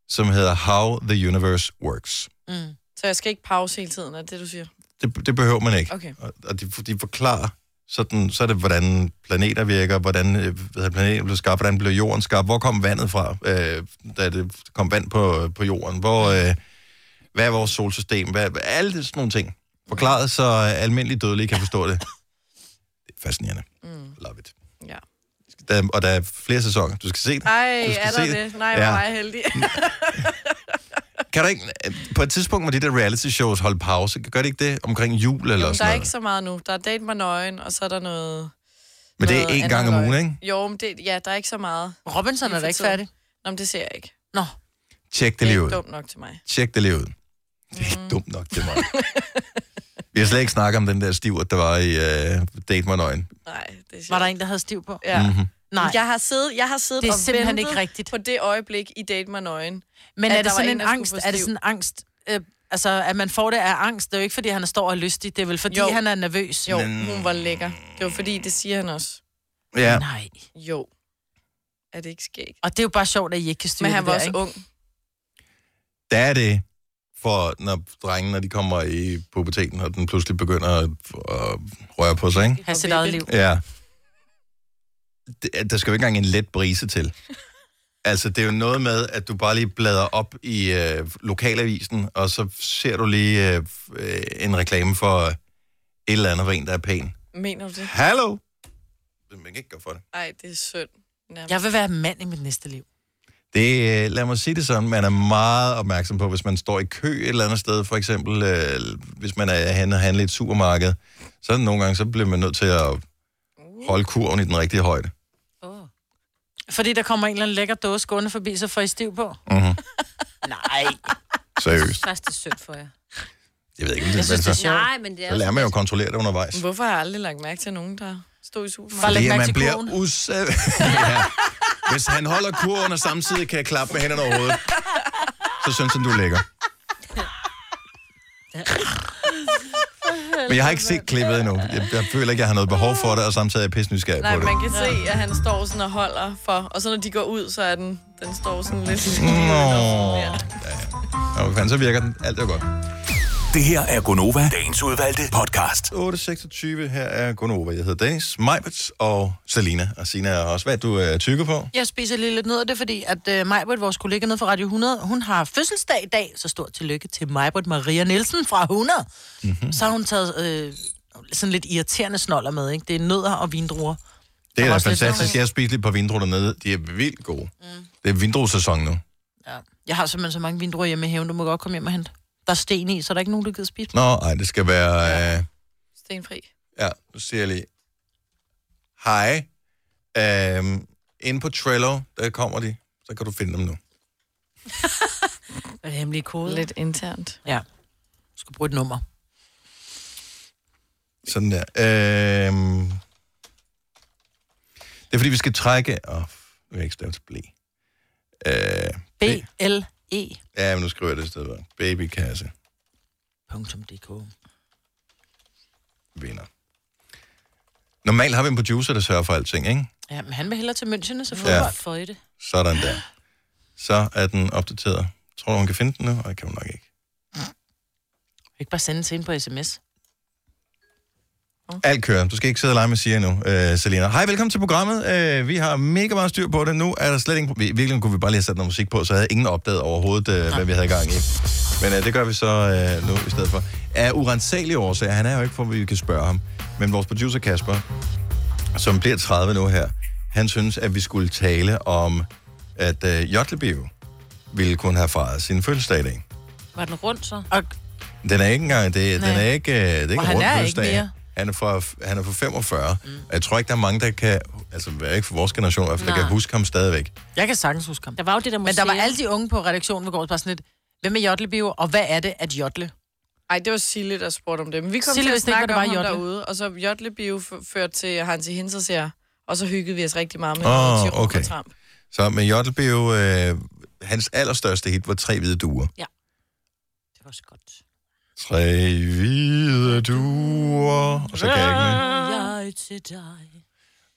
Speaker 1: som hedder How the Universe Works.
Speaker 4: Mm. Så jeg skal ikke pause hele tiden, er det det, du siger?
Speaker 1: Det, det behøver man ikke.
Speaker 4: Okay.
Speaker 1: Og, og de, de forklarer, sådan, så er det, hvordan planeter virker, hvordan øh, hvad hedder planeten blev skabt, hvordan blev jorden skabt, hvor kom vandet fra, øh, da det kom vand på, på jorden, hvor, øh, hvad er vores solsystem, hvad, hvad- alle det, sådan nogle ting. Forklaret, så øh, almindelige dødelige kan forstå det. Det er fascinerende. Mm. Love it.
Speaker 4: Ja.
Speaker 1: Der, og der er flere sæsoner. Du skal se det.
Speaker 4: Ej,
Speaker 1: du skal
Speaker 4: er
Speaker 1: se
Speaker 4: der det? Nej, hvor var jeg heldig.
Speaker 1: Kan du ikke, øh, på et tidspunkt med de der reality shows holde pause, gør det ikke det omkring jul eller
Speaker 4: [laughs] Jamen, der
Speaker 1: sådan
Speaker 4: er
Speaker 1: noget?
Speaker 4: ikke så meget nu. Der er date mig nøgen, og så er der noget...
Speaker 1: Men det er
Speaker 4: noget
Speaker 1: én
Speaker 4: andet
Speaker 1: gang om
Speaker 4: løg.
Speaker 1: ugen, ikke?
Speaker 4: Jo, men det, ja, der er ikke så meget.
Speaker 2: Robinson
Speaker 4: lige
Speaker 2: er da
Speaker 4: for
Speaker 2: ikke
Speaker 4: tiden.
Speaker 2: færdig.
Speaker 4: Nå, men det ser jeg ikke.
Speaker 2: Nå,
Speaker 1: Tjek det
Speaker 4: det er
Speaker 1: lige
Speaker 4: ikke
Speaker 1: ud.
Speaker 4: dumt nok til mig. Mm. [laughs]
Speaker 1: Tjek det lige ud. Det er ikke dumt nok til mig. Vi har slet ikke snakket om den der stivert, der var i uh, Date mig nøgen.
Speaker 2: Var der en, der havde stiv på?
Speaker 4: Ja.
Speaker 1: Mhm.
Speaker 2: Nej.
Speaker 4: Jeg har siddet, jeg har siddet
Speaker 2: Det er
Speaker 4: og
Speaker 2: simpelthen
Speaker 4: ventet
Speaker 2: ikke rigtigt.
Speaker 4: på det øjeblik i Date mig nøgen.
Speaker 2: Men
Speaker 4: at der
Speaker 2: er det
Speaker 4: var
Speaker 2: sådan
Speaker 4: en,
Speaker 2: en
Speaker 4: der skulle
Speaker 2: angst?
Speaker 4: på
Speaker 2: Er det
Speaker 4: stiv?
Speaker 2: sådan en angst? Øh, altså, at man får det af angst, det er jo ikke, fordi han står og er lystig. Det er vel, fordi
Speaker 4: Jo.
Speaker 2: jo. han er nervøs.
Speaker 4: Jo, hun var lækker. Det var fordi, det siger han også.
Speaker 1: Ja.
Speaker 2: Nej.
Speaker 4: Jo. Er det ikke skægt?
Speaker 2: Og det er jo bare sjovt, at I ikke kan styre
Speaker 4: Men han
Speaker 2: det
Speaker 4: var
Speaker 2: der,
Speaker 4: også
Speaker 2: ikke?
Speaker 4: ung.
Speaker 1: Der er det for, når drengene når de kommer i puberteten, og den pludselig begynder at, at røre på sig, ikke?
Speaker 2: Have sit eget liv.
Speaker 1: Ja. Det- Der skal jo ikke engang en let brise
Speaker 4: [laughs]
Speaker 1: til. Altså, det er jo noget med, at du bare lige bladrer op i øh, lokalavisen, og så ser du lige øh, f- øh, en reklame for øh, et eller andet, hvor en, der er pæn.
Speaker 4: Mener du det?
Speaker 1: Hallo? Men man kan ikke gøre for det.
Speaker 4: Nej, det er synd. Nærmest.
Speaker 2: Jeg vil være mand i mit næste liv.
Speaker 1: Det, øh, lad mig sige det sådan, man er meget opmærksom på, hvis man står i kø et eller andet sted, for eksempel øh, hvis man er henne og handler i et supermarked, så nogle gange, så bliver man nødt til at holde kurven i den rigtige højde.
Speaker 2: Fordi der kommer en eller anden lækker dåse gående forbi, så får I stiv på.
Speaker 1: Mm-hmm.
Speaker 2: [laughs] Nej.
Speaker 1: Seriøst.
Speaker 5: Først det er synd for jer.
Speaker 1: Jeg ved ikke, om det,
Speaker 5: Jeg synes,
Speaker 1: men så,
Speaker 5: det er sjovt. Nej, men det er
Speaker 1: så lærer man jo at kontrollere det undervejs.
Speaker 4: Hvorfor har jeg aldrig lagt mærke til nogen, der stod i supermarkedet?
Speaker 1: Fordi at man bliver usæ... ja. Hvis han holder kurven og samtidig kan klappe med hænderne over hovedet, så synes han, du er lækker. [laughs] Men jeg har ikke set klippet endnu. Jeg, jeg føler ikke, jeg har noget behov for det, og samtidig er jeg pisse nysgerrig
Speaker 4: Nej,
Speaker 1: på det.
Speaker 4: man kan se, at han står sådan og holder for, og så når de går ud, så er den, den står sådan lidt...
Speaker 2: [laughs]
Speaker 1: Nå. Nå, hvad fanden, så virker den. Alt er godt.
Speaker 7: Det her er Gonova, dagens udvalgte podcast.
Speaker 1: 8.26, her er Gunova. Jeg hedder Dennis, Majbets og Selina. Og Sina er også, hvad du er tykke på.
Speaker 2: Jeg spiser lige lidt ned af det, fordi at uh, Majbert, vores kollega nede fra Radio 100, hun har fødselsdag i dag, så stort tillykke til Majbert Maria Nielsen fra 100.
Speaker 1: Mhm.
Speaker 2: Mm-hmm. Så har hun taget øh, sådan lidt irriterende snoller med, ikke? Det er nødder og vindruer.
Speaker 1: Det
Speaker 2: Der
Speaker 1: er
Speaker 2: var
Speaker 1: da
Speaker 2: også lidt
Speaker 1: fantastisk.
Speaker 2: noget.
Speaker 1: Jeg har spist lidt på vindruer dernede. De er vildt gode. Mm. Det er vindruesæson nu.
Speaker 2: Ja. Jeg har simpelthen så mange vindruer hjemme i haven, du må godt komme hjem og hente. Der er sten i, så der er ikke nogen, der gider spise. dem.
Speaker 1: Nå, ej, det skal være... Øh,
Speaker 4: Stenfri.
Speaker 1: ja, nu siger jeg lige. Hej. Øhm, inde på Trello, der kommer de. Så kan du finde dem nu.
Speaker 2: Det er hemmelige kode.
Speaker 4: Lidt internt.
Speaker 2: Ja. Du skal bruge et nummer.
Speaker 1: Sådan der. Øhm, det er fordi, vi skal trække... Åh, oh, nu kan jeg ikke stave til blæ. Øh,
Speaker 2: B-L-E.
Speaker 1: ja, men nu skriver jeg det i stedet. for. Babykasse.
Speaker 2: .dk.
Speaker 1: Vinder. Normalt har vi en producer, der sørger for alting, ikke?
Speaker 2: Ja, men han vil hellere til München, så får
Speaker 1: Ja.
Speaker 2: ja. for det.
Speaker 1: Sådan der. Så er den opdateret. Tror du, hun kan finde den nu? Nej, kan hun nok ikke.
Speaker 2: Ikke bare sende til hende på sms.
Speaker 1: Alt kører. Du skal ikke sidde og lege med Siri nu, øh, Selina. Hej, velkommen til programmet. Øh, vi har mega meget styr på det. Nu er der slet ingen... Vi, virkelig kunne vi bare lige have sat noget musik på, så havde ingen opdaget overhovedet, øh, hvad vi havde gang i. Men øh, det gør vi så øh, nu i stedet for. Af urensagelige årsager, han er jo ikke for, at vi kan spørge ham. Men vores producer Kasper, som bliver 30 nu her, han synes, at vi skulle tale om, at øh, Jotlebio ville kunne have fejret sin fødselsdag i dag.
Speaker 5: Var den rundt så?
Speaker 2: Og
Speaker 1: Den er ikke engang, det, den
Speaker 5: Nej.
Speaker 1: er ikke, øh, det er ikke
Speaker 5: Og
Speaker 1: en
Speaker 5: han
Speaker 1: rund
Speaker 5: er ikke
Speaker 1: fødselsdag.
Speaker 5: mere.
Speaker 1: Han er fra, han er fra 45, mm. og jeg tror ikke, der er mange, der kan, altså hvad er ikke for vores generation, i hvert fald, der
Speaker 2: Nej.
Speaker 1: kan huske ham stadigvæk.
Speaker 2: Jeg kan sagtens huske ham. Der var jo det der Men
Speaker 5: museum.
Speaker 2: der var alle de unge på redaktionen, hvor går bare sådan lidt, hvem er jotlebio, og hvad er det at jotle?
Speaker 4: Ej, det var Sille, der spurgte om det. Men vi kom
Speaker 2: Sille
Speaker 4: til at
Speaker 2: vidste ikke,
Speaker 4: snakke
Speaker 2: hvad
Speaker 4: om
Speaker 2: det
Speaker 4: ham
Speaker 2: var, Jotle.
Speaker 4: derude, og så Jotle blev f- ført til Hansi Hinses her, og så hyggede vi os rigtig meget med
Speaker 1: Åh,
Speaker 4: oh, til
Speaker 1: okay.
Speaker 4: okay. Tramp.
Speaker 1: Så med Jotlebio, øh, hans allerstørste hit var Tre Hvide Duer.
Speaker 5: Ja.
Speaker 1: Det var også godt. Tre hvide duer. Og så kan jeg ikke mere.
Speaker 5: Jeg til dig.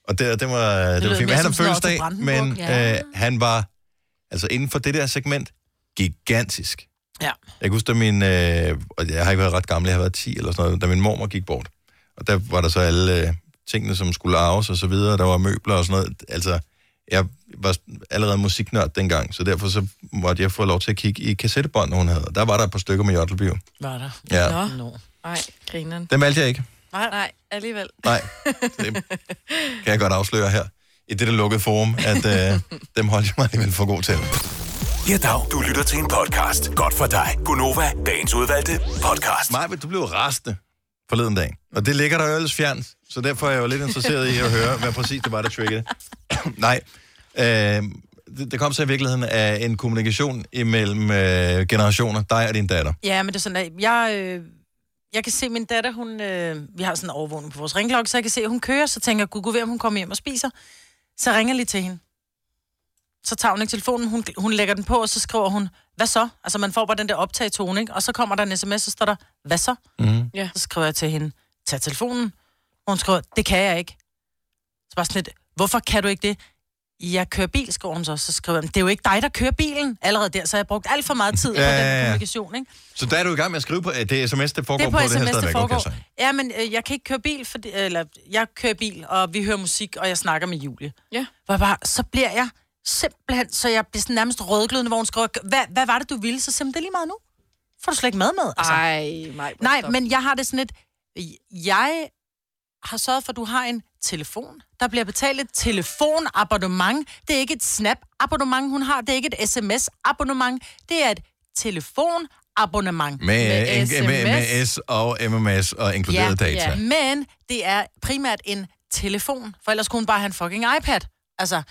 Speaker 1: Og det, det var, det, det
Speaker 5: lød
Speaker 1: var fint. Men
Speaker 5: mere
Speaker 1: Han har
Speaker 5: som sådan noget
Speaker 1: fødselsdag,
Speaker 5: Otto Brandenburg.
Speaker 1: men
Speaker 5: Ja.
Speaker 1: øh, han var, altså inden for det der segment, gigantisk.
Speaker 2: Ja.
Speaker 1: Jeg kan huske, da min, øh, og jeg har ikke været ret gammel, jeg har været 10 eller sådan noget, da min mormor gik bort. Og der var der så alle øh, tingene, som skulle arves og så videre, der var møbler og sådan noget. Altså, jeg var allerede musiknørd dengang, så derfor så måtte jeg få lov til at kigge i kassettebånd, hun havde. Og der var der et par stykker med Jotleby.
Speaker 2: Var der?
Speaker 1: Ja.
Speaker 4: Nå. Nej, grineren.
Speaker 1: Den valgte jeg ikke.
Speaker 4: Nej, nej, alligevel.
Speaker 1: Nej, det kan jeg godt afsløre her i det der lukkede forum, at
Speaker 2: [laughs]
Speaker 1: øh, dem holdt jeg mig alligevel for god til.
Speaker 7: Ja, dag. Du lytter til en podcast. Godt for dig. Gonova, dagens udvalgte podcast.
Speaker 1: Maja, du blev rasende forleden dag, og det ligger der jo ellers fjernt, så derfor er jeg jo lidt interesseret i at høre, hvad præcis det var, der triggede. [clears throat] Nej, øh, det, det kom så i virkeligheden af en kommunikation imellem øh, generationer, dig og din datter.
Speaker 2: Ja, men det er sådan, at jeg, øh, jeg kan se min datter, hun, øh, vi har sådan en overvågning på vores ringklokke, så jeg kan se, at hun kører, så tænker jeg, gud, gud ved, om hun kommer hjem og spiser. Så ringer jeg lige til hende. Så tager hun ikke telefonen, hun, hun lægger den på, og så skriver hun, hvad så? Altså, man får bare den der optagetone, ikke? Og så kommer der en sms, så står der, hvad så?
Speaker 1: Mm.
Speaker 2: Ja. Mm-hmm. Så skriver jeg til hende, tag telefonen. Og hun skriver, det kan jeg ikke. Så bare sådan lidt, hvorfor kan du ikke det? Jeg kører bil, skriver hun så. Så skriver jeg, "Men det er jo ikke dig, der kører bilen. Allerede der, så har jeg brugt alt for meget tid på
Speaker 1: Ja, ja,
Speaker 2: den
Speaker 1: ja.
Speaker 2: kommunikation, ikke?
Speaker 1: Så der er du i gang med at skrive på, at det er sms, det foregår
Speaker 2: det er på,
Speaker 1: det her
Speaker 2: sms, det
Speaker 1: stadigvæk.
Speaker 2: foregår.
Speaker 1: Okay, så.
Speaker 2: ja, men øh, jeg kan ikke køre bil, fordi, eller jeg kører bil, og vi hører musik, og jeg snakker med Julie.
Speaker 4: Ja.
Speaker 2: Hvor jeg bare, så bliver jeg simpelthen, så jeg bliver sådan nærmest rødglødende, hvor hun skriver, hvad, hvad var det, du ville? Så simpelthen, det er lige meget nu. Får du slet ikke mad med? Altså,
Speaker 4: Ej, nej.
Speaker 2: Nej, men jeg har det sådan lidt, jeg har sørget for, at du har en telefon. Der bliver betalt et telefonabonnement. Det er ikke et snap-abonnement, hun har. Det er ikke et sms-abonnement. Det er et telefonabonnement.
Speaker 1: Med, med, med, med, S og MMS og inkluderet data.
Speaker 2: Men det er primært en telefon, for ellers kunne hun bare have en fucking iPad. Altså,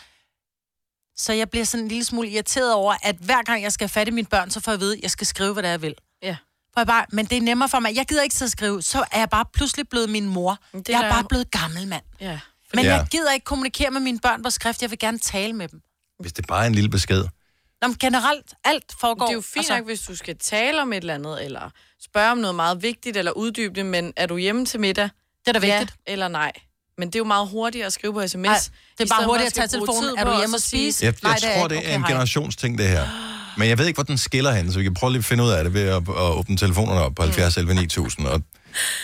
Speaker 2: så jeg bliver sådan en lille smule irriteret over, at hver gang jeg skal fatte mine børn, så får jeg at vide, at jeg skal skrive, hvad det er, jeg vil.
Speaker 4: Ja.
Speaker 2: For jeg bare, men det er nemmere for mig. Jeg gider ikke sidde og skrive. Så er jeg bare pludselig blevet min mor. Det jeg er
Speaker 4: der-
Speaker 2: bare blevet gammel mand.
Speaker 4: Ja.
Speaker 2: Men
Speaker 1: Ja.
Speaker 2: jeg gider ikke kommunikere med mine børn på skrift. Jeg vil gerne tale med dem.
Speaker 1: Hvis det bare er en lille besked.
Speaker 2: Nå, men generelt, alt foregår.
Speaker 4: Det er jo fint altså... nok, hvis du skal tale om et eller andet, eller spørge om noget meget vigtigt, eller uddybe det, men er du hjemme til middag?
Speaker 2: Det er da
Speaker 4: ja
Speaker 2: vigtigt.
Speaker 4: eller nej. Men det er jo meget hurtigere at skrive på sms. Ej,
Speaker 2: det er bare hurtigere at tage telefonen. Er du hjemme og spise?
Speaker 1: Jeg, jeg tror, det er en generationsting, det her. Men jeg ved ikke, hvor den skiller hen, så vi kan prøve lige at finde ud af det ved at, at åbne telefonerne op på
Speaker 2: Mm.
Speaker 1: 70 11 9000. Og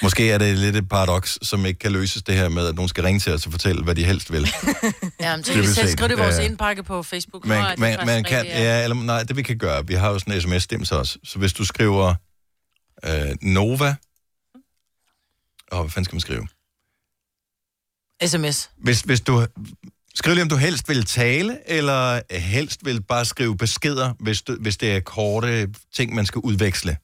Speaker 1: måske er det lidt et paradoks, som ikke kan løses det her med, at nogen skal ringe til os og fortælle, hvad de helst
Speaker 2: [laughs]
Speaker 1: vil.
Speaker 2: Ja, men så
Speaker 1: Det
Speaker 2: kan vi
Speaker 1: vil
Speaker 2: selv
Speaker 1: se.
Speaker 2: skrive det i vores
Speaker 1: Ja.
Speaker 2: indpakke på Facebook. Nå, det
Speaker 1: Man,
Speaker 2: er
Speaker 1: man,
Speaker 2: faktisk
Speaker 1: man kan,
Speaker 2: rigtigt,
Speaker 1: ja, eller, nej, det vi kan gøre, vi har jo sådan en sms-dims også, så hvis du skriver øh, Nova, åh, hvad fanden skal man skrive?
Speaker 2: SMS.
Speaker 1: Hvis, hvis du, skriv lige, om du helst vil tale, eller helst vil bare skrive beskeder, hvis, du, hvis det er korte ting, man skal udveksle.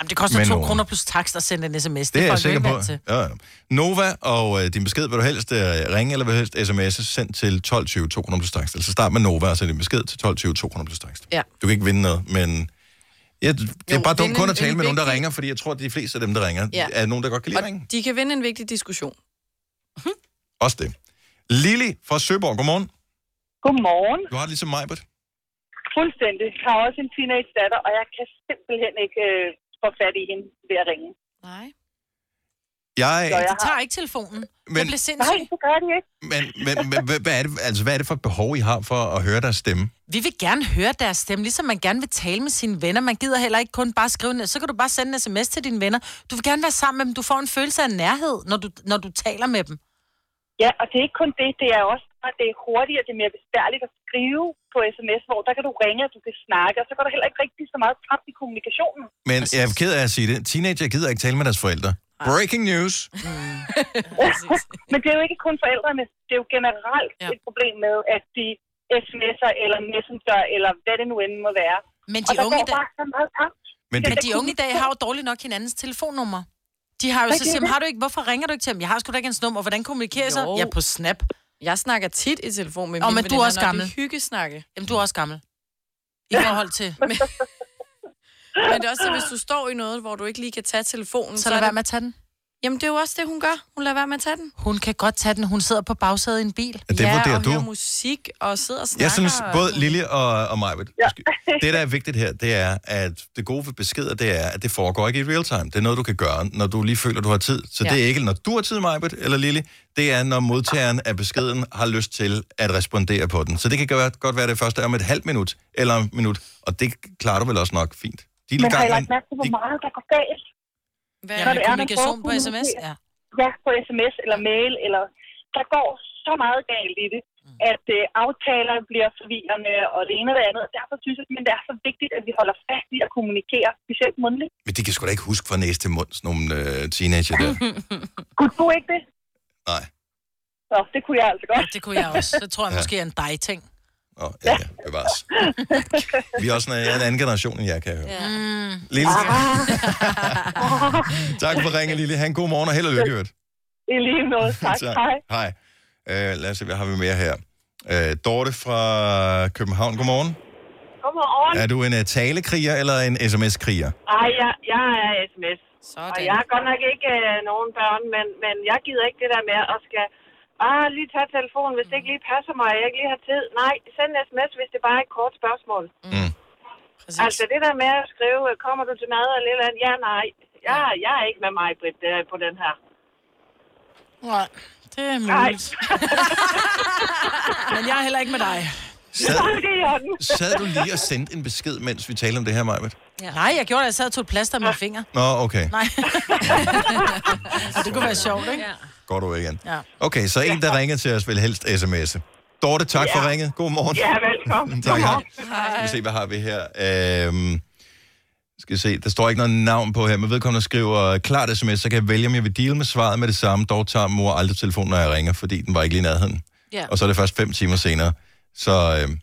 Speaker 2: Jamen, det koster
Speaker 1: Men
Speaker 2: to
Speaker 1: nogen.
Speaker 2: kroner plus takst at sende en sms.
Speaker 1: Det er jeg
Speaker 2: folk jo
Speaker 1: sikker
Speaker 2: ikke
Speaker 1: på.
Speaker 2: vant til.
Speaker 1: Ja, ja. Nova og øh, din besked, vil du helst øh, ringe, eller vil du helst sms'e, send til 1220 200 plus takst. Altså start med Nova og send din besked til 1220 200 plus takst.
Speaker 4: Ja.
Speaker 1: Du kan ikke vinde noget, men... Ja, det er
Speaker 4: Jo, vinde
Speaker 1: bare dumt kun
Speaker 4: en-
Speaker 1: at tale
Speaker 4: en
Speaker 1: med nogen, der
Speaker 4: vigtig-
Speaker 1: ringer, fordi jeg tror, at de fleste af dem, der ringer,
Speaker 4: Ja.
Speaker 1: ja. er nogen, der godt kan lide at ringe.
Speaker 4: Og de kan vinde en vigtig diskussion.
Speaker 1: Også det. Lili fra Søborg, godmorgen.
Speaker 9: Godmorgen.
Speaker 1: Du har det ligesom mig, Britt.
Speaker 9: Fuldstændig. Jeg har også en teenage datter, og jeg kan simpelthen ikke øh, få fat i hende ved at ringe.
Speaker 4: Nej.
Speaker 1: Jeg,
Speaker 9: Så jeg
Speaker 2: De tager ikke telefonen. Men...
Speaker 1: Men-
Speaker 2: Det bliver sindssygt.
Speaker 9: Nej, det gør de ikke.
Speaker 1: Men, men, men hvad- hvad, er det, altså, hvad er det for et behov, I har for at høre deres stemme?
Speaker 2: Vi vil gerne høre deres stemme, ligesom man gerne vil tale med sine venner. Man gider heller ikke kun bare skrive en, så kan du bare sende en sms til dine venner. Du vil gerne være sammen med dem. Du får en følelse af nærhed, når du, når du taler med dem.
Speaker 9: Ja, og det er ikke kun det. Det er også, at det er hurtigere, det er mere besværligt at skrive på sms, hvor der kan du ringe, og du kan snakke, og så går der heller ikke rigtig så meget frem i kommunikationen.
Speaker 1: Men jeg er ked af at sige det. Teenager gider ikke tale med deres forældre. Breaking news.
Speaker 2: [laughs]
Speaker 9: Men det er jo ikke kun forældrene. Det er jo generelt ja. et problem med, at de sms'er eller messenger, eller hvad det nu end må være.
Speaker 2: Men
Speaker 9: og
Speaker 2: de
Speaker 9: der
Speaker 2: unge
Speaker 9: går
Speaker 2: i dag-
Speaker 9: bare så meget frem.
Speaker 1: Men
Speaker 2: Men de unge i dag har jo dårligt nok hinandens telefonnummer. De har jo
Speaker 4: Hvad
Speaker 2: så
Speaker 4: giver
Speaker 2: siger,
Speaker 4: det?
Speaker 2: har du ikke, hvorfor ringer du ikke til dem? Jeg har sgu da ikke hans nummer, hvordan kommunikerer jeg så?
Speaker 4: Jo.
Speaker 2: Jeg er på Snap.
Speaker 4: Jeg snakker tit i telefon med
Speaker 2: Åh,
Speaker 4: mine
Speaker 2: men du er
Speaker 4: veninder,
Speaker 2: også
Speaker 4: når
Speaker 2: gammel.
Speaker 4: Vi hyggesnakke.
Speaker 2: Jamen, du er også gammel. I forhold til... Men,
Speaker 4: Men det er også, hvis du står i noget, hvor du ikke lige kan tage telefonen,
Speaker 2: så lad
Speaker 4: er
Speaker 2: være
Speaker 4: det-
Speaker 2: med at tage den.
Speaker 4: Jamen, det er jo også det, hun gør. Hun lader være med at tage den.
Speaker 2: Hun kan godt tage den. Hun sidder på bagsædet i en bil.
Speaker 1: Ja, det vurderer
Speaker 4: og
Speaker 1: du.
Speaker 4: hører musik og sidder og snakker.
Speaker 1: Jeg synes,
Speaker 4: og-
Speaker 1: både Lille og, og Majbet,
Speaker 4: Ja.
Speaker 1: det der er vigtigt her, det er, at det gode ved beskeder, det er, at det foregår ikke i real time. Det er noget, du kan gøre, når du lige føler, du har tid. Så
Speaker 7: Ja.
Speaker 1: det er ikke, når du har tid, Majbet eller Lille, det er, når modtageren af beskeden har lyst til at respondere på den. Så det kan gøre- godt være, det første er om et halvt minut, eller om et minut, og det klarer du vel også nok fint. De
Speaker 9: Men har I
Speaker 1: med-
Speaker 9: lagt mærke til, hvor meget der går galt?
Speaker 2: Hvad
Speaker 9: Når
Speaker 2: er
Speaker 9: det
Speaker 2: det,
Speaker 9: er, man
Speaker 2: kommunikation på
Speaker 9: prøver at
Speaker 2: sms?
Speaker 9: kommunikere.
Speaker 2: Ja.
Speaker 9: Ja, på sms eller mail, eller der går så meget galt i det,
Speaker 2: Mm.
Speaker 9: at øh, aftaler bliver forvirrende og det ene og det andet. Og derfor synes jeg, at det er så vigtigt, at vi holder fast i at kommunikere, specielt mundtligt.
Speaker 1: Men de kan sgu da ikke huske fra næste til mund, sådan nogle øh, teenager der.
Speaker 9: [laughs] Kunne du [laughs] ikke det?
Speaker 1: Nej.
Speaker 9: Nå, det kunne jeg altså godt.
Speaker 2: Det kunne jeg også. Det tror jeg
Speaker 1: Ja.
Speaker 2: måske er en dig-ting.
Speaker 1: Åh, ja, ja, bevares. Vi er også en, en anden generation, end jeg kan jeg høre.
Speaker 2: Ja. Mm.
Speaker 1: Lille,
Speaker 21: Ah.
Speaker 1: tak for ringen, Lille. Ha' en god morgen og held og lykke, i øvrigt.
Speaker 9: I lige måde. Tak. Hej.
Speaker 1: Hej. Øh, Uh, lad os se, hvad har vi mere her? Uh, Dorte fra København, godmorgen.
Speaker 24: Godmorgen.
Speaker 1: Er du en uh, talekriger eller en sms-kriger?
Speaker 24: Ej, jeg, jeg er sms. Sådan. Og jeg har godt nok ikke øh, nogen børn, men, men jeg gider ikke det der med at skal bare lige tage telefonen, hvis det ikke lige passer mig, og jeg ikke lige har tid. Nej, send en sms, hvis det bare er et kort spørgsmål.
Speaker 1: Mm.
Speaker 24: Præcis. Altså det der med at skrive, øh, kommer du til mad eller et eller andet? Ja, nej. Jeg, jeg er ikke med mig, Britt, øh, på den her.
Speaker 2: Nej, det er muligt. [laughs] Men jeg er heller ikke med dig.
Speaker 1: Sad, sad du lige og sendte en besked, mens vi talte om det her, Majbet?
Speaker 2: Ja. Nej, jeg gjorde det. Jeg sad og tog et plaster med fingre.
Speaker 1: Nå, okay.
Speaker 2: Nej. det kunne være sjovt, ikke? Ja.
Speaker 1: Godt ord igen.
Speaker 2: ja.
Speaker 1: Okay, så en, der ringer til os, vil helst sms'e. Dorte, tak ja. for ringet. God morgen.
Speaker 2: Ja, velkommen.
Speaker 1: [laughs] tak, hej.
Speaker 2: Godmorgen.
Speaker 1: Skal vi se, hvad har vi her? Øhm, skal vi se, der står ikke noget navn på her, men vedkommende skriver, klart sms, så kan jeg vælge, om jeg vil deal med svaret med det samme. Dog tager mor aldrig telefonen, når jeg ringer, fordi den var ikke lige i nærheden.
Speaker 2: Ja.
Speaker 1: Og så er det først fem timer senere. Så øhm,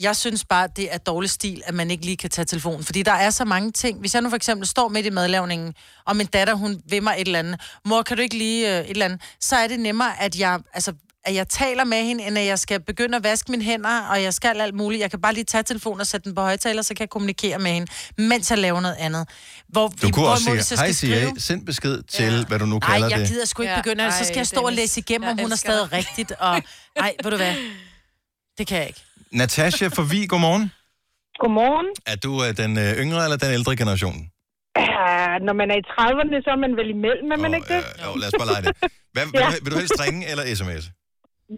Speaker 2: Jeg synes bare, det er dårlig stil, at man ikke lige kan tage telefonen. Fordi der er så mange ting. Hvis jeg nu for eksempel står midt i madlavningen, og min datter, hun vimmer et eller andet. Mor, kan du ikke lige øh, et eller andet? Så er det nemmere, at jeg, altså, at jeg taler med hende, end at jeg skal begynde at vaske mine hænder, og jeg skal alt muligt. Jeg kan bare lige tage telefonen og sætte den på højtaler, så kan jeg kommunikere med hende, mens jeg laver noget andet. Hvor,
Speaker 1: du kunne også
Speaker 2: hvorimod, hvis
Speaker 1: sige,
Speaker 2: jeg
Speaker 1: hej
Speaker 2: skal
Speaker 1: Siri,
Speaker 2: skrive-
Speaker 1: send besked til, hvad du nu
Speaker 2: Ej,
Speaker 1: kalder
Speaker 2: jeg
Speaker 1: det.
Speaker 2: gider sgu ikke
Speaker 4: Ja,
Speaker 2: begynde, så skal
Speaker 4: ej,
Speaker 2: jeg stå og
Speaker 4: Dennis,
Speaker 2: læse igennem,
Speaker 4: jeg
Speaker 2: om hun er
Speaker 4: elsker
Speaker 2: stadig rigtigt. Og, ej, ved du hvad? Det kan jeg ikke.
Speaker 1: Natasha fra Vig, godmorgen.
Speaker 24: Godmorgen.
Speaker 1: Er du øh, den øh, yngre eller den ældre generation?
Speaker 24: Ja, Øh, når man er i 30'erne, så er man vel imellem, er man ikke det?
Speaker 1: Jo, lad os bare lege det. Hvad, ja.
Speaker 24: Ja.
Speaker 1: vil, du, vil du helst ringe eller sms?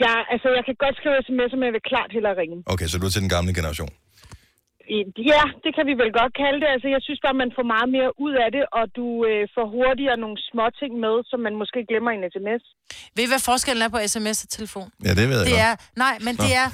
Speaker 24: Ja, altså jeg kan godt skrive sms'er, men jeg vil klart hellere ringe.
Speaker 1: Okay, så du er til den gamle generation.
Speaker 24: I- Ja, det kan vi vel godt kalde det. Altså, jeg synes bare, man får meget mere ud af det, og du øh, får hurtigere nogle små ting med, som man måske glemmer i en sms.
Speaker 2: Ved I, hvad forskellen er på sms og telefon?
Speaker 1: Ja, det ved jeg
Speaker 2: Det
Speaker 1: godt.
Speaker 2: er, nej, men
Speaker 1: Nå.
Speaker 2: det er...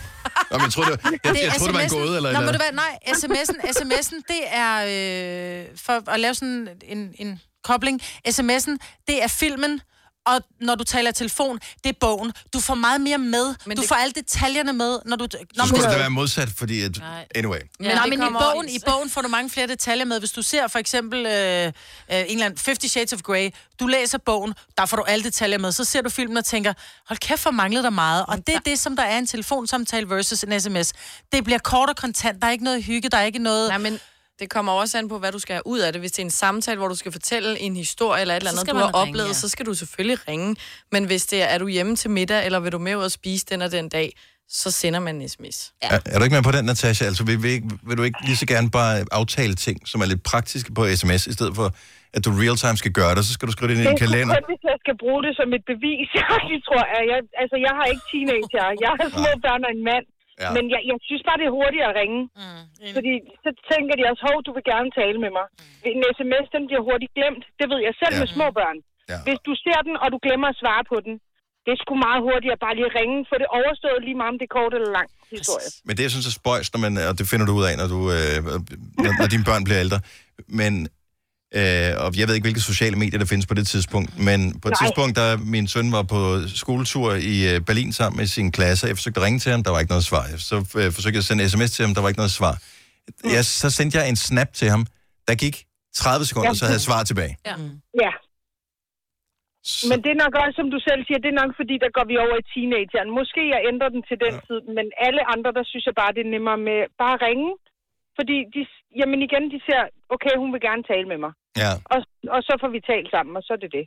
Speaker 1: Nå, men jeg troede, det var, jeg, jeg troede, det var en
Speaker 2: SMS'en.
Speaker 1: gåde eller
Speaker 2: Nå,
Speaker 1: et
Speaker 2: må du
Speaker 1: eller
Speaker 2: være, nej, sms'en, sms'en, det er øh, for at lave sådan en, en kobling. Sms'en, det er filmen, og når du taler i telefon, det er bogen. Du får meget mere med. Men du får alle detaljerne med, når du... Nå,
Speaker 1: Så skulle
Speaker 2: men-
Speaker 1: det være modsat, fordi... At, anyway.
Speaker 2: Ja, men, nej,
Speaker 4: det
Speaker 2: men i,
Speaker 4: kommer
Speaker 2: bogen,
Speaker 4: i-
Speaker 2: i bogen får du mange flere detaljer med. Hvis du ser for eksempel øh, øh, en eller anden 50 Shades of Grey, du læser bogen, der får du alle detaljer med. Så ser du filmen og tænker, hold kæft, hvor manglede der meget. Og det er det, som der er en telefonsamtale versus en sms. Det bliver kort og kontant. Der er ikke noget hygge, der er ikke noget...
Speaker 4: Nej, men det kommer også an på, hvad du skal have ud af det. Hvis det er en samtale, hvor du skal fortælle en historie eller et eller
Speaker 2: Så
Speaker 4: andet,
Speaker 2: skal
Speaker 4: du
Speaker 2: man
Speaker 4: har
Speaker 2: ringe,
Speaker 4: oplevet,
Speaker 2: ja.
Speaker 4: så skal du selvfølgelig ringe. Men hvis det er, er du hjemme til middag, eller vil du med ud og spise den og den dag, så sender man en sms.
Speaker 1: Er, er du ikke med på den, Natasha? Altså, vil, vil, ikke- vil du ikke lige så gerne bare aftale ting, som er lidt praktiske på sms, i stedet for, at du real-time skal gøre det, så skal du skrive det ind i
Speaker 24: Det
Speaker 1: en
Speaker 24: er sgu
Speaker 1: kalender?
Speaker 24: kun, hvis jeg skal bruge det som et bevis. [laughs] jeg tror, at jeg, altså, jeg har ikke teenager. Jeg har små børn og en mand.
Speaker 1: Ja.
Speaker 24: Ja. Men jeg, jeg synes bare, det er hurtigere at ringe. Mm, fordi så tænker de også, hov, du vil gerne tale med mig. Mm. En sms, den bliver hurtigt glemt. Det ved jeg selv
Speaker 1: Ja.
Speaker 24: ja. med små børn.
Speaker 1: Ja.
Speaker 24: Hvis du ser den, og du glemmer at svare på den, det er sgu meget hurtigt at bare lige ringe, for det overstået lige meget, om det er kort eller lang historie.
Speaker 1: Men det, jeg synes er spøjs, når man, og det finder du ud af, når, du, øh, når, når dine børn bliver ældre. Men, øh, og jeg ved ikke, hvilke sociale medier, der findes på det tidspunkt, men på et
Speaker 8: Nej.
Speaker 1: tidspunkt, da min søn var på skoletur i øh, Berlin sammen med sin klasse, jeg forsøgte at ringe til ham, der var ikke noget svar. Jeg så øh, forsøgte jeg at sende sms til ham, der var ikke noget svar. Jeg, så sendte jeg en snap til ham, der gik 30 sekunder,
Speaker 24: Ja.
Speaker 1: så havde jeg svar tilbage.
Speaker 24: Ja. ja. Men det er nok også, som du selv siger, det er nok fordi, der går vi over i teenageren. Måske jeg ændrer den til den ja. tid, men alle andre, der synes jeg bare, det er nemmere med bare at ringe. Fordi, de, jamen igen, de ser, okay, hun vil gerne tale med mig.
Speaker 1: Ja.
Speaker 24: Og, og så får vi talt sammen, og så er det det.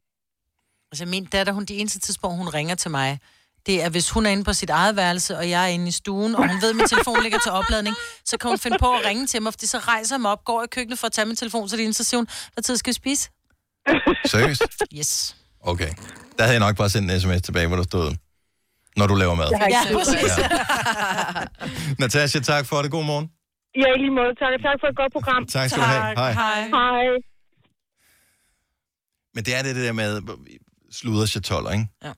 Speaker 2: Altså min datter, hun, de eneste tidspunkt, hun ringer til mig, det er, hvis hun er inde på sit eget værelse, og jeg er inde i stuen, og hun ved, at min telefon ligger til opladning, så kan hun finde på at ringe til mig, fordi så rejser jeg mig op, går i køkkenet for at tage min telefon, så det er så siger hun, hvad tid skal vi spise?
Speaker 1: Seriøst?
Speaker 2: Yes.
Speaker 1: Okay. Der havde jeg nok bare sendt en sms tilbage, hvor der stod, når du laver mad.
Speaker 2: Ja, præcis.
Speaker 1: Ja. Natasha, tak for det. God morgen.
Speaker 24: Ja, i lige måde. Tak, og tak for et godt program.
Speaker 1: Tak skal du have. Tak. Hej.
Speaker 24: Hej. Hej.
Speaker 1: Men det er det, det der med sluder chatoller, ikke?
Speaker 2: Ja.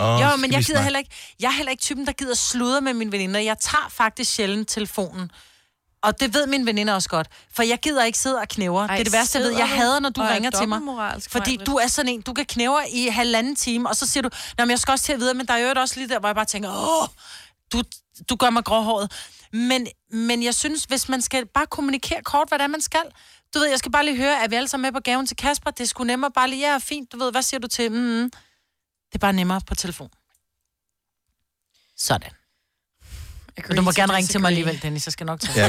Speaker 1: Åh,
Speaker 2: jo,
Speaker 1: skal
Speaker 2: men
Speaker 1: vi
Speaker 2: jeg gider
Speaker 1: snakke?
Speaker 2: heller ikke, jeg er heller ikke typen, der gider sludre med mine veninder. Jeg tager faktisk sjældent telefonen. Og det ved mine veninder også godt. For jeg gider ikke sidde og knævre. det er det værste, jeg ved. Jeg
Speaker 4: sidder du
Speaker 2: hader, når du
Speaker 4: og er
Speaker 2: ringer til mig.
Speaker 4: dobbeltmoralsk,
Speaker 2: Fordi
Speaker 4: Maj-Brit?
Speaker 2: du er sådan en, du kan knævre i halvanden time, og så siger du, Nå, men jeg skal også til at videre, men der er jo også lige der, hvor jeg bare tænker, åh, du, du gør mig gråhåret. Men, men jeg synes, hvis man skal bare kommunikere kort, hvad det er, man skal. Du ved, jeg skal bare lige høre, er vi alle sammen med på gaven til Kasper? Det skulle nemmere bare lige, ja, fint, du ved, hvad siger du til? Mm-hmm. Det er bare nemmere på telefon. Sådan. Men du må gerne ringe til mig alligevel, Dennis. Jeg skal nok tage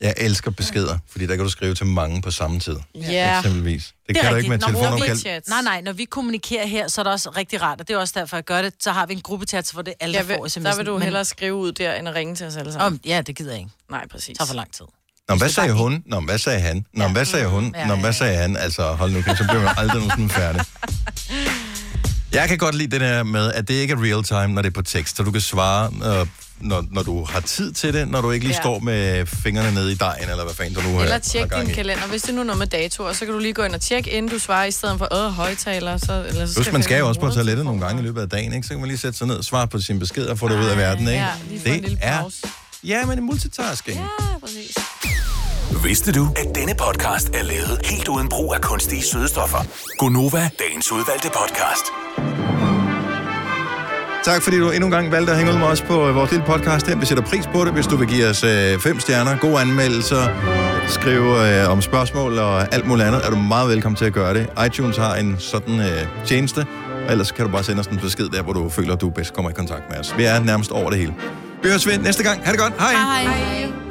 Speaker 1: Ja, jeg elsker beskeder, fordi der kan du skrive til mange på samme tid.
Speaker 2: Ja.
Speaker 1: Eksempelvis. Det, det kan du ikke med telefonopkald.
Speaker 2: Nej, nej, når vi kommunikerer her, så er det også rigtig rart, og det er også derfor, jeg gør det. Så har vi en gruppechat, så hvor det alle
Speaker 4: Jeg
Speaker 2: der
Speaker 4: vil-
Speaker 2: får sms'en.
Speaker 4: der vil du hellere
Speaker 2: skrive ud der, end at ringe til os alle
Speaker 4: sammen.
Speaker 2: Om, ja, det gider jeg ikke.
Speaker 4: Nej, præcis.
Speaker 2: tager for lang tid.
Speaker 1: Nå, men hvad sagde hun? Nå, men hvad sagde han? Nå, men hvad sagde hun? Nå, men hvad sagde han? Altså, hold nu, kæft, så bliver man aldrig nogensinde færdig.
Speaker 2: [laughs]
Speaker 1: Jeg kan godt lide det der med, at det ikke er real time, når det er på tekst, så du kan svare, øh, når, når du har tid til det, når du ikke lige
Speaker 4: Ja.
Speaker 1: står med fingrene nede i dejen, eller hvad fanden du nu har,
Speaker 4: Eller
Speaker 1: har
Speaker 4: tjek
Speaker 1: gang
Speaker 4: din
Speaker 1: i.
Speaker 4: kalender. Hvis det er nu er noget med datoer, så kan du lige gå ind og tjekke, inden du svarer, i stedet for, øh, højtaler. Så, eller så
Speaker 1: Plus, man skal
Speaker 4: finde
Speaker 1: jo også på
Speaker 4: hovedet.
Speaker 1: toilettet nogle gange i løbet af dagen, ikke? Så kan man lige sætte sig ned og svare på sine beskeder og få det ud af verden, ikke?
Speaker 4: Ja, lige få en lille pause.
Speaker 1: Ja, men det er multitasking.
Speaker 4: Ja, præcis.
Speaker 7: Vidste du, at denne podcast er lavet helt uden brug af kunstige sødestoffer? Gonova, dagens udvalgte podcast.
Speaker 1: Tak fordi du endnu en gang valgte at hænge ud med os på øh, vores lille podcast her. Vi sætter pris på det, hvis du vil give os øh, fem stjerner, gode anmeldelser, skrive øh, om spørgsmål og alt muligt andet. Er du meget velkommen til at gøre det. iTunes har en sådan øh, tjeneste, og ellers kan du bare sende os en besked der, hvor du føler, at du bedst kommer i kontakt med os. Vi er nærmest over det hele. Vi høres ved næste gang. Ha' det godt. Hej.
Speaker 4: Hej.